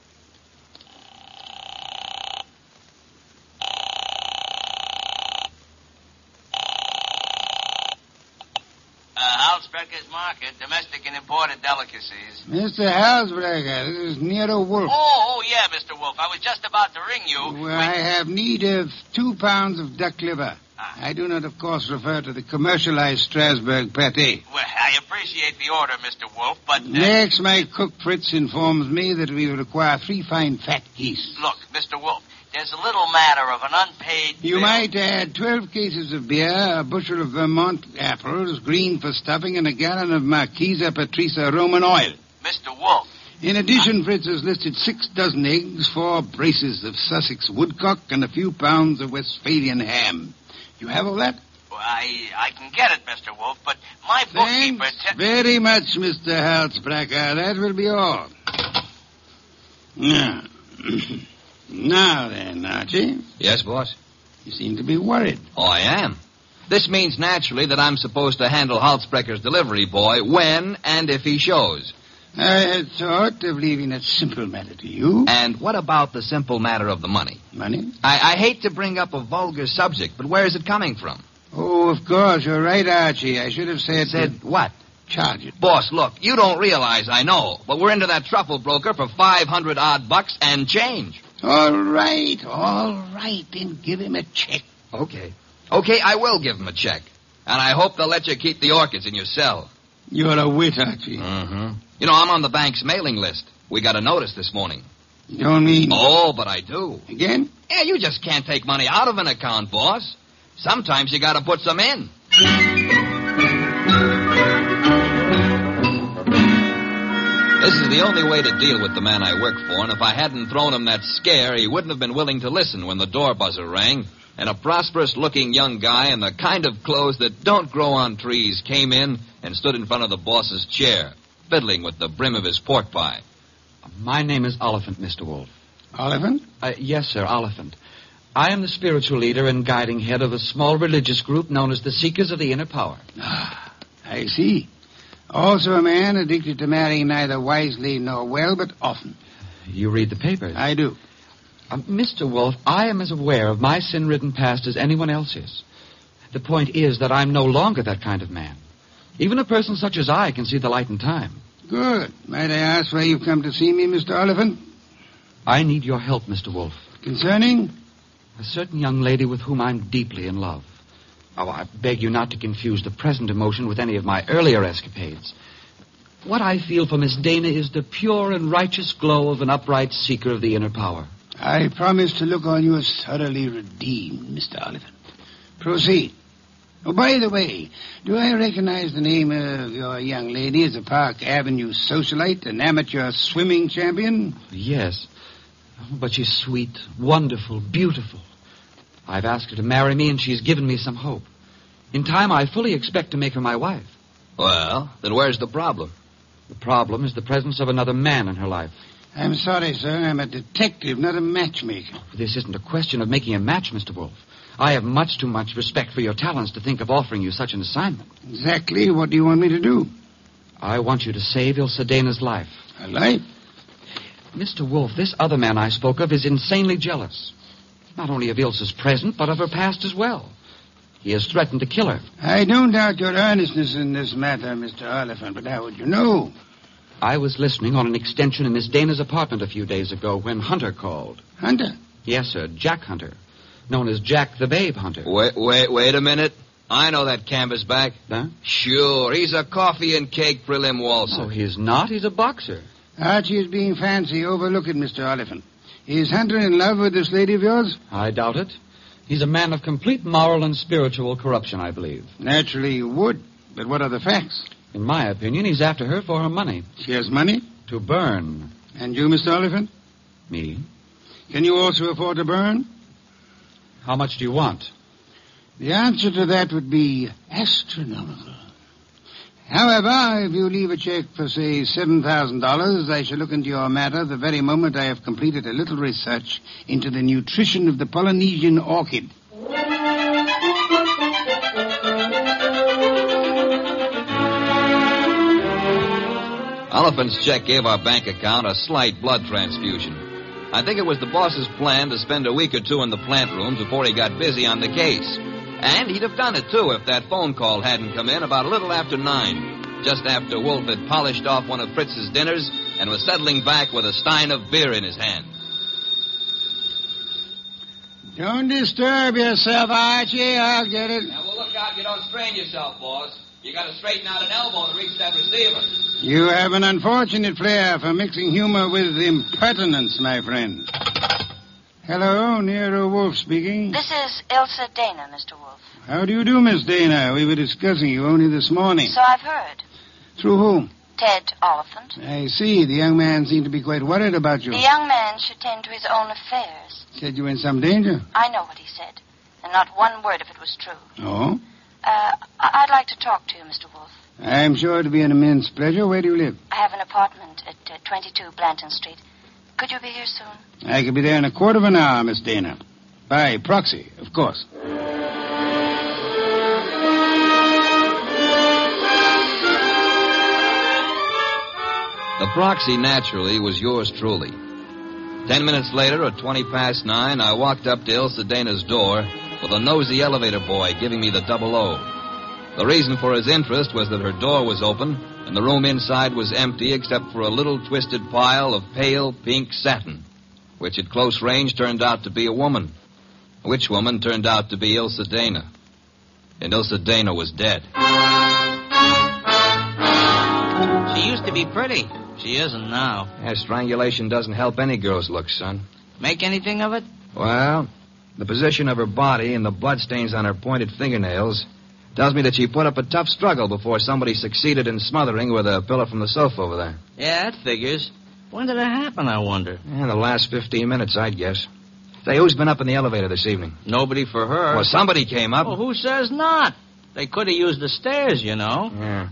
S7: Uh, Halsbecker's Market, domestic and imported delicacies.
S16: Mr. Halsberger, this is Nero Wolf.
S7: Oh, oh, yeah, Mr. Wolf. I was just about to ring you.
S16: Well, I have need of two pounds of duck liver.
S7: Ah.
S16: I do not, of course, refer to the commercialized Strasbourg pate.
S7: Well, I appreciate the order, Mr. Wolf, but. uh,
S16: Next, my cook Fritz informs me that we require three fine fat geese.
S7: Look, Mr. Wolf, there's a little matter of an unpaid.
S16: You
S7: bill.
S16: might add 12 cases of beer, a bushel of Vermont apples, green for stuffing, and a gallon of Marquesa Patrisa Roman oil.
S7: Mr. Wolf.
S16: In addition, Fritz has listed six dozen eggs, four braces of Sussex woodcock, and a few pounds of Westphalian ham. You have all that?
S7: Well, I, I can get it, Mr. Wolf, but my bookkeeper. te-
S16: Very much, Mr. Halsbracker. That will be all. Now, now then, Archie,
S7: Yes, boss?
S16: you seem to be worried.
S7: Oh, I am. This means naturally that I'm supposed to handle Halsbrecker's delivery boy when and if he shows.
S16: I had thought of leaving that simple matter to you.
S7: And what about the simple matter of the money?
S16: Money?
S7: I, I hate to bring up a vulgar subject, but where is it coming from?
S16: Oh, of course, you're right, Archie. I should have said.
S7: Said what?
S16: Charge it.
S7: Boss, look, you don't realize I know, but we're into that truffle broker for 500 odd bucks and change.
S16: All right, all right. Then give him a check.
S7: Okay. Okay, I will give him a check. And I hope they'll let you keep the orchids in your cell.
S16: You're a wit, Archie.
S7: Mm-hmm.
S17: You know, I'm on the bank's mailing list. We got a notice this morning.
S16: You don't mean.
S17: Oh, but I do.
S16: Again?
S17: Yeah, you just can't take money out of an account, boss. Sometimes you gotta put some in. This is the only way to deal with the man I work for, and if I hadn't thrown him that scare, he wouldn't have been willing to listen when the door buzzer rang, and a prosperous looking young guy in the kind of clothes that don't grow on trees came in and stood in front of the boss's chair, fiddling with the brim of his pork pie.
S27: My name is Oliphant, Mr. Wolf.
S16: Oliphant?
S27: Uh, yes, sir, Oliphant. I am the spiritual leader and guiding head of a small religious group known as the Seekers of the Inner Power.
S16: Ah, I see. Also a man addicted to marrying neither wisely nor well, but often.
S27: You read the papers.
S16: I do.
S27: Uh, Mr. Wolf, I am as aware of my sin ridden past as anyone else is. The point is that I'm no longer that kind of man. Even a person such as I can see the light in time.
S16: Good. Might I ask why you've come to see me, Mr. Oliphant?
S27: I need your help, Mr. Wolf.
S16: Concerning?
S27: A certain young lady with whom I'm deeply in love. Oh, I beg you not to confuse the present emotion with any of my earlier escapades. What I feel for Miss Dana is the pure and righteous glow of an upright seeker of the inner power.
S16: I promise to look on you as thoroughly redeemed, Mr. Oliphant. Proceed. Oh, by the way, do I recognize the name of your young lady as a Park Avenue socialite, an amateur swimming champion?
S27: Yes. Oh, But she's sweet, wonderful, beautiful. I've asked her to marry me, and she's given me some hope. In time, I fully expect to make her my wife.
S17: Well, then where's the problem?
S27: The problem is the presence of another man in her life.
S16: I'm sorry, sir. I'm a detective, not a matchmaker.
S27: This isn't a question of making a match, Mr. Wolf. I have much too much respect for your talents to think of offering you such an assignment.
S16: Exactly. What do you want me to do?
S27: I want you to save Il Sedena's life.
S16: A life?
S27: Mr. Wolf, this other man I spoke of is insanely jealous. Not only of Ilse's present, but of her past as well. He has threatened to kill her.
S16: I don't doubt your earnestness in this matter, Mr. Oliphant, but how would you know?
S27: I was listening on an extension in Miss Dana's apartment a few days ago when Hunter called.
S16: Hunter?
S27: Yes, sir, Jack Hunter. Known as Jack the Babe Hunter.
S17: Wait, wait, wait a minute. I know that canvasback.
S27: Huh?
S17: Sure, he's a coffee and cake prelim waltzer.
S27: No, he's not. He's a boxer.
S16: Archie is being fancy. Overlook it, Mr. Oliphant. Is Hunter in love with this lady of yours?
S27: I doubt it. He's a man of complete moral and spiritual corruption, I believe.
S16: Naturally, you would. But what are the facts?
S27: In my opinion, he's after her for her money.
S16: She has money?
S27: To burn.
S16: And you, Mr. Oliphant?
S27: Me?
S16: Can you also afford to burn?
S27: How much do you want?
S16: The answer to that would be astronomical. However, if you leave a check for, say, $7,000, I shall look into your matter the very moment I have completed a little research into the nutrition of the Polynesian orchid.
S17: Elephant's check gave our bank account a slight blood transfusion. I think it was the boss's plan to spend a week or two in the plant rooms before he got busy on the case. And he'd have done it, too, if that phone call hadn't come in about a little after nine, just after Wolf had polished off one of Fritz's dinners and was settling back with a stein of beer in his hand.
S16: Don't disturb yourself, Archie. I'll get it.
S17: Now, well, look out you don't strain yourself, boss. You gotta straighten out an elbow to reach that receiver.
S16: You have an unfortunate flair for mixing humor with impertinence, my friend. Hello, Nero Wolf speaking.
S1: This is Elsa Dana, Mr. Wolf.
S16: How do you do, Miss Dana? We were discussing you only this morning.
S1: So I've heard.
S16: Through whom?
S1: Ted Oliphant.
S16: I see. The young man seemed to be quite worried about you.
S1: The young man should tend to his own affairs.
S16: Said you were in some danger.
S1: I know what he said, and not one word of it was true.
S16: Oh?
S1: Uh, I- would like to talk to you, Mr. Wolf.
S16: I'm sure it'll be an immense pleasure. Where do you live?
S1: I have an apartment at uh, 22 Blanton Street. Could you be here soon?
S16: I could be there in a quarter of an hour, Miss Dana. By proxy, of course.
S17: The proxy, naturally, was yours truly. Ten minutes later, at 20 past nine, I walked up to Il Sedena's door with a nosy elevator boy giving me the double O. The reason for his interest was that her door was open and the room inside was empty except for a little twisted pile of pale pink satin, which at close range turned out to be a woman, which woman turned out to be Il Sedena. And Il Sedena was dead.
S9: She used to be pretty. She isn't now.
S17: Yeah, strangulation doesn't help any girl's looks, son.
S9: Make anything of it?
S17: Well, the position of her body and the bloodstains on her pointed fingernails tells me that she put up a tough struggle before somebody succeeded in smothering with a pillow from the sofa over there.
S9: Yeah, that figures. When did it happen, I wonder?
S17: In the last 15 minutes, I'd guess. Say, who's been up in the elevator this evening?
S9: Nobody for her.
S17: Well, somebody came up.
S9: Well, who says not? They could have used the stairs, you know.
S17: Yeah.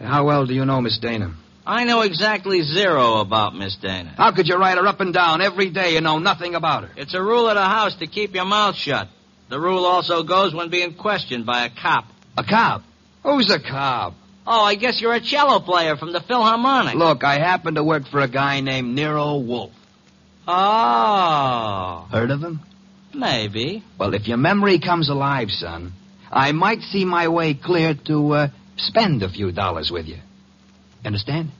S17: How well do you know Miss Dana?
S9: I know exactly zero about Miss Dana.
S17: How could you ride her up and down every day and know nothing about her?
S9: It's a rule of the house to keep your mouth shut. The rule also goes when being questioned by a cop.
S17: A cop? Who's a cop?
S9: Oh, I guess you're a cello player from the Philharmonic.
S17: Look, I happen to work for a guy named Nero Wolf.
S9: Oh.
S17: Heard of him?
S9: Maybe.
S17: Well, if your memory comes alive, son, I might see my way clear to uh, spend a few dollars with you. Understand?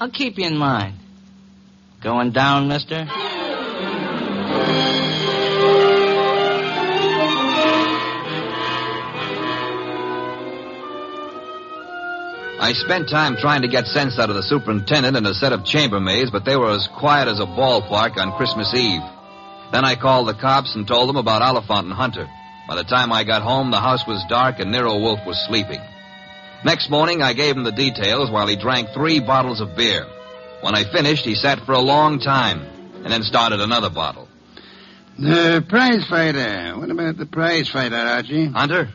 S9: I'll keep you in mind. Going down, mister?
S17: I spent time trying to get sense out of the superintendent and a set of chambermaids, but they were as quiet as a ballpark on Christmas Eve. Then I called the cops and told them about Oliphant and Hunter. By the time I got home, the house was dark and Nero Wolf was sleeping. Next morning, I gave him the details while he drank three bottles of beer. When I finished, he sat for a long time and then started another bottle.
S16: The prize fighter. What about the prize fighter, Archie?
S17: Hunter?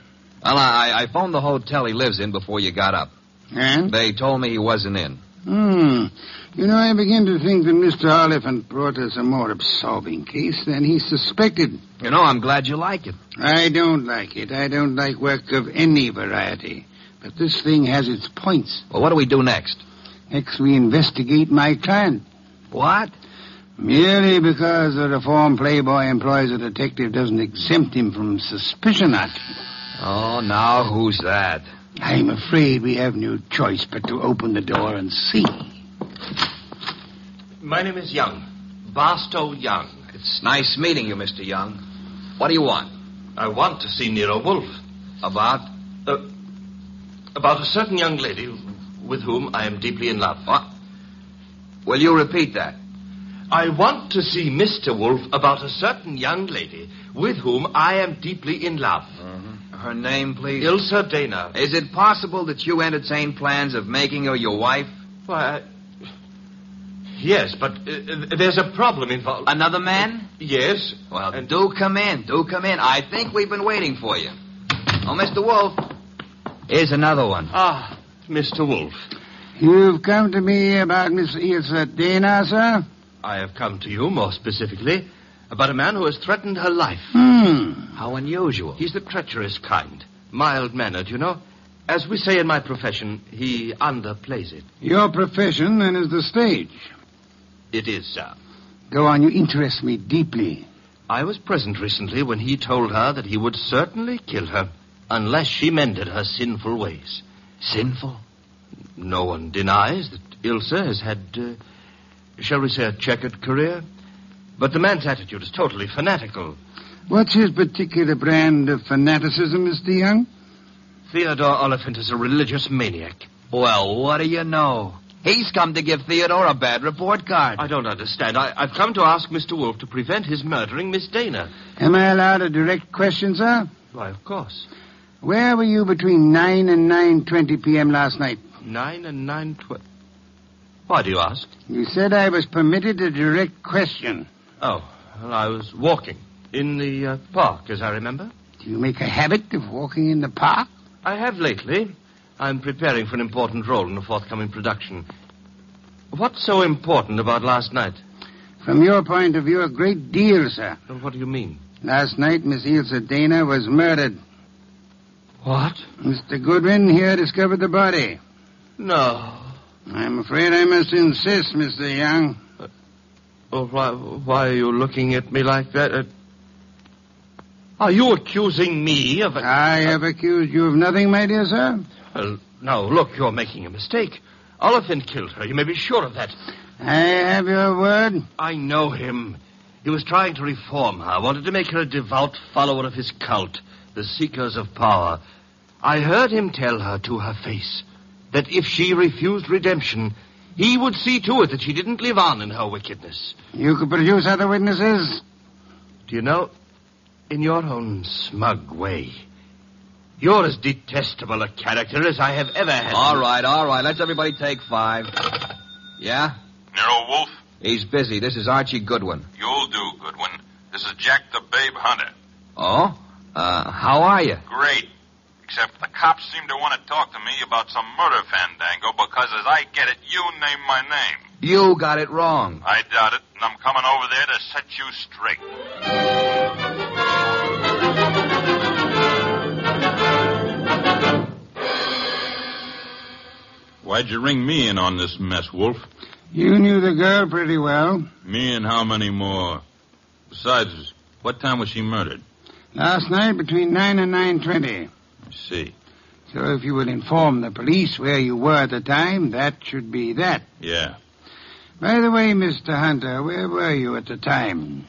S17: Well, I, I phoned the hotel he lives in before you got up.
S16: And?
S17: They told me he wasn't in.
S16: Hmm. You know, I begin to think that Mr. Oliphant brought us a more absorbing case than he suspected.
S17: You know, I'm glad you like it.
S16: I don't like it. I don't like work of any variety. But this thing has its points.
S17: Well, what do we do next?
S16: Next, we investigate my client.
S17: What?
S16: Merely because a reform playboy employs a detective doesn't exempt him from suspicion, Archie.
S17: Oh, now who's that?
S16: I'm afraid we have no choice but to open the door and see.
S11: My name is Young. Barstow Young.
S17: It's nice meeting you, Mr. Young. What do you want?
S11: I want to see Nero Wolf.
S17: About?
S11: Uh, about a certain young lady with whom I am deeply in love.
S17: What? Will you repeat that?
S11: I want to see Mr. Wolf about a certain young lady with whom I am deeply in love.
S17: Mm-hmm. Her name, please?
S11: Ilsa Dana.
S17: Is it possible that you entertain plans of making her your wife?
S11: Why, Yes, but uh, there's a problem involved.
S17: Another man?
S11: Yes.
S17: Well, and... do come in. Do come in. I think we've been waiting for you. Oh, Mr. Wolf. Here's another one.
S11: Ah, Mr. Wolf.
S16: You've come to me about Miss Ilsa Dana, sir?
S11: I have come to you, more specifically, about a man who has threatened her life.
S16: Hmm.
S17: How unusual.
S11: He's the treacherous kind. Mild-mannered, you know. As we say in my profession, he underplays it.
S16: Your profession, then, is the stage.
S11: It is, sir.
S16: Go on, you interest me deeply.
S11: I was present recently when he told her that he would certainly kill her unless she mended her sinful ways.
S17: Sinful?
S11: No one denies that Ilsa has had, uh, shall we say, a checkered career. But the man's attitude is totally fanatical.
S16: What's his particular brand of fanaticism, Mr. Young?
S11: Theodore Oliphant is a religious maniac.
S17: Well, what do you know? He's come to give Theodore a bad report card.
S11: I don't understand. I, have come to ask Mr. Wolf to prevent his murdering Miss Dana.
S16: Am I allowed a direct question, sir?
S11: Why, of course.
S16: Where were you between 9 and 9.20 p.m. last night?
S11: 9 and 9.20... Why do you ask?
S16: You said I was permitted a direct question.
S11: Oh, well, I was walking in the uh, park, as I remember.
S16: Do you make a habit of walking in the park?
S11: I have lately. I'm preparing for an important role in a forthcoming production. What's so important about last night?
S16: From your point of view, a great deal, sir.
S11: Well, what do you mean?
S16: Last night, Miss Ilsa Dana was murdered.
S11: What?
S16: Mr. Goodwin here discovered the body.
S11: No.
S16: I'm afraid I must insist, Mr. Young.
S11: Uh, well, why, why are you looking at me like that? Uh, are you accusing me of... A,
S16: I have a... accused you of nothing, my dear sir.
S11: Well, now, look, you're making a mistake. Oliphant killed her. You may be sure of that.
S16: I have your word.
S11: I know him. He was trying to reform her, wanted to make her a devout follower of his cult, the Seekers of Power. I heard him tell her to her face that if she refused redemption, he would see to it that she didn't live on in her wickedness.
S16: You could produce other witnesses?
S11: Do you know, in your own smug way, you're as detestable a character as I have ever had.
S17: All right, all right. Let's everybody take five. Yeah?
S28: Nero Wolf,
S17: He's busy. This is Archie Goodwin.
S28: you'll do, Goodwin. This is Jack the Babe Hunter.
S17: Oh? Uh, how are you?
S28: Great. Except the cops seem to want to talk to me about some murder fandango because, as I get it, you name my name.
S17: You got it wrong.
S28: I doubt it, and I'm coming over there to set you straight.
S29: Why'd you ring me in on this mess, Wolf?
S16: You knew the girl pretty well.
S29: Me and how many more? Besides, what time was she murdered?
S16: Last night between 9 and 9.20.
S29: I see.
S16: So if you will inform the police where you were at the time, that should be that.
S29: Yeah.
S16: By the way, Mr. Hunter, where were you at the time?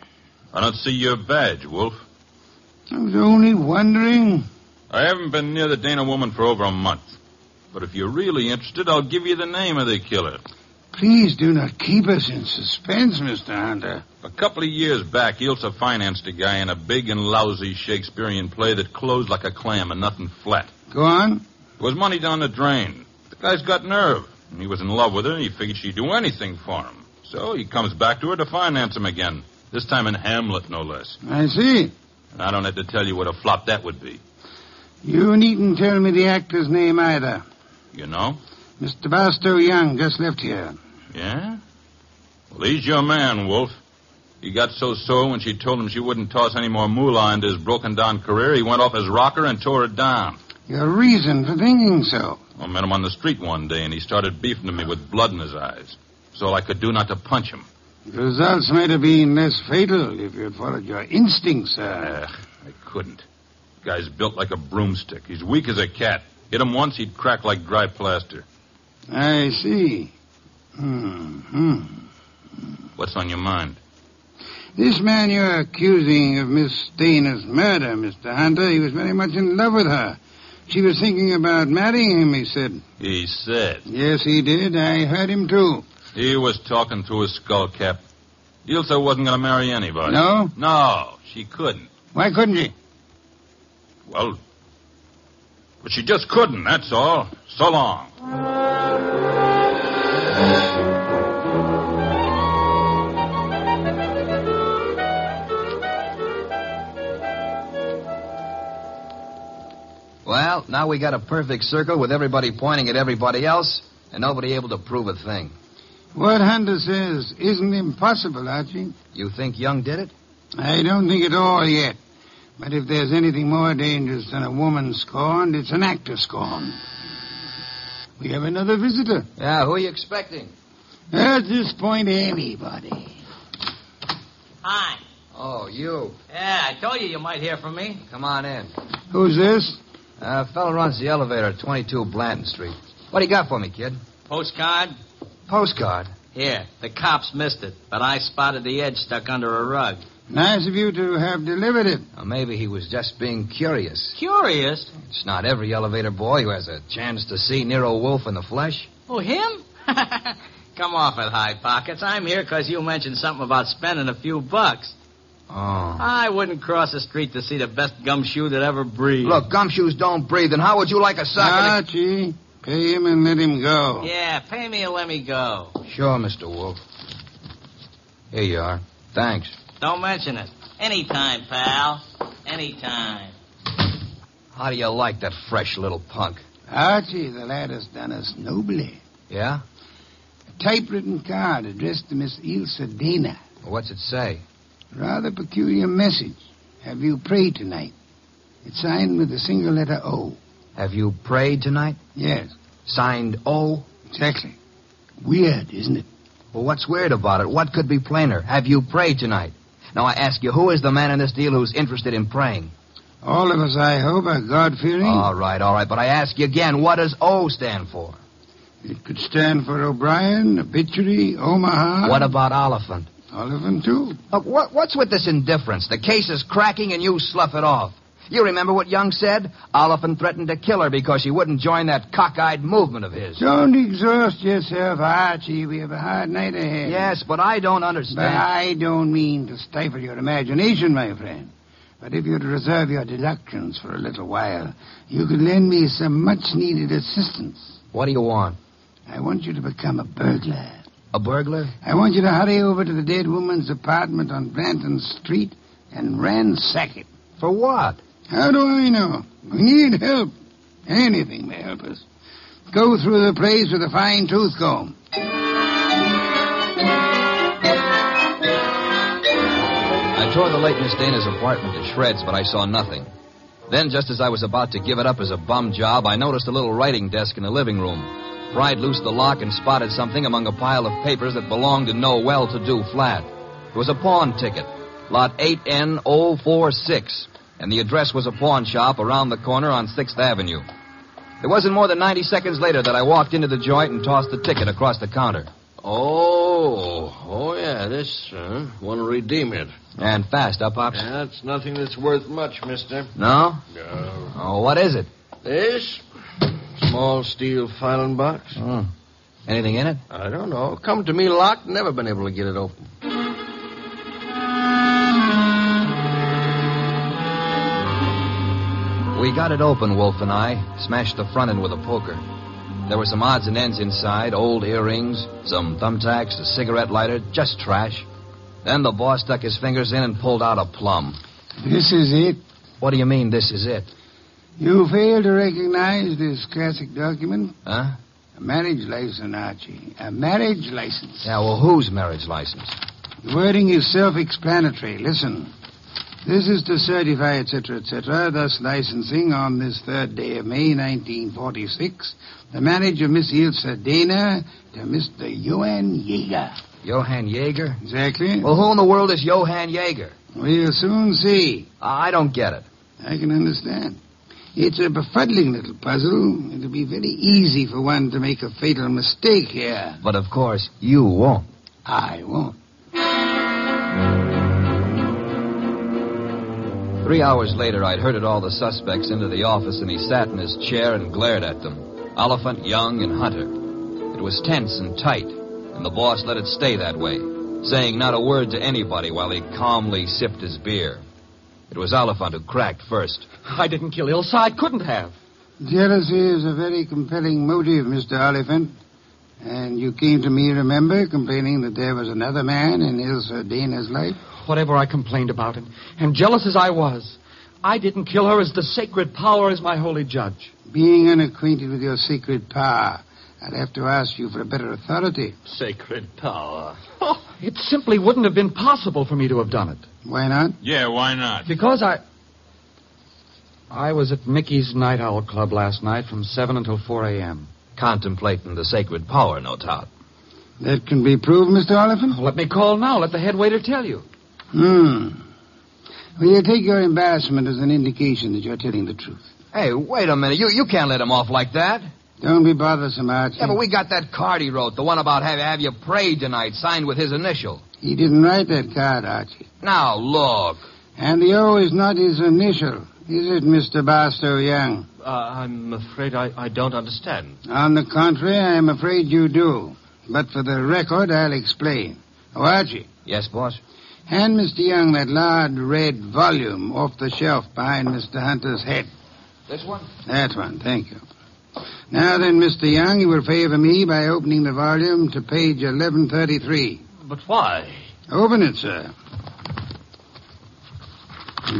S29: I don't see your badge, Wolf.
S16: I was only wondering.
S29: I haven't been near the Dana woman for over a month. But if you're really interested, I'll give you the name of the killer.
S16: Please do not keep us in suspense, Mr. Hunter.
S29: A couple of years back, Ilsa financed a guy in a big and lousy Shakespearean play that closed like a clam and nothing flat.
S16: Go on.
S29: There was money down the drain. The guy's got nerve. and He was in love with her, and he figured she'd do anything for him. So he comes back to her to finance him again. This time in Hamlet, no less.
S16: I see.
S29: And I don't have to tell you what a flop that would be.
S16: You needn't tell me the actor's name either.
S29: You know?
S16: Mr. Barstow Young just left here.
S29: Yeah? Well, he's your man, Wolf. He got so sore when she told him she wouldn't toss any more moolah into his broken down career, he went off his rocker and tore it down.
S16: Your reason for thinking so.
S29: I met him on the street one day, and he started beefing to me with blood in his eyes. So all I could do not to punch him.
S16: The results might have been less fatal if you had followed your instincts, sir.
S29: Ugh, I couldn't. Guy's built like a broomstick. He's weak as a cat. Hit him once, he'd crack like dry plaster.
S16: I see. Hmm. hmm.
S29: What's on your mind?
S16: This man you're accusing of Miss Dana's murder, Mr. Hunter, he was very much in love with her. She was thinking about marrying him, he said.
S29: He said.
S16: Yes, he did. I heard him, too.
S29: He was talking through his skull cap. Ilsa wasn't going to marry anybody.
S16: No?
S29: No, she couldn't.
S16: Why couldn't she?
S29: Well, but she just couldn't, that's all. So long.
S17: Well, now we got a perfect circle with everybody pointing at everybody else and nobody able to prove a thing.
S16: What Hunter says isn't impossible, Archie.
S17: You think Young did it?
S16: I don't think at all yet. But if there's anything more dangerous than a woman scorned, it's an actor scorned. We have another visitor.
S17: Yeah, Ah, who are you expecting?
S16: At this point, anybody.
S9: Hi.
S17: Oh, you.
S9: Yeah, I told you you might hear from me.
S17: Come on in.
S16: Who's this?
S17: Uh, fellow runs the elevator at 22 Blanton Street. What do you got for me, kid?
S9: Postcard?
S17: Postcard.
S9: Here, the cops missed it, but I spotted the edge stuck under a rug.
S16: Nice of you to have delivered it.
S17: Or maybe he was just being curious.
S9: Curious?
S17: It's not every elevator boy who has a chance to see Nero Wolf in the flesh.
S9: Oh, him? Come off it, High Pockets. I'm here 'cause you mentioned something about spending a few bucks.
S17: Oh.
S9: I wouldn't cross the street to see the best gumshoe that ever breathed.
S17: Look, gumshoes don't breathe, and how would you like a sock? and
S16: Archie, pay him and let him go.
S9: Yeah, pay me and let me go.
S17: a- Sure, Mr. Wolf. Here you are. Thanks.
S9: Don't mention it. Anytime, pal. Anytime.
S17: How do you like that fresh little punk?
S16: Archie, the lad has done us nobly.
S17: Yeah?
S16: A typewritten card addressed to Miss Ilsa Dana.
S17: What's it say?
S16: Rather peculiar message. Have you prayed tonight? It's signed with a single letter O.
S17: Have you prayed tonight?
S16: Yes.
S17: Signed O?
S16: Exactly. Weird, isn't it?
S17: Well, what's weird about it? What could be plainer? Have you prayed tonight? Now, I ask you, who is the man in this deal who's interested in praying?
S16: All of us, I hope, are God fearing.
S17: All right, all right, but I ask you again, what does O stand for?
S16: It could stand for O'Brien, Obituary, Omaha.
S17: What about Oliphant?
S16: Oliphant, too.
S17: Look, what, what's with this indifference? The case is cracking and you slough it off.
S30: You remember what Young said? Oliphant threatened to kill her because she wouldn't join that cockeyed movement of his.
S16: Don't exhaust yourself, Archie. We have a hard night ahead.
S30: Yes, but I don't understand.
S16: But I don't mean to stifle your imagination, my friend. But if you'd reserve your deductions for a little while, you could lend me some much needed assistance.
S30: What do you want?
S16: I want you to become a burglar.
S30: A burglar?
S16: I want you to hurry over to the dead woman's apartment on Branton Street and ransack it.
S30: For what?
S16: How do I know? We need help. Anything may help us. Go through the place with a fine tooth comb.
S17: I tore the late Miss Dana's apartment to shreds, but I saw nothing. Then, just as I was about to give it up as a bum job, I noticed a little writing desk in the living room. Pried loose the lock and spotted something among a pile of papers that belonged to no well to do flat. It was a pawn ticket, lot 8N046, and the address was a pawn shop around the corner on 6th Avenue. It wasn't more than 90 seconds later that I walked into the joint and tossed the ticket across the counter.
S11: Oh, oh yeah, this, huh? Want to redeem it.
S17: And fast, up, Pops?
S11: Yeah, it's nothing that's worth much, mister.
S17: No?
S11: No.
S17: Oh, what is it?
S11: This? Small steel filing box.
S17: Oh. Anything in it?
S11: I don't know. Come to me locked, never been able to get it open.
S17: We got it open, Wolf and I, smashed the front end with a poker. There were some odds and ends inside old earrings, some thumbtacks, a cigarette lighter, just trash. Then the boss stuck his fingers in and pulled out a plum.
S16: This is it.
S17: What do you mean, this is it?
S16: You fail to recognize this classic document?
S17: Huh?
S16: A marriage license, Archie. A marriage license.
S17: Yeah, well, whose marriage license?
S16: The wording is self explanatory. Listen. This is to certify, etc., etc., thus licensing on this third day of May, 1946, the marriage of Miss Ilse Dana to Mr. Johann Yeager.
S17: Johann Jaeger?
S16: Exactly.
S17: Well, who in the world is Johann Jaeger?
S16: We'll soon see.
S17: I don't get it.
S16: I can understand. It's a befuddling little puzzle. It'll be very easy for one to make a fatal mistake here.
S17: But of course, you won't.
S16: I won't.
S17: Three hours later, I'd herded all the suspects into the office, and he sat in his chair and glared at them Oliphant, Young, and Hunter. It was tense and tight, and the boss let it stay that way, saying not a word to anybody while he calmly sipped his beer. It was Oliphant who cracked first.
S27: I didn't kill Ilsa. I couldn't have.
S16: Jealousy is a very compelling motive, Mr. Oliphant. And you came to me, remember, complaining that there was another man in Ilsa Dana's life?
S27: Whatever I complained about, and, and jealous as I was, I didn't kill her as the sacred power is my holy judge.
S16: Being unacquainted with your sacred power, I'd have to ask you for a better authority.
S11: Sacred power.
S27: Oh, it simply wouldn't have been possible for me to have done it.
S16: Why not?
S29: Yeah, why not?
S27: Because I. I was at Mickey's Night Owl Club last night from 7 until 4 a.m.
S17: Contemplating the sacred power, no doubt.
S16: That can be proved, Mr. Oliphant?
S27: Let me call now. Let the head waiter tell you.
S16: Hmm. Will you take your embarrassment as an indication that you're telling the truth?
S17: Hey, wait a minute. You, you can't let him off like that.
S16: Don't be bothersome, Archie.
S17: Yeah, but we got that card he wrote, the one about have, have you prayed tonight, signed with his initial.
S16: He didn't write that card, Archie.
S17: Now, look.
S16: And the O is not his initial, is it, Mr. Barstow Young?
S31: Uh, I'm afraid I, I don't understand.
S16: On the contrary, I am afraid you do. But for the record, I'll explain. Oh, Archie.
S17: Yes, boss.
S16: Hand Mr. Young that large red volume off the shelf behind Mr. Hunter's head.
S11: This one?
S16: That one, thank you. Now then, Mr. Young, you will favor me by opening the volume to page 1133.
S31: But why?
S16: Open it, sir.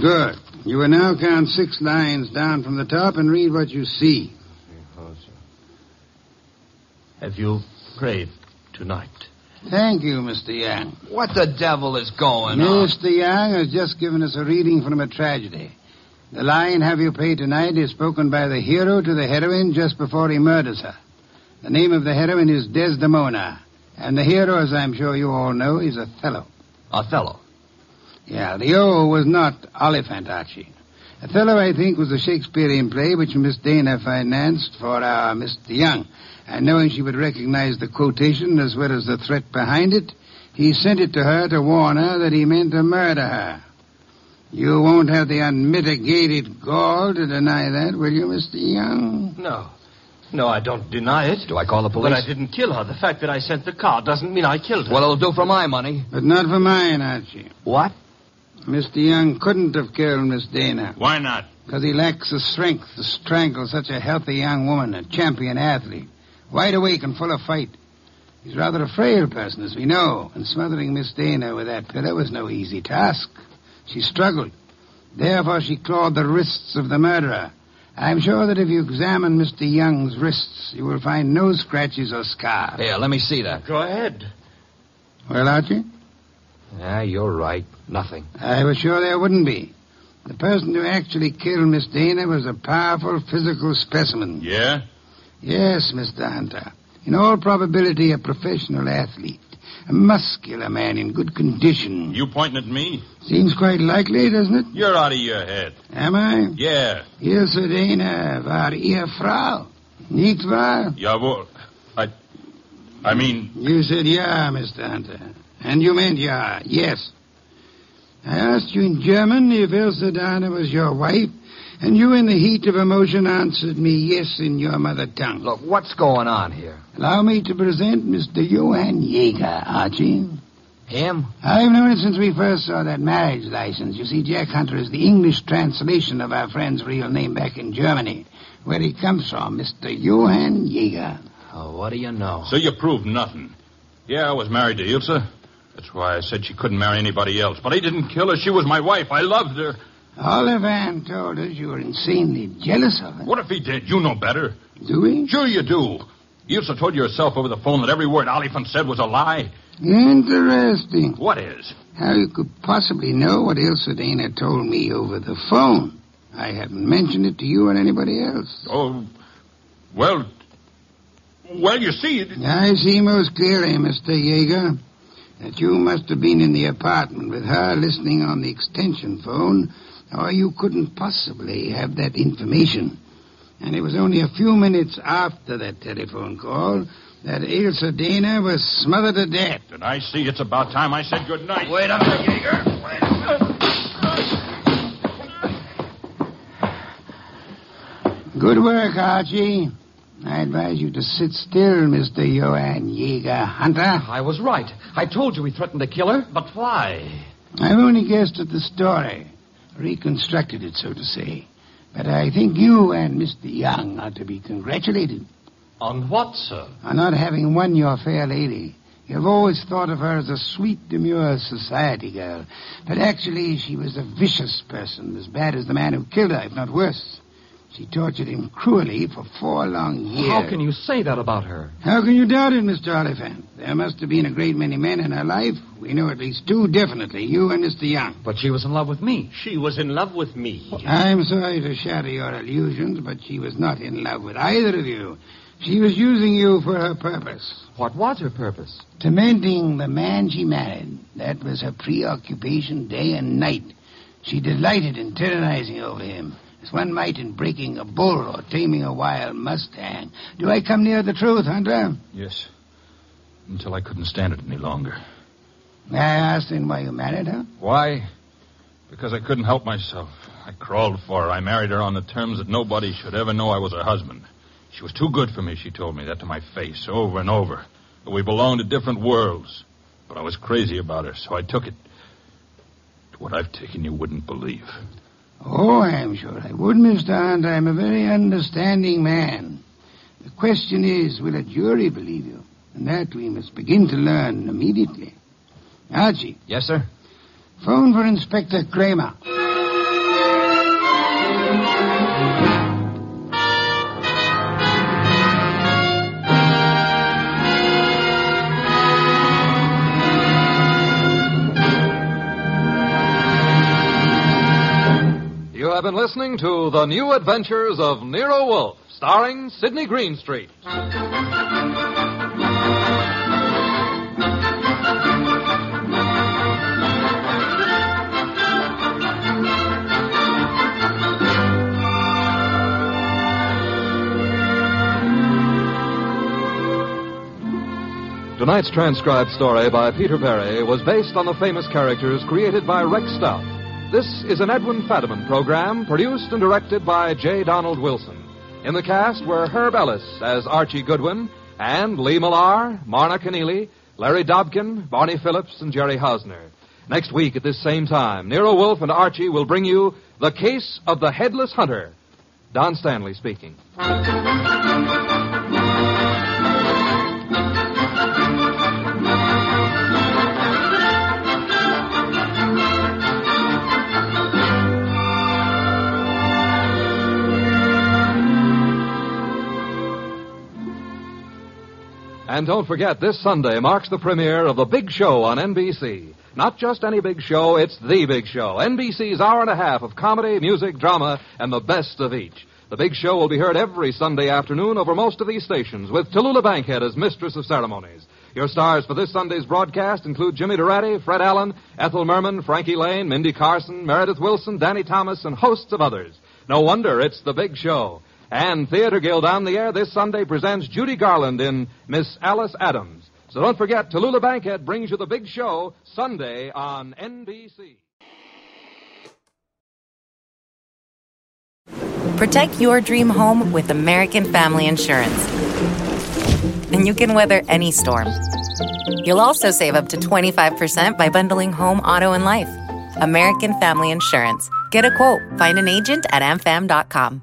S16: Good. You will now count six lines down from the top and read what you see.
S11: Oh,
S31: Have you prayed tonight?
S16: Thank you, Mr. Young.
S17: What the devil is going on?
S16: Mr. Young has just given us a reading from a tragedy. The line, Have You Prayed Tonight, is spoken by the hero to the heroine just before he murders her. The name of the heroine is Desdemona, and the hero, as I'm sure you all know, is Othello.
S17: Othello.
S16: Yeah, the O was not Oliphant Archie. Othello, I think, was a Shakespearean play which Miss Dana financed for uh, Mr. Young. And knowing she would recognize the quotation as well as the threat behind it, he sent it to her to warn her that he meant to murder her. You won't have the unmitigated gall to deny that, will you, Mr. Young?
S11: No. No, I don't deny it.
S3: Do I call the
S11: But I didn't kill her. The fact that I sent the car doesn't mean I killed her.
S3: Well, it'll do for my money.
S16: But not for mine, Archie.
S3: What?
S16: Mr. Young couldn't have killed Miss Dana.
S29: Why not?
S16: Because he lacks the strength to strangle such a healthy young woman, a champion athlete, wide awake and full of fight. He's rather a frail person, as we know, and smothering Miss Dana with that pillow was no easy task. She struggled. Therefore, she clawed the wrists of the murderer. I'm sure that if you examine Mr. Young's wrists, you will find no scratches or scars.
S3: Here, let me see that.
S11: Go ahead.
S16: Well, Archie?
S3: Yeah, you're right. Nothing.
S16: I was sure there wouldn't be. The person who actually killed Miss Dana was a powerful physical specimen.
S29: Yeah?
S16: Yes, Mr. Hunter. In all probability, a professional athlete. A muscular man in good condition.
S29: You pointing at me?
S16: Seems quite likely, doesn't it?
S29: You're out of your head.
S16: Am I?
S29: Yeah.
S16: Ihr seid eine war ihr Frau, nicht wahr?
S29: Jawohl. I. I mean,
S16: You said ja, Mr. Hunter. And you meant ja, yes. I asked you in German if Ilse Dana was your wife, and you, in the heat of emotion, answered me yes in your mother tongue.
S3: Look, what's going on here?
S16: Allow me to present Mr. Johann Jaeger, Archie.
S3: Him?
S16: I've known it since we first saw that marriage license. You see, Jack Hunter is the English translation of our friend's real name back in Germany, where he comes from, Mr. Johann Jaeger.
S3: Oh, what do you know?
S29: so you proved nothing. Yeah, I was married to Ilse. That's why I said she couldn't marry anybody else. But I didn't kill her. She was my wife. I loved her.
S16: Olivan told us you were insanely jealous of her.
S29: What if he did? You know better.
S16: Do we?
S29: Sure you do. Ilse told you herself over the phone that every word Oliphant said was a lie.
S16: Interesting.
S29: What is?
S16: How you could possibly know what Ilse Dana told me over the phone. I haven't mentioned it to you or anybody else.
S29: Oh, well, well, you see, it,
S16: I see most clearly, Mr. Yeager, that you must have been in the apartment with her listening on the extension phone, or you couldn't possibly have that information. And it was only a few minutes after that telephone call that Ilse Dana was smothered to death.
S29: and I see it's about time I said good night.
S16: Wait a minute, Yeager. Good work, Archie. I advise you to sit still, Mr. Johann Yeager Hunter.
S4: Ah, I was right. I told you he threatened to kill her. But why?
S16: I've only guessed at the story, reconstructed it, so to say. But I think you and Mr. Young are to be congratulated
S4: On what, sir?
S16: on not having won your fair lady. You've always thought of her as a sweet, demure society girl, but actually she was a vicious person, as bad as the man who killed her, if not worse. She tortured him cruelly for four long years.
S4: How can you say that about her?
S16: How can you doubt it, Mr. Oliphant? There must have been a great many men in her life. We know at least two definitely, you and Mr. Young.
S4: But she was in love with me.
S11: She was in love with me.
S16: I'm sorry to shatter your illusions, but she was not in love with either of you. She was using you for her purpose,
S4: What was her purpose?
S16: tormenting the man she married. That was her preoccupation day and night. She delighted in tyrannizing over him, as one might in breaking a bull or taming a wild mustang. Do I come near the truth, Hunter?
S29: Yes. Until I couldn't stand it any longer.
S16: May I ask then why you married her?
S29: Why? Because I couldn't help myself. I crawled for her. I married her on the terms that nobody should ever know I was her husband. She was too good for me, she told me that to my face over and over. That we belonged to different worlds. But I was crazy about her, so I took it. What I've taken, you wouldn't believe.
S16: Oh, I'm sure I would, Mr. Hunt. I'm a very understanding man. The question is, will a jury believe you? And that we must begin to learn immediately. Archie,
S3: Yes, sir?
S16: phone for Inspector Kramer.
S15: You have been listening to The New Adventures of Nero Wolf, starring Sidney Greenstreet. Tonight's transcribed story by Peter Berry was based on the famous characters created by Rex Stout. This is an Edwin Fadiman program produced and directed by J. Donald Wilson. In the cast were Herb Ellis as Archie Goodwin and Lee Millar, Marna Keneally, Larry Dobkin, Barney Phillips, and Jerry Hausner. Next week at this same time, Nero Wolf and Archie will bring you The Case of the Headless Hunter. Don Stanley speaking. And don't forget, this Sunday marks the premiere of The Big Show on NBC. Not just any big show, it's The Big Show. NBC's hour and a half of comedy, music, drama, and the best of each. The Big Show will be heard every Sunday afternoon over most of these stations, with Tallulah Bankhead as mistress of ceremonies. Your stars for this Sunday's broadcast include Jimmy Durante, Fred Allen, Ethel Merman, Frankie Lane, Mindy Carson, Meredith Wilson, Danny Thomas, and hosts of others. No wonder it's The Big Show. And Theater Guild on the Air this Sunday presents Judy Garland in Miss Alice Adams. So don't forget, Tallulah Bankhead brings you the big show Sunday on NBC.
S12: Protect your dream home with American Family Insurance. And you can weather any storm. You'll also save up to 25% by bundling home, auto, and life. American Family Insurance. Get a quote, find an agent at amfam.com.